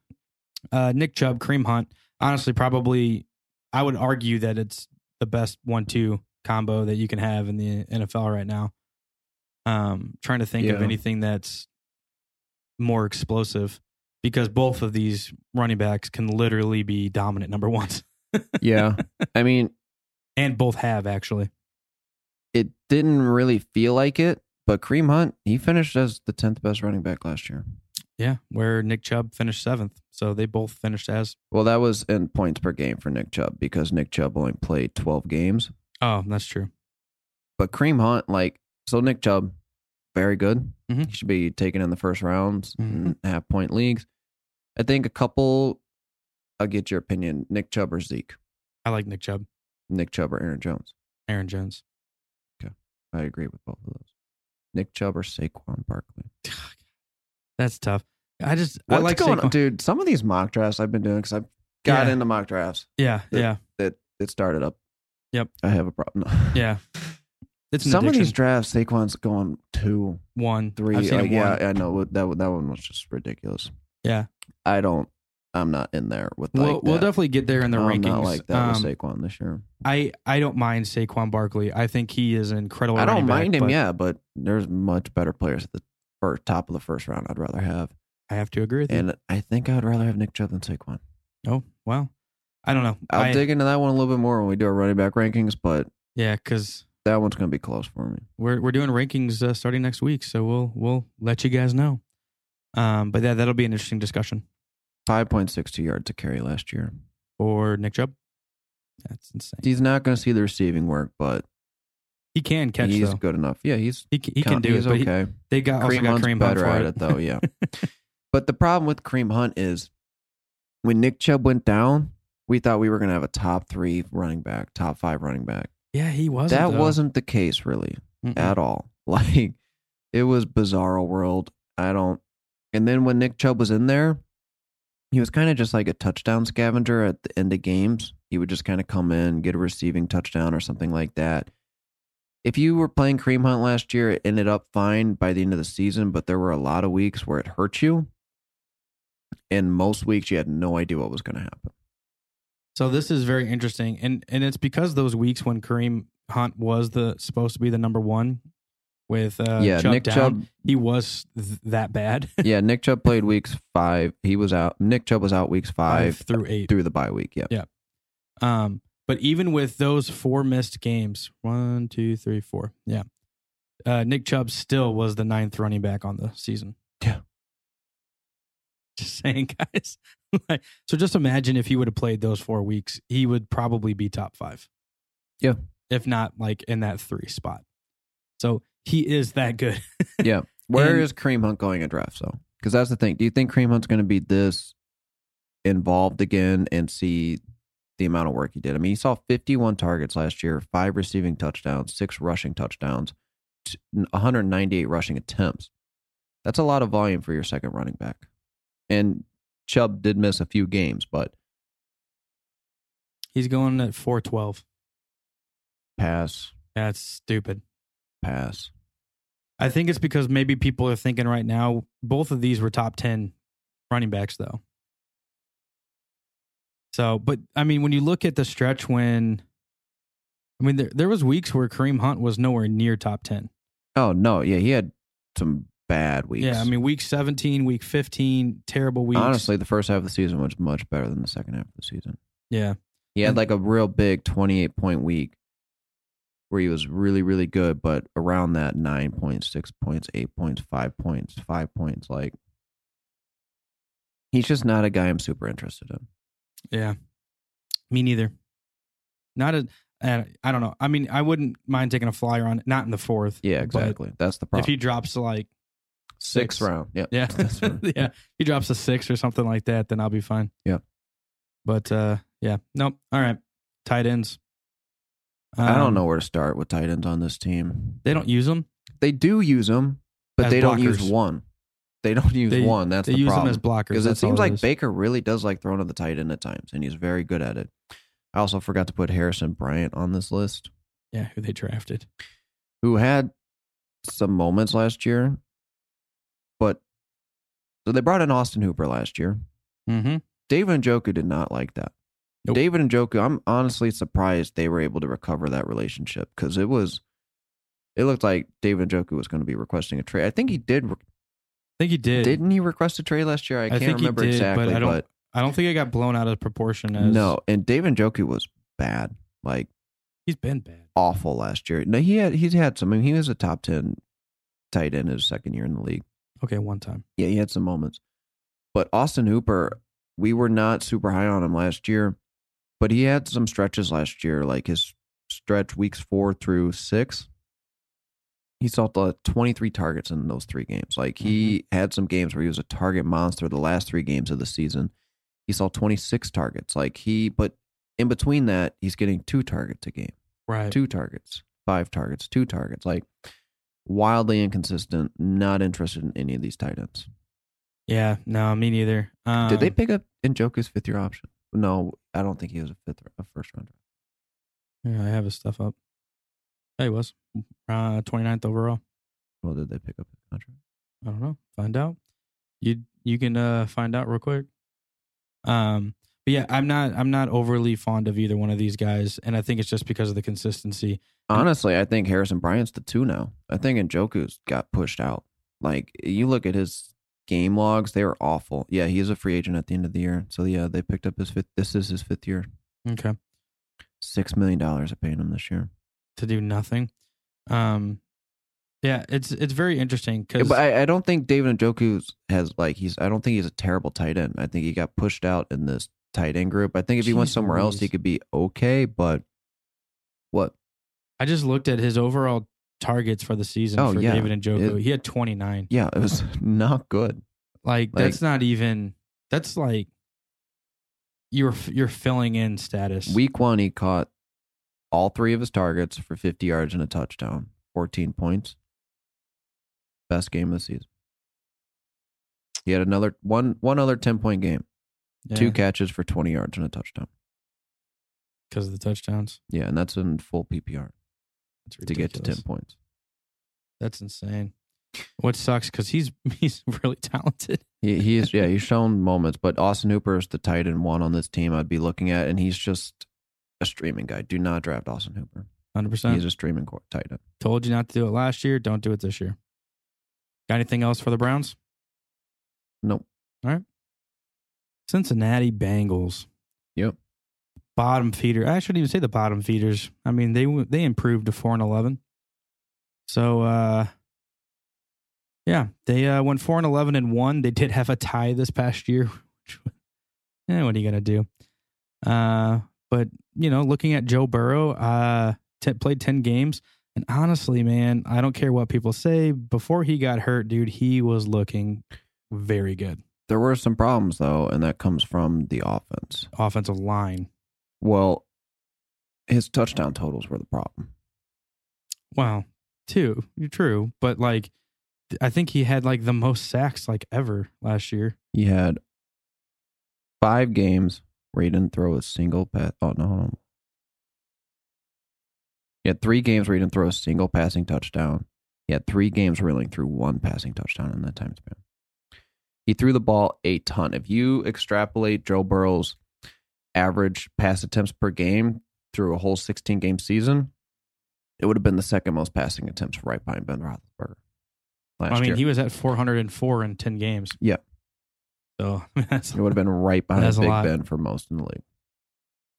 Speaker 1: uh, Nick Chubb, Cream Hunt. Honestly, probably I would argue that it's the best one-two combo that you can have in the NFL right now. Um, trying to think of
Speaker 2: Yeah.
Speaker 1: anything that's more explosive because both of these running backs can literally be dominant number ones,
Speaker 2: there. yeah, I mean,
Speaker 1: and both have actually.
Speaker 2: it didn't really feel like it, but Kareem Hunt he finished as the tenth best running back last year.
Speaker 1: Yeah, where Nick Chubb finished seventh, so they both finished as.
Speaker 2: Well, that was in points per game for Nick Chubb because Nick Chubb only played twelve games.
Speaker 1: Oh, that's true.
Speaker 2: But Kareem Hunt, like, so Nick Chubb, very good.
Speaker 1: Mhm.
Speaker 2: He should be taken in the first rounds
Speaker 1: Mhm.
Speaker 2: in half point leagues. I think a couple. I'll get your opinion. Nick Chubb or Zeke.
Speaker 1: I like Nick Chubb,
Speaker 2: Nick Chubb or Aaron Jones.
Speaker 1: Aaron Jones.
Speaker 2: I agree with both of those. Nick Chubb or Saquon Barkley.
Speaker 1: That's tough. I just
Speaker 2: What's
Speaker 1: I like
Speaker 2: going on,
Speaker 1: Saquon.
Speaker 2: dude? Some of these mock drafts I've been doing because I
Speaker 1: Yeah.
Speaker 2: got into mock drafts
Speaker 1: Yeah,
Speaker 2: The-
Speaker 1: yeah,
Speaker 2: that it started up.
Speaker 1: Yep.
Speaker 2: I have a problem.
Speaker 1: yeah. It's an
Speaker 2: Some of
Speaker 1: addiction.
Speaker 2: these drafts, Saquon's going two,
Speaker 1: one,
Speaker 2: 3
Speaker 1: I've seen
Speaker 2: like,
Speaker 1: it
Speaker 2: uh, yeah,
Speaker 1: one.
Speaker 2: I know what- that one- that one was just ridiculous.
Speaker 1: Yeah.
Speaker 2: I don't. I'm not in there with. Like
Speaker 1: we'll, we'll
Speaker 2: that.
Speaker 1: definitely get there in the
Speaker 2: I'm
Speaker 1: rankings.
Speaker 2: not like that
Speaker 1: Um,
Speaker 2: with Saquon this year.
Speaker 1: I I don't mind Saquon Barkley. I think he is an incredible.
Speaker 2: I don't
Speaker 1: running back,
Speaker 2: mind him,
Speaker 1: but
Speaker 2: yeah, but there's much better players at the first, top of the first round. I'd rather have,
Speaker 1: I have to agree with you.
Speaker 2: and I think I'd rather have Nick Chubb than Saquon.
Speaker 1: Oh wow, I don't know.
Speaker 2: I'll
Speaker 1: I-
Speaker 2: dig into that one a little bit more when we do our running back rankings, but
Speaker 1: Yeah, because
Speaker 2: that one's going to be close for me.
Speaker 1: we're we're doing rankings uh, starting next week, so we'll we'll let you guys know. Um, but that that'll be an interesting discussion
Speaker 2: 5.62 yards to carry last year.
Speaker 1: for Nick Chubb. That's insane.
Speaker 2: He's not going to see the receiving work, but
Speaker 1: He can catch
Speaker 2: he's
Speaker 1: though.
Speaker 2: good enough. Yeah, he's
Speaker 1: He, c- he can
Speaker 2: count-
Speaker 1: do it,
Speaker 2: he's
Speaker 1: but he-
Speaker 2: okay.
Speaker 1: they got also
Speaker 2: Kareem
Speaker 1: got
Speaker 2: Hunt's
Speaker 1: Kareem Hunt
Speaker 2: better
Speaker 1: for
Speaker 2: at
Speaker 1: it.
Speaker 2: it, though. Yeah, but the problem with Kareem Hunt is when Nick Chubb went down, we thought we were going to have a top three running back, top five running back.
Speaker 1: yeah, he wasn't.
Speaker 2: that
Speaker 1: though.
Speaker 2: wasn't the case really
Speaker 1: Mm-mm.
Speaker 2: at all. Like it was bizarro world. I don't. And then when Nick Chubb was in there, he was kind of just like a touchdown scavenger at the end of games. He would just kind of come in, get a receiving touchdown or something like that. If you were playing Cream Hunt last year, it ended up fine by the end of the season, but there were a lot of weeks where it hurt you. And most weeks you had no idea what was going to happen.
Speaker 1: So this is very interesting, and and it's because those weeks when Kareem Hunt was the supposed to be the number one with uh,
Speaker 2: yeah,
Speaker 1: Chubb
Speaker 2: Nick
Speaker 1: down,
Speaker 2: Chubb
Speaker 1: he was th- that bad.
Speaker 2: yeah, Nick Chubb played weeks five. He was out. Nick Chubb was out weeks five,
Speaker 1: Five through eight.
Speaker 2: through the bye week. Yeah.
Speaker 1: Um, but even with those four missed games, one, two, three, four, yeah, uh, Nick Chubb still was the ninth running back on the season.
Speaker 2: Yeah.
Speaker 1: Just saying, guys. Like, so just imagine if he would have played those four weeks, he would probably be top five.
Speaker 2: Yeah.
Speaker 1: If not like in that three spot. So he is that good.
Speaker 2: Where
Speaker 1: And-
Speaker 2: is Cream Hunt going in draft though? Because that's the thing. Do you think Cream Hunt's going to be this involved again and see the amount of work he did? I mean, he saw 51 targets last year, five receiving touchdowns, six rushing touchdowns, t- 198 rushing attempts. That's a lot of volume for your second running back. And Chubb did miss a few games, but
Speaker 1: He's going at 412.
Speaker 2: pass,
Speaker 1: That's stupid.
Speaker 2: pass.
Speaker 1: I think it's because maybe people are thinking right now both of these were top 10 running backs though. So, but I mean when you look at the stretch when I mean there there was weeks where Kareem Hunt was nowhere near top 10.
Speaker 2: Oh no, yeah, he had some bad weeks.
Speaker 1: Yeah, I mean week 17, week 15, terrible weeks.
Speaker 2: honestly, the first half of the season was much better than the second half of the season.
Speaker 1: Yeah.
Speaker 2: He had
Speaker 1: And-
Speaker 2: like a real big twenty-eight point week where he was really, really good, but around that nine points, six points, eight points, five points, five points, like he's just not a guy I'm super interested in.
Speaker 1: Yeah. Me neither. Not a I I don't know. I mean, I wouldn't mind taking a flyer on it, not in the fourth.
Speaker 2: Yeah,
Speaker 1: but
Speaker 2: exactly. That's the
Speaker 1: If
Speaker 2: problem.
Speaker 1: he drops to like
Speaker 2: Sixth round. Yeah.
Speaker 1: Yeah.
Speaker 2: That's fair.
Speaker 1: yeah. If he drops a six or something like that, then I'll be fine.
Speaker 2: Yeah.
Speaker 1: But uh yeah. Nope. All right. Tight ends.
Speaker 2: I don't
Speaker 1: Um,
Speaker 2: know where to start with tight ends on this team.
Speaker 1: They don't use them.
Speaker 2: They do use them, but
Speaker 1: As
Speaker 2: they don't use
Speaker 1: blockers.
Speaker 2: one. They don't use
Speaker 1: They-
Speaker 2: one. That's
Speaker 1: they
Speaker 2: the
Speaker 1: use
Speaker 2: problem.
Speaker 1: them as blockers.
Speaker 2: because it
Speaker 1: That's all
Speaker 2: seems like
Speaker 1: is.
Speaker 2: Baker really does like throwing to the tight end at times, and he's very good at it. I also forgot to put Harrison Bryant on this list,
Speaker 1: Yeah, who they drafted.
Speaker 2: who had some moments last year, but so they brought in Austin Hooper last year.
Speaker 1: Mm-hmm.
Speaker 2: David Njoku did not like that.
Speaker 1: Nope.
Speaker 2: David and Njoku, I'm honestly surprised they were able to recover that relationship because it was, it looked like David Njoku was going to be requesting a trade. I think he did. re-
Speaker 1: I think he did.
Speaker 2: Didn't he request a trade last year? I can't
Speaker 1: think he
Speaker 2: remember
Speaker 1: did,
Speaker 2: exactly,
Speaker 1: but I don't
Speaker 2: but
Speaker 1: I don't think it got blown out of proportion as
Speaker 2: no. And David Njoku was bad. Like,
Speaker 1: he's been bad.
Speaker 2: awful last year. No, he had he's had some. I mean, he was a top ten tight end his second year in the league.
Speaker 1: Okay, one time.
Speaker 2: Yeah, he had some moments. But Austin Hooper, we were not super high on him last year, but he had some stretches last year, like his stretch weeks four through six. He saw the 23 targets in those three games. Like he had some games where he was a target monster the last three games of the season. He saw 26 targets. Like he, but in between that, he's getting two targets a game
Speaker 1: Right.
Speaker 2: two targets, five targets, two targets. Like wildly inconsistent. Not interested in any of these tight ends.
Speaker 1: Yeah. No, me neither. Um,
Speaker 2: Did they pick up Njoku's fifth year option? No, I don't think he was a fifth, a first rounder.
Speaker 1: Yeah, I have his stuff up. Yeah, he was uh, 29th overall.
Speaker 2: Well, did they pick up his contract?
Speaker 1: I don't know. Find out. You you can uh, find out real quick. Um, but yeah, I'm not I'm not overly fond of either one of these guys, and I think it's just because of the consistency.
Speaker 2: Honestly, I think Harrison Bryant's the two now. I think Njoku's got pushed out. Like you look at his game logs, they were awful. Yeah, he's a free agent at the end of the year. So yeah, they picked up his fifth. This is his fifth year.
Speaker 1: Okay.
Speaker 2: Six million dollars are paying him this year.
Speaker 1: To do nothing. Um, yeah, it's it's very interesting because
Speaker 2: But I, I don't think David Njoku has like he's. I don't think he's a terrible tight end. I think he got pushed out in this tight end group. I think if he went
Speaker 1: Jeez
Speaker 2: somewhere else,
Speaker 1: Louise.
Speaker 2: he could be okay. But what?
Speaker 1: I just looked at his overall targets for the season
Speaker 2: Oh,
Speaker 1: for
Speaker 2: yeah.
Speaker 1: David and Joku.
Speaker 2: It-
Speaker 1: he had 29.
Speaker 2: Yeah, it was not good.
Speaker 1: Like, that's not even that's like you're you're filling in status.
Speaker 2: Week one, he caught all three of his targets for 50 yards and a touchdown, 14 points. Best game of the season. He had another one, one other 10 point game, two catches for 20 yards and a touchdown.
Speaker 1: because of the touchdowns.
Speaker 2: Yeah, and that's in full PPR
Speaker 1: That's
Speaker 2: to get to 10
Speaker 1: ridiculous.
Speaker 2: points.
Speaker 1: That's insane. What sucks because he's he's really talented.
Speaker 2: He, he is, yeah, he's shown moments, but Austin Hooper is the tight end one on this team I'd be looking at, and he's just a streaming guy. Do not draft Austin Hooper.
Speaker 1: Hundred percent.
Speaker 2: He's a streaming court tight end.
Speaker 1: Told you not to do it last year. Don't do it this year. Got anything else for the Browns?
Speaker 2: Nope.
Speaker 1: Cincinnati Bengals.
Speaker 2: Yep.
Speaker 1: Bottom feeder. I shouldn't even say the bottom feeders. I mean they they improved to four and eleven. So uh, yeah, they uh, went four and eleven and one. They did have a tie this past year. which- eh, what are you gonna do? Uh, but you know, looking at Joe Burrow, uh, t- played ten games, and honestly, man, I don't care what people say. Before he got hurt, dude, he was looking very good.
Speaker 2: There were some problems, though, and that comes from the offense.
Speaker 1: Offensive line.
Speaker 2: Well, his touchdown totals were the problem.
Speaker 1: Wow. Two. You're true. But like th- I think he had like the most sacks like ever last year.
Speaker 2: He had five games where he didn't throw a single pass. Oh, no, hold on. He had three games where he didn't throw a single passing touchdown. He had three games where he only threw one passing touchdown in that time span. He threw the ball a ton. If you extrapolate Joe Burrow's average pass attempts per game through a whole 16 game season, it would have been the second most passing attempts right behind Ben Roethlisberger last
Speaker 1: I mean,
Speaker 2: year.
Speaker 1: he was at 404 in 10 games.
Speaker 2: Yeah.
Speaker 1: So that's,
Speaker 2: it would have been right behind
Speaker 1: That's a
Speaker 2: Big
Speaker 1: lot.
Speaker 2: Ben for most in the league.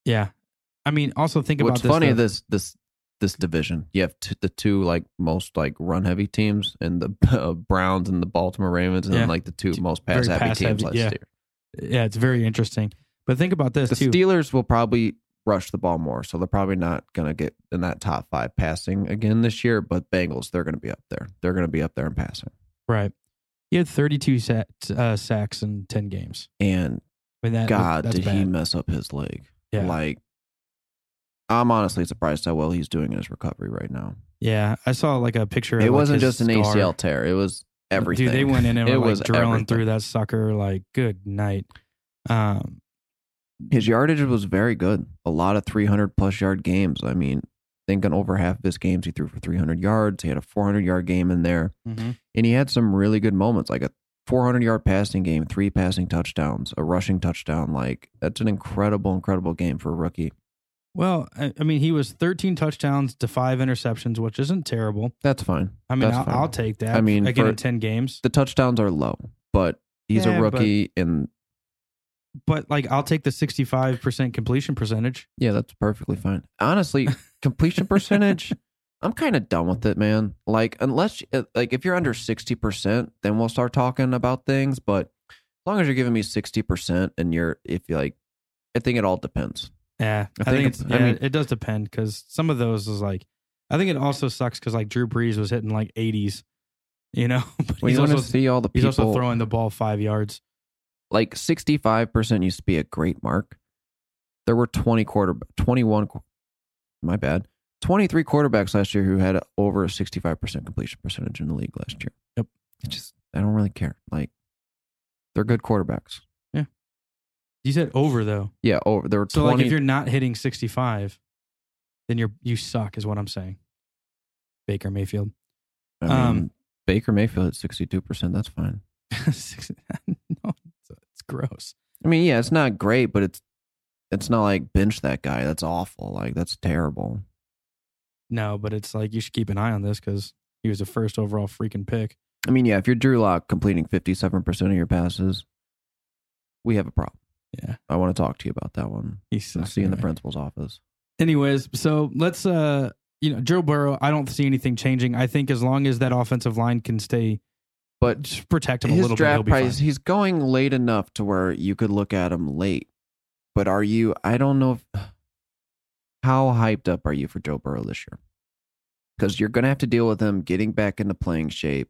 Speaker 1: yeah. I mean, also think about
Speaker 2: What's
Speaker 1: this.
Speaker 2: funny
Speaker 1: though.
Speaker 2: this this this division. You have t- the two like most like run heavy teams, and the uh, Browns and the Baltimore Ravens, and
Speaker 1: Yeah.
Speaker 2: like the two
Speaker 1: Two
Speaker 2: most
Speaker 1: very
Speaker 2: pass happy
Speaker 1: pass
Speaker 2: teams
Speaker 1: heavy,
Speaker 2: last
Speaker 1: yeah.
Speaker 2: year.
Speaker 1: yeah, it's very interesting. But think about this
Speaker 2: The
Speaker 1: too.
Speaker 2: Steelers will probably rush the ball more, so they're probably not going to get in that top five passing again this year. But Bengals, they're going to be up there. They're going to be up there in passing,
Speaker 1: right. He had 32 sa- uh, sacks in 10 games.
Speaker 2: and
Speaker 1: I mean, that,
Speaker 2: God,
Speaker 1: that's
Speaker 2: did
Speaker 1: bad.
Speaker 2: he mess up his leg?
Speaker 1: Yeah.
Speaker 2: Like, I'm honestly surprised how well he's doing in his recovery right now.
Speaker 1: yeah. I saw like a picture of
Speaker 2: It
Speaker 1: like,
Speaker 2: wasn't
Speaker 1: his
Speaker 2: just an
Speaker 1: scar.
Speaker 2: ACL tear; it was everything.
Speaker 1: Dude, they went in and
Speaker 2: it
Speaker 1: were like
Speaker 2: was
Speaker 1: drilling
Speaker 2: everything.
Speaker 1: through that sucker. Like, good night. Um,
Speaker 2: His yardage was very good. A lot of 300 plus yard games. I mean, I think on over half of his games, he threw for 300 yards. He had a 400 yard game in there, and he had some really good moments, like a 400 yard passing game, three passing touchdowns, a rushing touchdown. Like that's an incredible, incredible game for a rookie.
Speaker 1: Well, I, I mean, he was 13 touchdowns to five interceptions, which isn't terrible.
Speaker 2: That's fine.
Speaker 1: I mean,
Speaker 2: That's
Speaker 1: I'll,
Speaker 2: fine.
Speaker 1: I'll take that.
Speaker 2: I mean,
Speaker 1: again,
Speaker 2: for-
Speaker 1: in 10 games,
Speaker 2: The touchdowns are low, but he's
Speaker 1: Yeah,
Speaker 2: a
Speaker 1: but-
Speaker 2: rookie, and
Speaker 1: but like, I'll take the 65% completion percentage.
Speaker 2: yeah, that's perfectly fine. Honestly, completion percentage. I'm kind of done with it, man. Like unless uh, like if you're under 60%, then we'll start talking about things, but as long as you're giving me 60% and you're if you like I think it all depends.
Speaker 1: Yeah, I,
Speaker 2: I
Speaker 1: think,
Speaker 2: think
Speaker 1: it's,
Speaker 2: it- I
Speaker 1: yeah,
Speaker 2: mean-
Speaker 1: it does depend because some of those is like I think it also sucks because like Drew Brees was hitting like 80s, you know. But
Speaker 2: Well,
Speaker 1: he's
Speaker 2: you want
Speaker 1: also
Speaker 2: to see all the
Speaker 1: he's
Speaker 2: people
Speaker 1: also throwing the ball five yards.
Speaker 2: like 65% used to be a great mark. There were 20 quarter 21 qu- my bad. 23 quarterbacks last year who had over a 65% completion percentage in the league last year.
Speaker 1: Yep.
Speaker 2: It's just I don't really care. Like they're good quarterbacks.
Speaker 1: You said over though,
Speaker 2: Yeah, over there were
Speaker 1: so
Speaker 2: 20
Speaker 1: like if you're not hitting 65, then you're you suck is what I'm saying. Baker Mayfield,
Speaker 2: I mean,
Speaker 1: um,
Speaker 2: Baker Mayfield at 62%, that's fine.
Speaker 1: Six- no, it's, it's gross.
Speaker 2: I mean, yeah, it's not great, but it's it's not like bench that guy. That's awful. Like that's terrible.
Speaker 1: No, but it's like you should keep an eye on this because he was the first overall freaking pick.
Speaker 2: I mean, yeah, if you're Drew Lock completing 57% of your passes, we have a problem.
Speaker 1: Yeah,
Speaker 2: I want to talk to you about that one.
Speaker 1: he
Speaker 2: I'll
Speaker 1: sucks.
Speaker 2: see you in the
Speaker 1: anyway.
Speaker 2: principal's office.
Speaker 1: Anyways, so let's uh you know, Joe Burrow, I don't see anything changing. I think as long as that offensive line can stay
Speaker 2: But
Speaker 1: just protect him a
Speaker 2: his
Speaker 1: little bit, he'll
Speaker 2: draft
Speaker 1: be
Speaker 2: price,
Speaker 1: fine.
Speaker 2: he's going late enough to where you could look at him late. But are you, I don't know if, how hyped up are you for Joe Burrow this year? Because you're going to have to deal with him getting back into playing shape.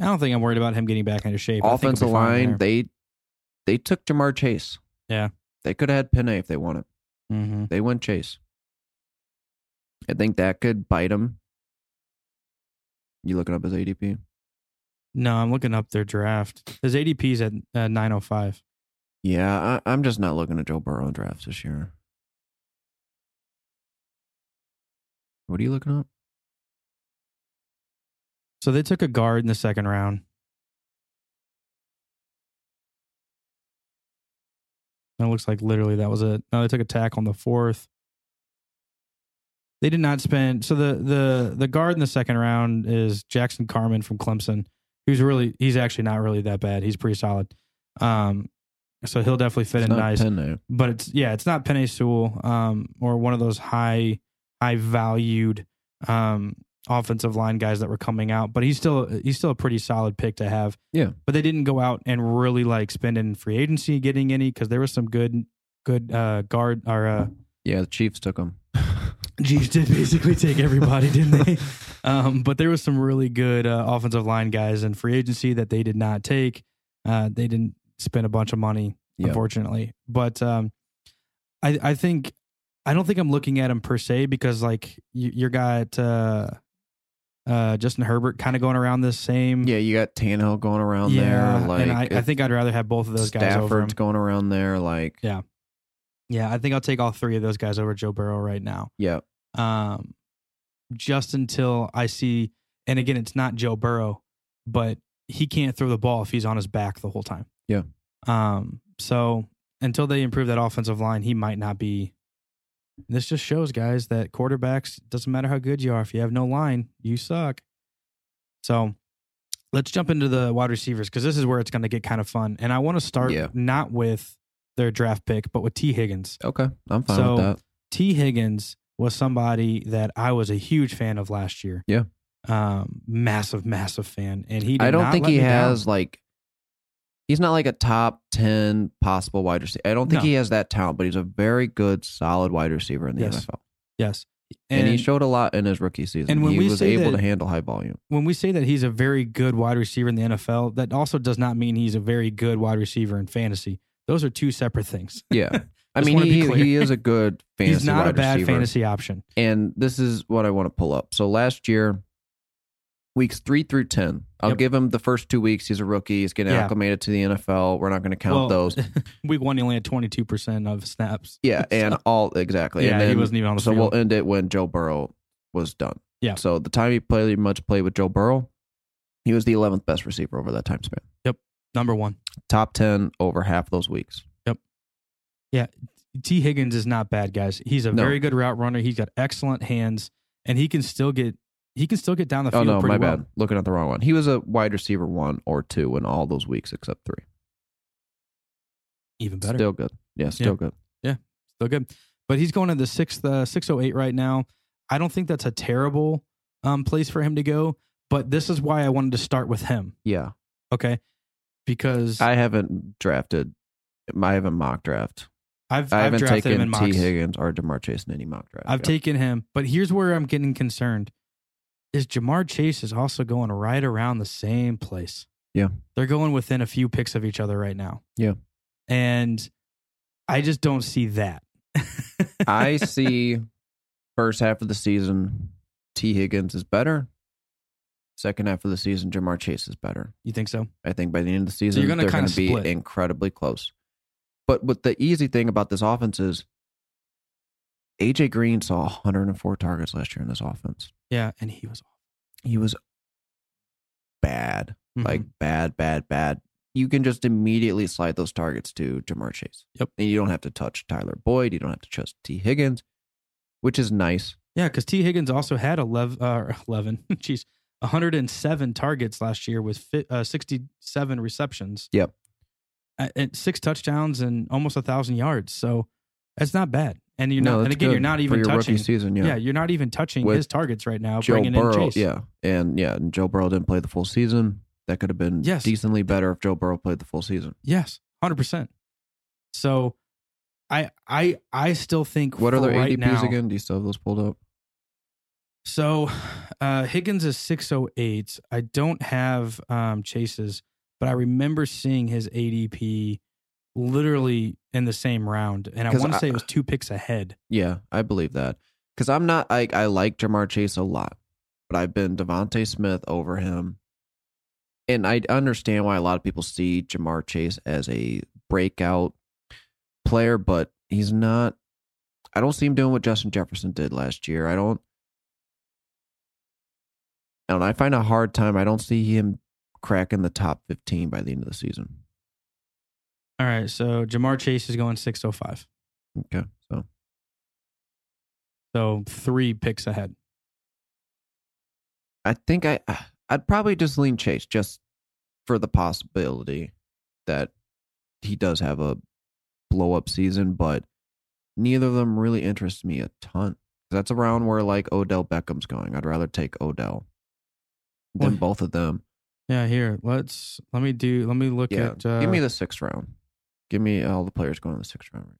Speaker 1: I don't think I'm worried about him getting back into shape. I think he'll be
Speaker 2: Offensive
Speaker 1: fine
Speaker 2: line,
Speaker 1: there.
Speaker 2: they they took Jamar Chase.
Speaker 1: Yeah.
Speaker 2: They could have had Pinay if they wanted.
Speaker 1: Mhm.
Speaker 2: They went Chase. I think that could bite him. You looking up his ADP?
Speaker 1: No, I'm looking up their draft. His ADP's at uh, 905.
Speaker 2: Yeah, I, I'm just not looking at Joe Burrow in drafts this year. What are you looking up?
Speaker 1: So they took a guard in the second round. That looks like literally that was it. No, they took a tackle on the fourth. They did not spend so the the the guard in the second round is Jackson Carmen from Clemson, who's really he's actually not really that bad. He's pretty solid. Um so he'll definitely fit
Speaker 2: It's
Speaker 1: in
Speaker 2: not
Speaker 1: nice
Speaker 2: Penne.
Speaker 1: but it's yeah, it's not Penny Sewell um, or one of those high high valued um, offensive line guys that were coming out. But he's still he's still a pretty solid pick to have.
Speaker 2: Yeah.
Speaker 1: But they didn't go out and really like spend in free agency getting any because there was some good good uh, guard or uh,
Speaker 2: Yeah, the Chiefs took him.
Speaker 1: Chiefs did basically take everybody, didn't they? Um, but there was some really good uh, offensive line guys in free agency that they did not take. Uh, they didn't spend a bunch of money
Speaker 2: Yeah.
Speaker 1: unfortunately. But um, I I think I don't think I'm looking at him per se because like you, you got uh, uh, Justin Herbert kind of going around this same
Speaker 2: Yeah, you got Tannehill going around there. Like
Speaker 1: and I, I think I'd rather have both of those guys over him.
Speaker 2: Stafford's going around there. Like
Speaker 1: Yeah. Yeah, I think I'll take all three of those guys over Joe Burrow right now.
Speaker 2: yeah,
Speaker 1: Um, just until I see, and again, it's not Joe Burrow, but he can't throw the ball if he's on his back the whole time.
Speaker 2: Yeah.
Speaker 1: Um. So until they improve that offensive line, he might not be. This just shows, guys, that quarterbacks doesn't matter how good you are if you have no line, you suck. So let's jump into the wide receivers because this is where it's going to get kind of fun, and I want to start
Speaker 2: Yeah.
Speaker 1: not with their draft pick, but with T. Higgins.
Speaker 2: okay, I'm fine
Speaker 1: So-
Speaker 2: with that.
Speaker 1: T. Higgins was somebody that I was a huge fan of last year.
Speaker 2: Yeah.
Speaker 1: Um, massive, massive fan. And he did
Speaker 2: I don't
Speaker 1: not
Speaker 2: think
Speaker 1: let
Speaker 2: he
Speaker 1: me down.
Speaker 2: has like. He's not like a top ten possible wide receiver. I don't think
Speaker 1: No.
Speaker 2: he has that talent, but he's a very good, solid wide receiver in the
Speaker 1: Yes.
Speaker 2: NFL.
Speaker 1: Yes.
Speaker 2: And, he showed a lot in his rookie season.
Speaker 1: and when
Speaker 2: he
Speaker 1: we
Speaker 2: was
Speaker 1: say
Speaker 2: able
Speaker 1: that-
Speaker 2: to handle high volume.
Speaker 1: when we say that he's a very good wide receiver in the NFL, that also does not mean he's a very good wide receiver in fantasy. Those are two separate things.
Speaker 2: Yeah. I
Speaker 1: Just
Speaker 2: mean,
Speaker 1: wanna be
Speaker 2: he,
Speaker 1: clear.
Speaker 2: he is a good fantasy
Speaker 1: he's not a
Speaker 2: wide
Speaker 1: bad
Speaker 2: receiver.
Speaker 1: fantasy option.
Speaker 2: And this is what I want to pull up. So last year, weeks three through 10, I'll
Speaker 1: Yep.
Speaker 2: give him the first two weeks. He's a rookie. He's getting
Speaker 1: Yeah.
Speaker 2: acclimated to the NFL. We're not going to count
Speaker 1: Well,
Speaker 2: those.
Speaker 1: Week one, he only had 22% of snaps.
Speaker 2: Yeah. And all, exactly.
Speaker 1: yeah,
Speaker 2: and then,
Speaker 1: he wasn't even on the
Speaker 2: so
Speaker 1: field.
Speaker 2: we'll end it when Joe Burrow was done.
Speaker 1: Yeah.
Speaker 2: So the time he played, he much played with Joe Burrow, he was the 11th best receiver over that time span.
Speaker 1: Number one.
Speaker 2: Top 10 over half those weeks.
Speaker 1: T. Higgins is not bad, guys. He's a
Speaker 2: No.
Speaker 1: very good route runner. He's got excellent hands, and he can still get he can still get down the
Speaker 2: Oh
Speaker 1: field.
Speaker 2: no,
Speaker 1: pretty
Speaker 2: my
Speaker 1: well.
Speaker 2: bad. Looking at the wrong one. He was a wide receiver one or two in all those weeks except three.
Speaker 1: Even better, still,
Speaker 2: Still good. Yeah, still good.
Speaker 1: good. But he's going to the sixth six oh eight right now. I don't think that's a terrible um, place for him to go. But this is why I wanted to start with him.
Speaker 2: Yeah,
Speaker 1: Okay, because
Speaker 2: I haven't drafted. I haven't mock draft
Speaker 1: I've
Speaker 2: I
Speaker 1: I've
Speaker 2: haven't
Speaker 1: drafted him in
Speaker 2: taken T.
Speaker 1: mocks.
Speaker 2: Higgins or Demar Chase in any mock draft.
Speaker 1: I've
Speaker 2: yet.
Speaker 1: taken him, but here's where I'm getting concerned. Is Jamar Chase is also going right around the same place.
Speaker 2: Yeah.
Speaker 1: They're going within a few picks of each other right now.
Speaker 2: Yeah.
Speaker 1: And I just don't see that.
Speaker 2: I see first half of the season, T. Higgins is better. Second half of the season, Jamar Chase is better.
Speaker 1: you think so?
Speaker 2: I think by the end of the season,
Speaker 1: you're gonna
Speaker 2: they're going
Speaker 1: kinda
Speaker 2: to be
Speaker 1: split.
Speaker 2: incredibly close. But what the easy thing about this offense is, AJ Green saw 104 targets last year in this offense.
Speaker 1: Yeah. And he was
Speaker 2: He was bad,
Speaker 1: Mhm.
Speaker 2: like bad, bad, bad. You can just immediately slide those targets to Jamar Chase.
Speaker 1: Yep.
Speaker 2: And you don't have to touch Tyler Boyd. You don't have to touch T. Higgins, which is nice.
Speaker 1: Yeah, because T. Higgins also had 11, uh, 11 geez, 107 targets last year with fi- uh, 67 receptions.
Speaker 2: Yep.
Speaker 1: Uh, And six touchdowns and almost a 1,000 yards. So that's not bad. And you're
Speaker 2: No,
Speaker 1: not, and
Speaker 2: that's
Speaker 1: again, you're
Speaker 2: good
Speaker 1: not
Speaker 2: for
Speaker 1: even
Speaker 2: your
Speaker 1: touching.
Speaker 2: rookie season.
Speaker 1: yeah.
Speaker 2: Yeah,
Speaker 1: you're not even touching
Speaker 2: With
Speaker 1: his targets right now,
Speaker 2: Joe
Speaker 1: bringing in
Speaker 2: Burrow.
Speaker 1: Chase.
Speaker 2: Yeah, and yeah, and Joe Burrow didn't play the full season. That could have been
Speaker 1: Yes.
Speaker 2: decently better if Joe Burrow played the full season.
Speaker 1: Yes, 100%. So I I I still think
Speaker 2: What are
Speaker 1: for
Speaker 2: their
Speaker 1: right
Speaker 2: ADPs
Speaker 1: now,
Speaker 2: again? Do you still have those pulled up?
Speaker 1: So uh, Higgins is 608. I don't have um, Chase's, but I remember seeing his ADP literally in the same round. And I
Speaker 2: 'Cause
Speaker 1: want to
Speaker 2: I-
Speaker 1: say it was two picks ahead.
Speaker 2: Yeah, I believe that because I'm not. I I like Jamar Chase a lot, but I've been Devonte Smith over him, and I understand why a lot of people see Jamar Chase as a breakout player, but he's not. I don't see him doing what Justin Jefferson did last year. I don't. And I find a hard time. I don't see him cracking the top fifteen by the end of the season.
Speaker 1: All right. So Jamar Chase is going 605.
Speaker 2: Okay, so
Speaker 1: So three picks ahead.
Speaker 2: I think I uh, I'd probably just lean Chase just for the possibility that he does have a blow up season, but neither of them really interests me a ton. That's around where like Odell Beckham's going. I'd rather take Odell than
Speaker 1: Well,
Speaker 2: both of them.
Speaker 1: Yeah. Here, let's let me do, let me look
Speaker 2: Yeah,
Speaker 1: at. Uh,
Speaker 2: give me the sixth round. Give me all the players going in the sixth round.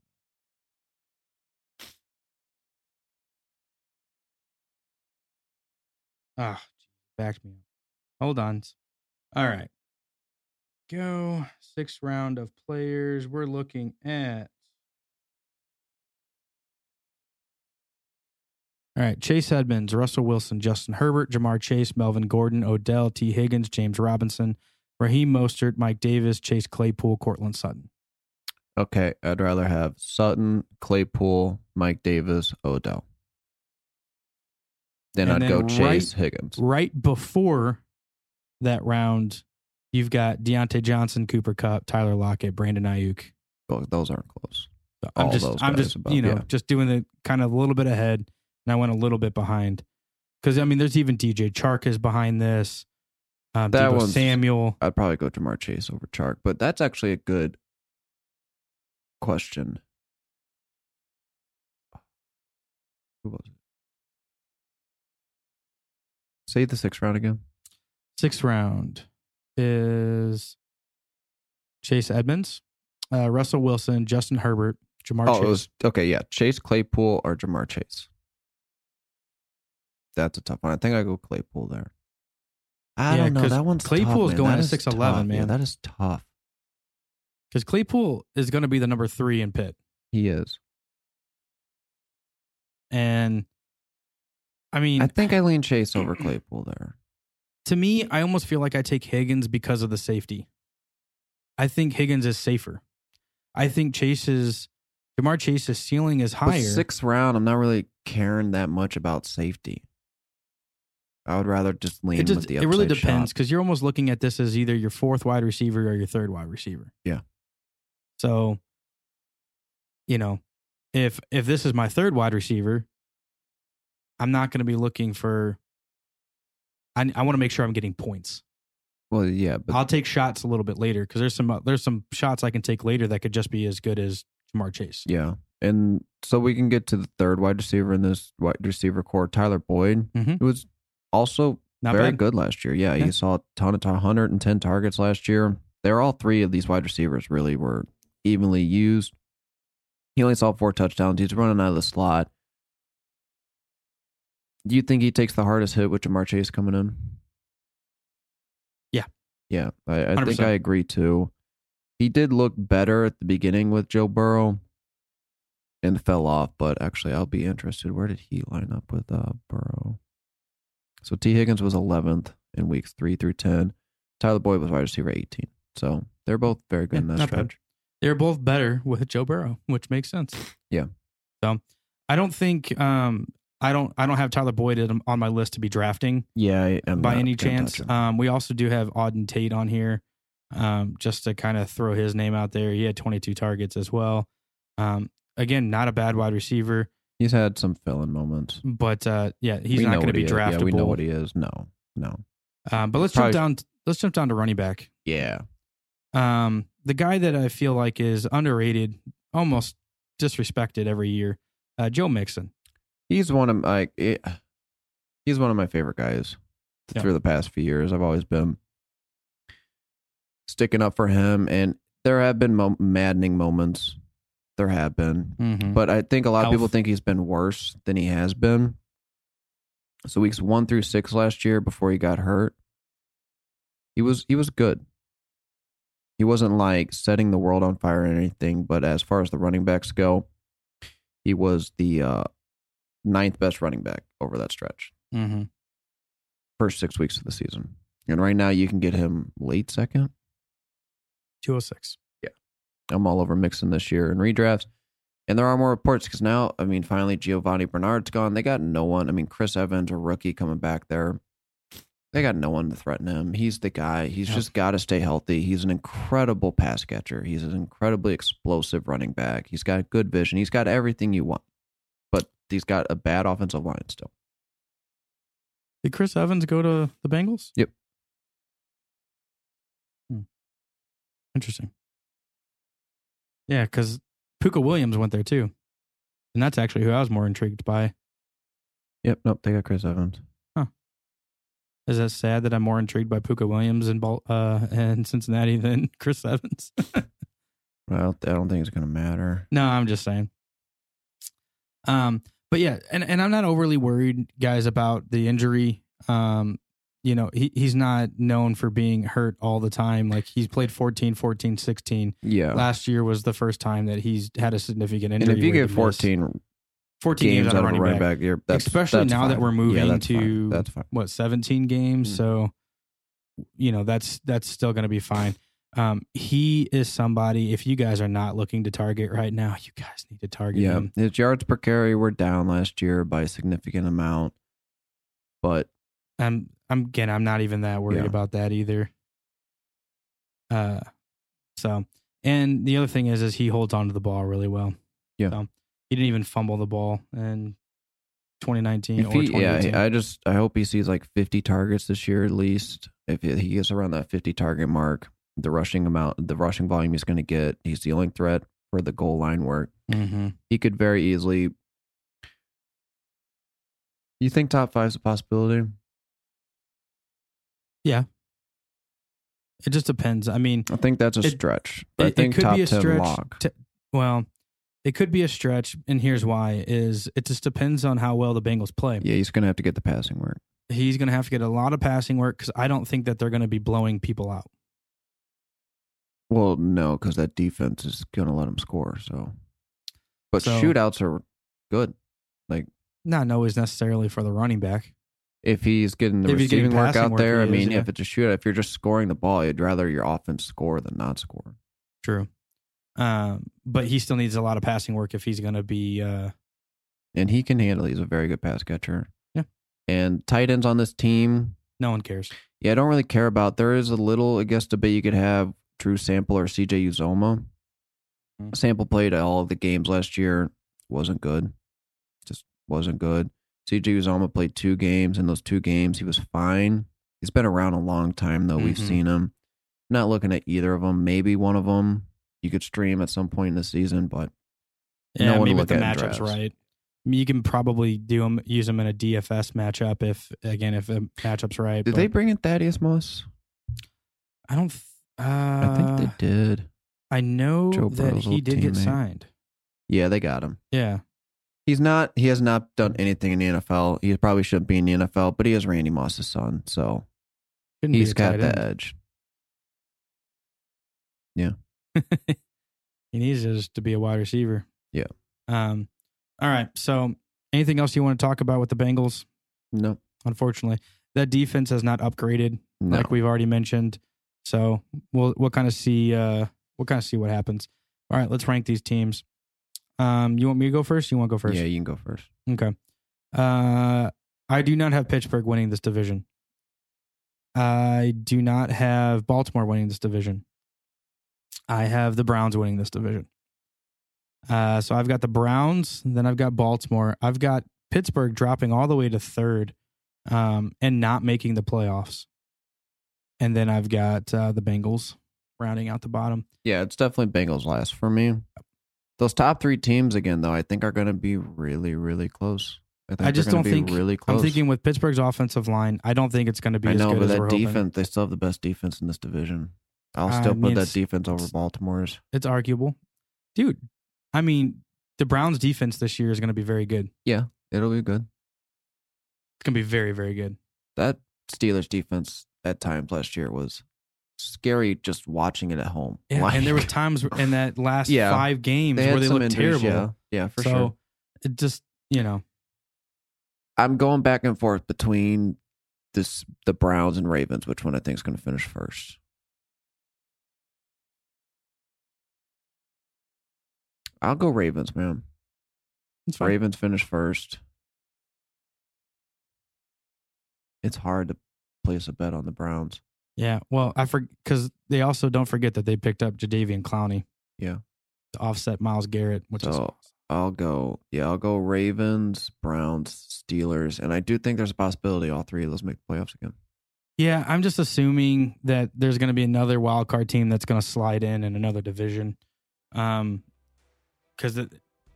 Speaker 1: Ah, backed me up. Hold on. All right. Go. Sixth round of players. We're looking at. All right. Chase Edmonds, Russell Wilson, Justin Herbert, Jamar Chase, Melvin Gordon, Odell, T. Higgins, James Robinson, Raheem Mostert, Mike Davis, Chase Claypool, Cortland Sutton.
Speaker 2: Okay, I'd rather have Sutton, Claypool, Mike Davis, Odell. Then
Speaker 1: And then
Speaker 2: I'd go
Speaker 1: right-
Speaker 2: Chase Higgins.
Speaker 1: Right before that round, you've got Deontay Johnson, Cooper Cup, Tyler Lockett, Brandon Ayuk,
Speaker 2: Those- Those aren't close.
Speaker 1: I'm
Speaker 2: all
Speaker 1: just,
Speaker 2: those
Speaker 1: I'm
Speaker 2: guys
Speaker 1: just,
Speaker 2: above,
Speaker 1: you know,
Speaker 2: yeah.
Speaker 1: just doing the kind of a little bit ahead, and I went a little bit behind because I mean, there's even DJ Chark is behind this. Um,
Speaker 2: That
Speaker 1: Debo
Speaker 2: one's-
Speaker 1: Samuel.
Speaker 2: I'd probably go Jamar Chase over Chark, but that's actually a good question. Who was it? Say the sixth round again.
Speaker 1: Sixth round is Chase Edmonds, uh, Russell Wilson, Justin Herbert, Jamar
Speaker 2: oh,
Speaker 1: Chase.
Speaker 2: it was okay. Yeah, Chase Claypool or Jamar Chase. That's a tough one. I think I go Claypool there. I
Speaker 1: Yeah,
Speaker 2: don't know.
Speaker 1: 'cause
Speaker 2: That one's
Speaker 1: Claypool's
Speaker 2: tough, man.
Speaker 1: going
Speaker 2: That
Speaker 1: at
Speaker 2: is
Speaker 1: 6'11",
Speaker 2: tough. Yeah,
Speaker 1: man.
Speaker 2: that is tough.
Speaker 1: Because Claypool is going to be the number three in Pitt.
Speaker 2: He is.
Speaker 1: And I mean,
Speaker 2: I think I lean Chase over Claypool there.
Speaker 1: to me, I almost feel like I take Higgins because of the safety. I think Higgins is safer. I think Chase's Jamar Chase's ceiling is
Speaker 2: But
Speaker 1: higher.
Speaker 2: sixth round, I'm not really caring that much about safety. I would rather just lean
Speaker 1: it
Speaker 2: with
Speaker 1: just
Speaker 2: the
Speaker 1: it really
Speaker 2: upside
Speaker 1: depends
Speaker 2: shot.
Speaker 1: because you're almost looking at this as either your fourth wide receiver or your third wide receiver.
Speaker 2: Yeah.
Speaker 1: So, you know, if if this is my third wide receiver, I'm not going to be looking for. I I want to make sure I'm getting points.
Speaker 2: Well, yeah, but
Speaker 1: I'll take shots a little bit later because there's some uh, there's some shots I can take later that could just be as good as Jamar Chase.
Speaker 2: yeah, and so we can get to the third wide receiver in this wide receiver core, Tyler Boyd,
Speaker 1: Mhm.
Speaker 2: who was also
Speaker 1: Not
Speaker 2: very
Speaker 1: bad.
Speaker 2: good last year. Yeah,
Speaker 1: Yeah.
Speaker 2: he saw a ton of 110 targets last year. They're all three of these wide receivers really were evenly used. He only saw four touchdowns. He's running out of the slot. Do you think he takes the hardest hit with Jamar Chase coming in?
Speaker 1: Yeah.
Speaker 2: Yeah. I, I think
Speaker 1: 100%.
Speaker 2: I agree too. He did look better at the beginning with Joe Burrow and fell off, but actually, I'll be interested. Where did he line up with uh, Burrow? So T. Higgins was 11th in weeks three through 10. Tyler Boyd was wide receiver 18. So they're both very good
Speaker 1: Yeah,
Speaker 2: in that
Speaker 1: not bad.
Speaker 2: stretch.
Speaker 1: They're both better with Joe Burrow, which makes sense.
Speaker 2: Yeah.
Speaker 1: So I don't think um I don't I don't have Tyler Boyd in- on my list to be drafting
Speaker 2: Yeah, I am
Speaker 1: by
Speaker 2: not
Speaker 1: any
Speaker 2: gonna
Speaker 1: chance.
Speaker 2: touch him.
Speaker 1: Um we also do have Auden Tate on here. Um just to kind of throw his name out there. He had 22 targets as well. Um again, not a bad wide receiver,
Speaker 2: he's had some fill-in moments.
Speaker 1: but uh yeah, he's
Speaker 2: We
Speaker 1: not
Speaker 2: know
Speaker 1: going to
Speaker 2: what
Speaker 1: be
Speaker 2: he is.
Speaker 1: draftable.
Speaker 2: Yeah, we know what he is. No, no.
Speaker 1: um but let's
Speaker 2: Probably-
Speaker 1: jump down let's jump down to running back.
Speaker 2: Yeah,
Speaker 1: Um, the guy that I feel like is underrated, almost disrespected every year, uh, Joe Mixon.
Speaker 2: he's one of my. eh, he's one of my favorite guys
Speaker 1: Yeah.
Speaker 2: through the past few years. I've always been sticking up for him, and there have been mo- maddening moments. There have been,
Speaker 1: Mm-hmm.
Speaker 2: but I think a lot of people
Speaker 1: Health.
Speaker 2: think he's been worse than he has been. So weeks one through six last year, before he got hurt, he was he was good. He wasn't like setting the world on fire or anything, but as far as the running backs go, he was the uh, ninth best running back over that stretch,
Speaker 1: hmm
Speaker 2: first six weeks of the season. And right now, you can get him late second.
Speaker 1: 206.
Speaker 2: I'm all over mixing this year in redrafts. And there are more reports because now, I mean, finally Giovanni Bernard's gone. They got no one. I mean, Chris Evans, a rookie coming back there. They got no one to threaten him. He's the guy. He's
Speaker 1: Yeah.
Speaker 2: just got to stay healthy. He's an incredible pass catcher. He's an incredibly explosive running back. He's got good vision. He's got everything you want. But he's got a bad offensive line still.
Speaker 1: Did Chris Evans go to the Bengals?
Speaker 2: Yep.
Speaker 1: Hmm. Interesting. Yeah, because Puka Williams went there too. And that's actually who I was more intrigued by.
Speaker 2: Yep. Nope. They got Chris Evans.
Speaker 1: Is that sad that I'm more intrigued by Puka Williams in, Bal- uh, in Cincinnati than Chris Evans?
Speaker 2: I don't, I don't think it's going to matter.
Speaker 1: No, I'm just saying. Um, but yeah, and, and I'm not overly worried, guys, about the injury. Um, you know, he, he's not known for being hurt all the time. Like he's played 14, 14, 16.
Speaker 2: Yeah.
Speaker 1: Last year was the first time that he's had a significant
Speaker 2: Oh. and
Speaker 1: injury.
Speaker 2: if you
Speaker 1: where he
Speaker 2: get
Speaker 1: missed
Speaker 2: 14
Speaker 1: 14
Speaker 2: games out of a
Speaker 1: running, back,
Speaker 2: you're- that's-
Speaker 1: Especially
Speaker 2: that's
Speaker 1: now that
Speaker 2: fine.
Speaker 1: we're
Speaker 2: Yeah,
Speaker 1: moving
Speaker 2: that's fine.
Speaker 1: to-
Speaker 2: That's fine.
Speaker 1: what, 17 games?
Speaker 2: Mhm.
Speaker 1: So, you know, that's that's still going to be fine. Um, he is somebody, if you guys are not looking to target right now, you guys need to target
Speaker 2: Yeah,
Speaker 1: him.
Speaker 2: his yards per carry were down last year by a significant amount, but
Speaker 1: I'm I'm again I'm not even that worried
Speaker 2: Yeah.
Speaker 1: about that either. Uh so and the other thing is is he holds on to the ball really well.
Speaker 2: Yeah.
Speaker 1: So, he didn't even fumble the ball in 2019
Speaker 2: if
Speaker 1: or
Speaker 2: he,
Speaker 1: 2018.
Speaker 2: yeah, I just I hope he sees like 50 targets this year at least. If he- he gets around that 50 target mark, the rushing amount, the rushing volume he's going to get, he's the only threat for the goal line work.
Speaker 1: Mhm.
Speaker 2: He could very easily. You think top five's a possibility?
Speaker 1: It just depends. I mean,
Speaker 2: I think that's a
Speaker 1: It-
Speaker 2: stretch.
Speaker 1: it,
Speaker 2: I
Speaker 1: it
Speaker 2: think
Speaker 1: could
Speaker 2: top
Speaker 1: be a
Speaker 2: 10
Speaker 1: stretch.
Speaker 2: lock.
Speaker 1: t- well, it could be a stretch and here's why is it just depends on how well the Bengals play.
Speaker 2: yeah, he's going to have to get the passing work.
Speaker 1: He's going to have to get a lot of passing work cuz I don't think that they're going to be blowing people out.
Speaker 2: Well, no, because that defense is going to let them score. So, but
Speaker 1: So-
Speaker 2: shootouts are good
Speaker 1: Not always necessarily for the running back.
Speaker 2: if he's getting the
Speaker 1: If he's
Speaker 2: receiving
Speaker 1: getting
Speaker 2: work
Speaker 1: passing
Speaker 2: out
Speaker 1: work,
Speaker 2: there.
Speaker 1: he
Speaker 2: I
Speaker 1: is,
Speaker 2: mean,
Speaker 1: yeah.
Speaker 2: if it's a shootout, if you're just scoring the ball, you'd rather your offense score than not score.
Speaker 1: True. Um, but he still needs a lot of passing work if he's going to be. Uh,
Speaker 2: And he can handle. it. He's a very good pass catcher.
Speaker 1: Yeah.
Speaker 2: And tight ends on this team,
Speaker 1: no one cares.
Speaker 2: yeah, I don't really care about. There is a little, I guess, debate you could have Drew Sample or CJ Uzoma.
Speaker 1: Mhm.
Speaker 2: Sample played all of the games last year, wasn't good, just wasn't good. CJ Uzoma played two games, and those two games he was fine. He's been around a long time though. We've
Speaker 1: Mhm.
Speaker 2: seen him. Not looking at either of them. Maybe one of them you could stream at some point in the season, but No
Speaker 1: Yeah,
Speaker 2: one
Speaker 1: maybe
Speaker 2: will
Speaker 1: if the
Speaker 2: look at in
Speaker 1: matchup's
Speaker 2: drafts.
Speaker 1: right. I mean, you can probably do them, use them in a DFS matchup if again if the matchup's right.
Speaker 2: did
Speaker 1: but
Speaker 2: they bring in Thaddeus Moss?
Speaker 1: I don't. Th- uh,
Speaker 2: I think they did.
Speaker 1: I know
Speaker 2: Joe
Speaker 1: that
Speaker 2: Burrow's
Speaker 1: he
Speaker 2: old
Speaker 1: did get
Speaker 2: teammate.
Speaker 1: signed.
Speaker 2: Yeah, they got him.
Speaker 1: Yeah.
Speaker 2: He's not. He has not done anything in the NFL. He probably shouldn't be in the NFL, but he is Randy Moss's son, so
Speaker 1: Couldn't be
Speaker 2: he's
Speaker 1: a
Speaker 2: got
Speaker 1: tight
Speaker 2: the
Speaker 1: end.
Speaker 2: edge.
Speaker 1: He needs to just to be a wide receiver.
Speaker 2: Yeah.
Speaker 1: Um. All right. So, anything else you want to talk about with the Bengals?
Speaker 2: No,
Speaker 1: Unfortunately, that defense has not upgraded,
Speaker 2: no.
Speaker 1: like we've already mentioned. So we'll we'll kind of see uh we'll kind of see what happens. All right. Let's rank these teams. Um. You want me to go first? You want to go first?
Speaker 2: Yeah, you can go first.
Speaker 1: Okay. Uh, I do not have Pittsburgh winning this division. I do not have Baltimore winning this division. I have the Browns winning this division. Uh, so I've got the Browns, then I've got Baltimore. I've got Pittsburgh dropping all the way to third um, and not making the playoffs. And then I've got uh, the Bengals rounding out the bottom.
Speaker 2: Yeah, it's definitely Bengals last for me. Those top three teams again, though, I think are going to be really, really close. think
Speaker 1: I
Speaker 2: they're
Speaker 1: just
Speaker 2: gonna
Speaker 1: don't
Speaker 2: be
Speaker 1: think-
Speaker 2: really
Speaker 1: I'm
Speaker 2: close.
Speaker 1: thinking with Pittsburgh's offensive line, I don't think it's going to be
Speaker 2: I
Speaker 1: as
Speaker 2: know,
Speaker 1: good
Speaker 2: but
Speaker 1: as
Speaker 2: that
Speaker 1: we're
Speaker 2: defense,
Speaker 1: hoping.
Speaker 2: they still have the best defense in this division. I'll
Speaker 1: I
Speaker 2: still
Speaker 1: mean,
Speaker 2: put that
Speaker 1: it's-
Speaker 2: defense over Baltimore's.
Speaker 1: It's arguable. Dude, I mean, the Browns defense this year is going to be very good.
Speaker 2: It'll be good.
Speaker 1: It's going to be very, very good.
Speaker 2: That Steelers defense at times last year was scary just watching it at home.
Speaker 1: Yeah.
Speaker 2: Like,
Speaker 1: and there was times in that last
Speaker 2: Yeah.
Speaker 1: five games
Speaker 2: had
Speaker 1: where they
Speaker 2: some
Speaker 1: looked
Speaker 2: injuries,
Speaker 1: terrible.
Speaker 2: Yeah, yeah for
Speaker 1: so
Speaker 2: sure.
Speaker 1: it just, you know,
Speaker 2: I'm going back and forth between this the Browns and Ravens, which one I think is going to finish first. I'll go Ravens, man.
Speaker 1: it's fine.
Speaker 2: Ravens finish first. It's hard to place a bet on the Browns.
Speaker 1: Yeah. Well, I forget because they also don't forget that they picked up Jadavian Clowney.
Speaker 2: Yeah.
Speaker 1: To offset Miles Garrett, which is
Speaker 2: So- I'll go, yeah, I'll go Ravens, Browns, Steelers, and I do think there's a possibility all three of those make the playoffs again.
Speaker 1: Yeah, I'm just assuming that there's going to be another wild card team that's going to slide in in another division, um, because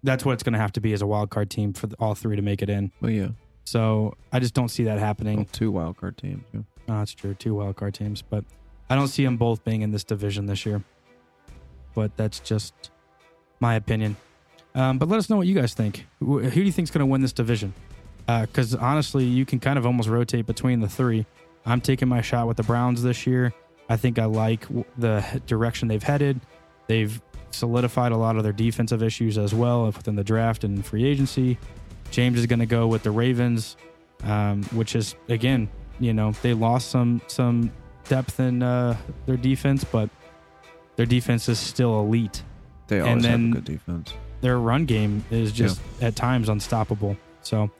Speaker 1: that's what it's going to have to be as a wild card team for the, all three to make it in.
Speaker 2: Well, yeah,
Speaker 1: So I just don't see that
Speaker 2: well,
Speaker 1: happening.
Speaker 2: two wild card teams. Yeah.
Speaker 1: No, that's Uh, true, two wild card teams, but I don't see them both being in this division this year. But that's just my opinion. Um, but let us know what you guys think. Wh- Who do you think's going to win this division? Because honestly, you can kind of almost rotate between the three. I'm taking my shot with the Browns this year. I think I like w- the h- direction they've headed. They've solidified a lot of their defensive issues as well within the draft and free agency. James is going to go with the Ravens, um, which is again, you know, they lost some some depth in uh, their defense, but their defense is still elite
Speaker 2: They
Speaker 1: And
Speaker 2: always
Speaker 1: then-
Speaker 2: have a good defense.
Speaker 1: their run game is just at times unstoppable. So,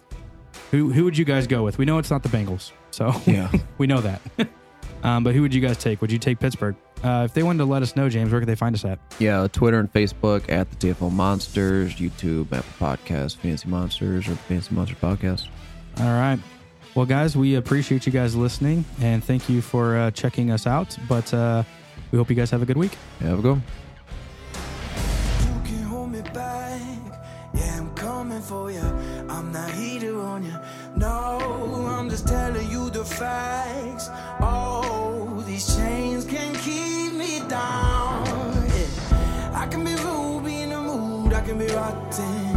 Speaker 1: who who would you guys go with? We know it's not the Bengals, so
Speaker 2: Yeah.
Speaker 1: we know that. um, but who would you guys take? Would you take Pittsburgh? Uh, if they wanted to let us know, James, where could they find us at?
Speaker 2: Yeah, Twitter and Facebook at the TFL Monsters, YouTube, Apple Podcasts, Fancy Monsters, or Fancy Monsters Podcast.
Speaker 1: All right. Well, guys, we appreciate you guys listening and thank you for uh, checking us out. But uh, we hope you guys have a good week.
Speaker 2: Have a good one.
Speaker 3: You can hold me back. Yeah, I'm coming for you. I'm not heater on you. No, I'm just telling you the facts. Oh, these chains can keep me down. Yeah. I can be rude, be in the mood, I can be rotten.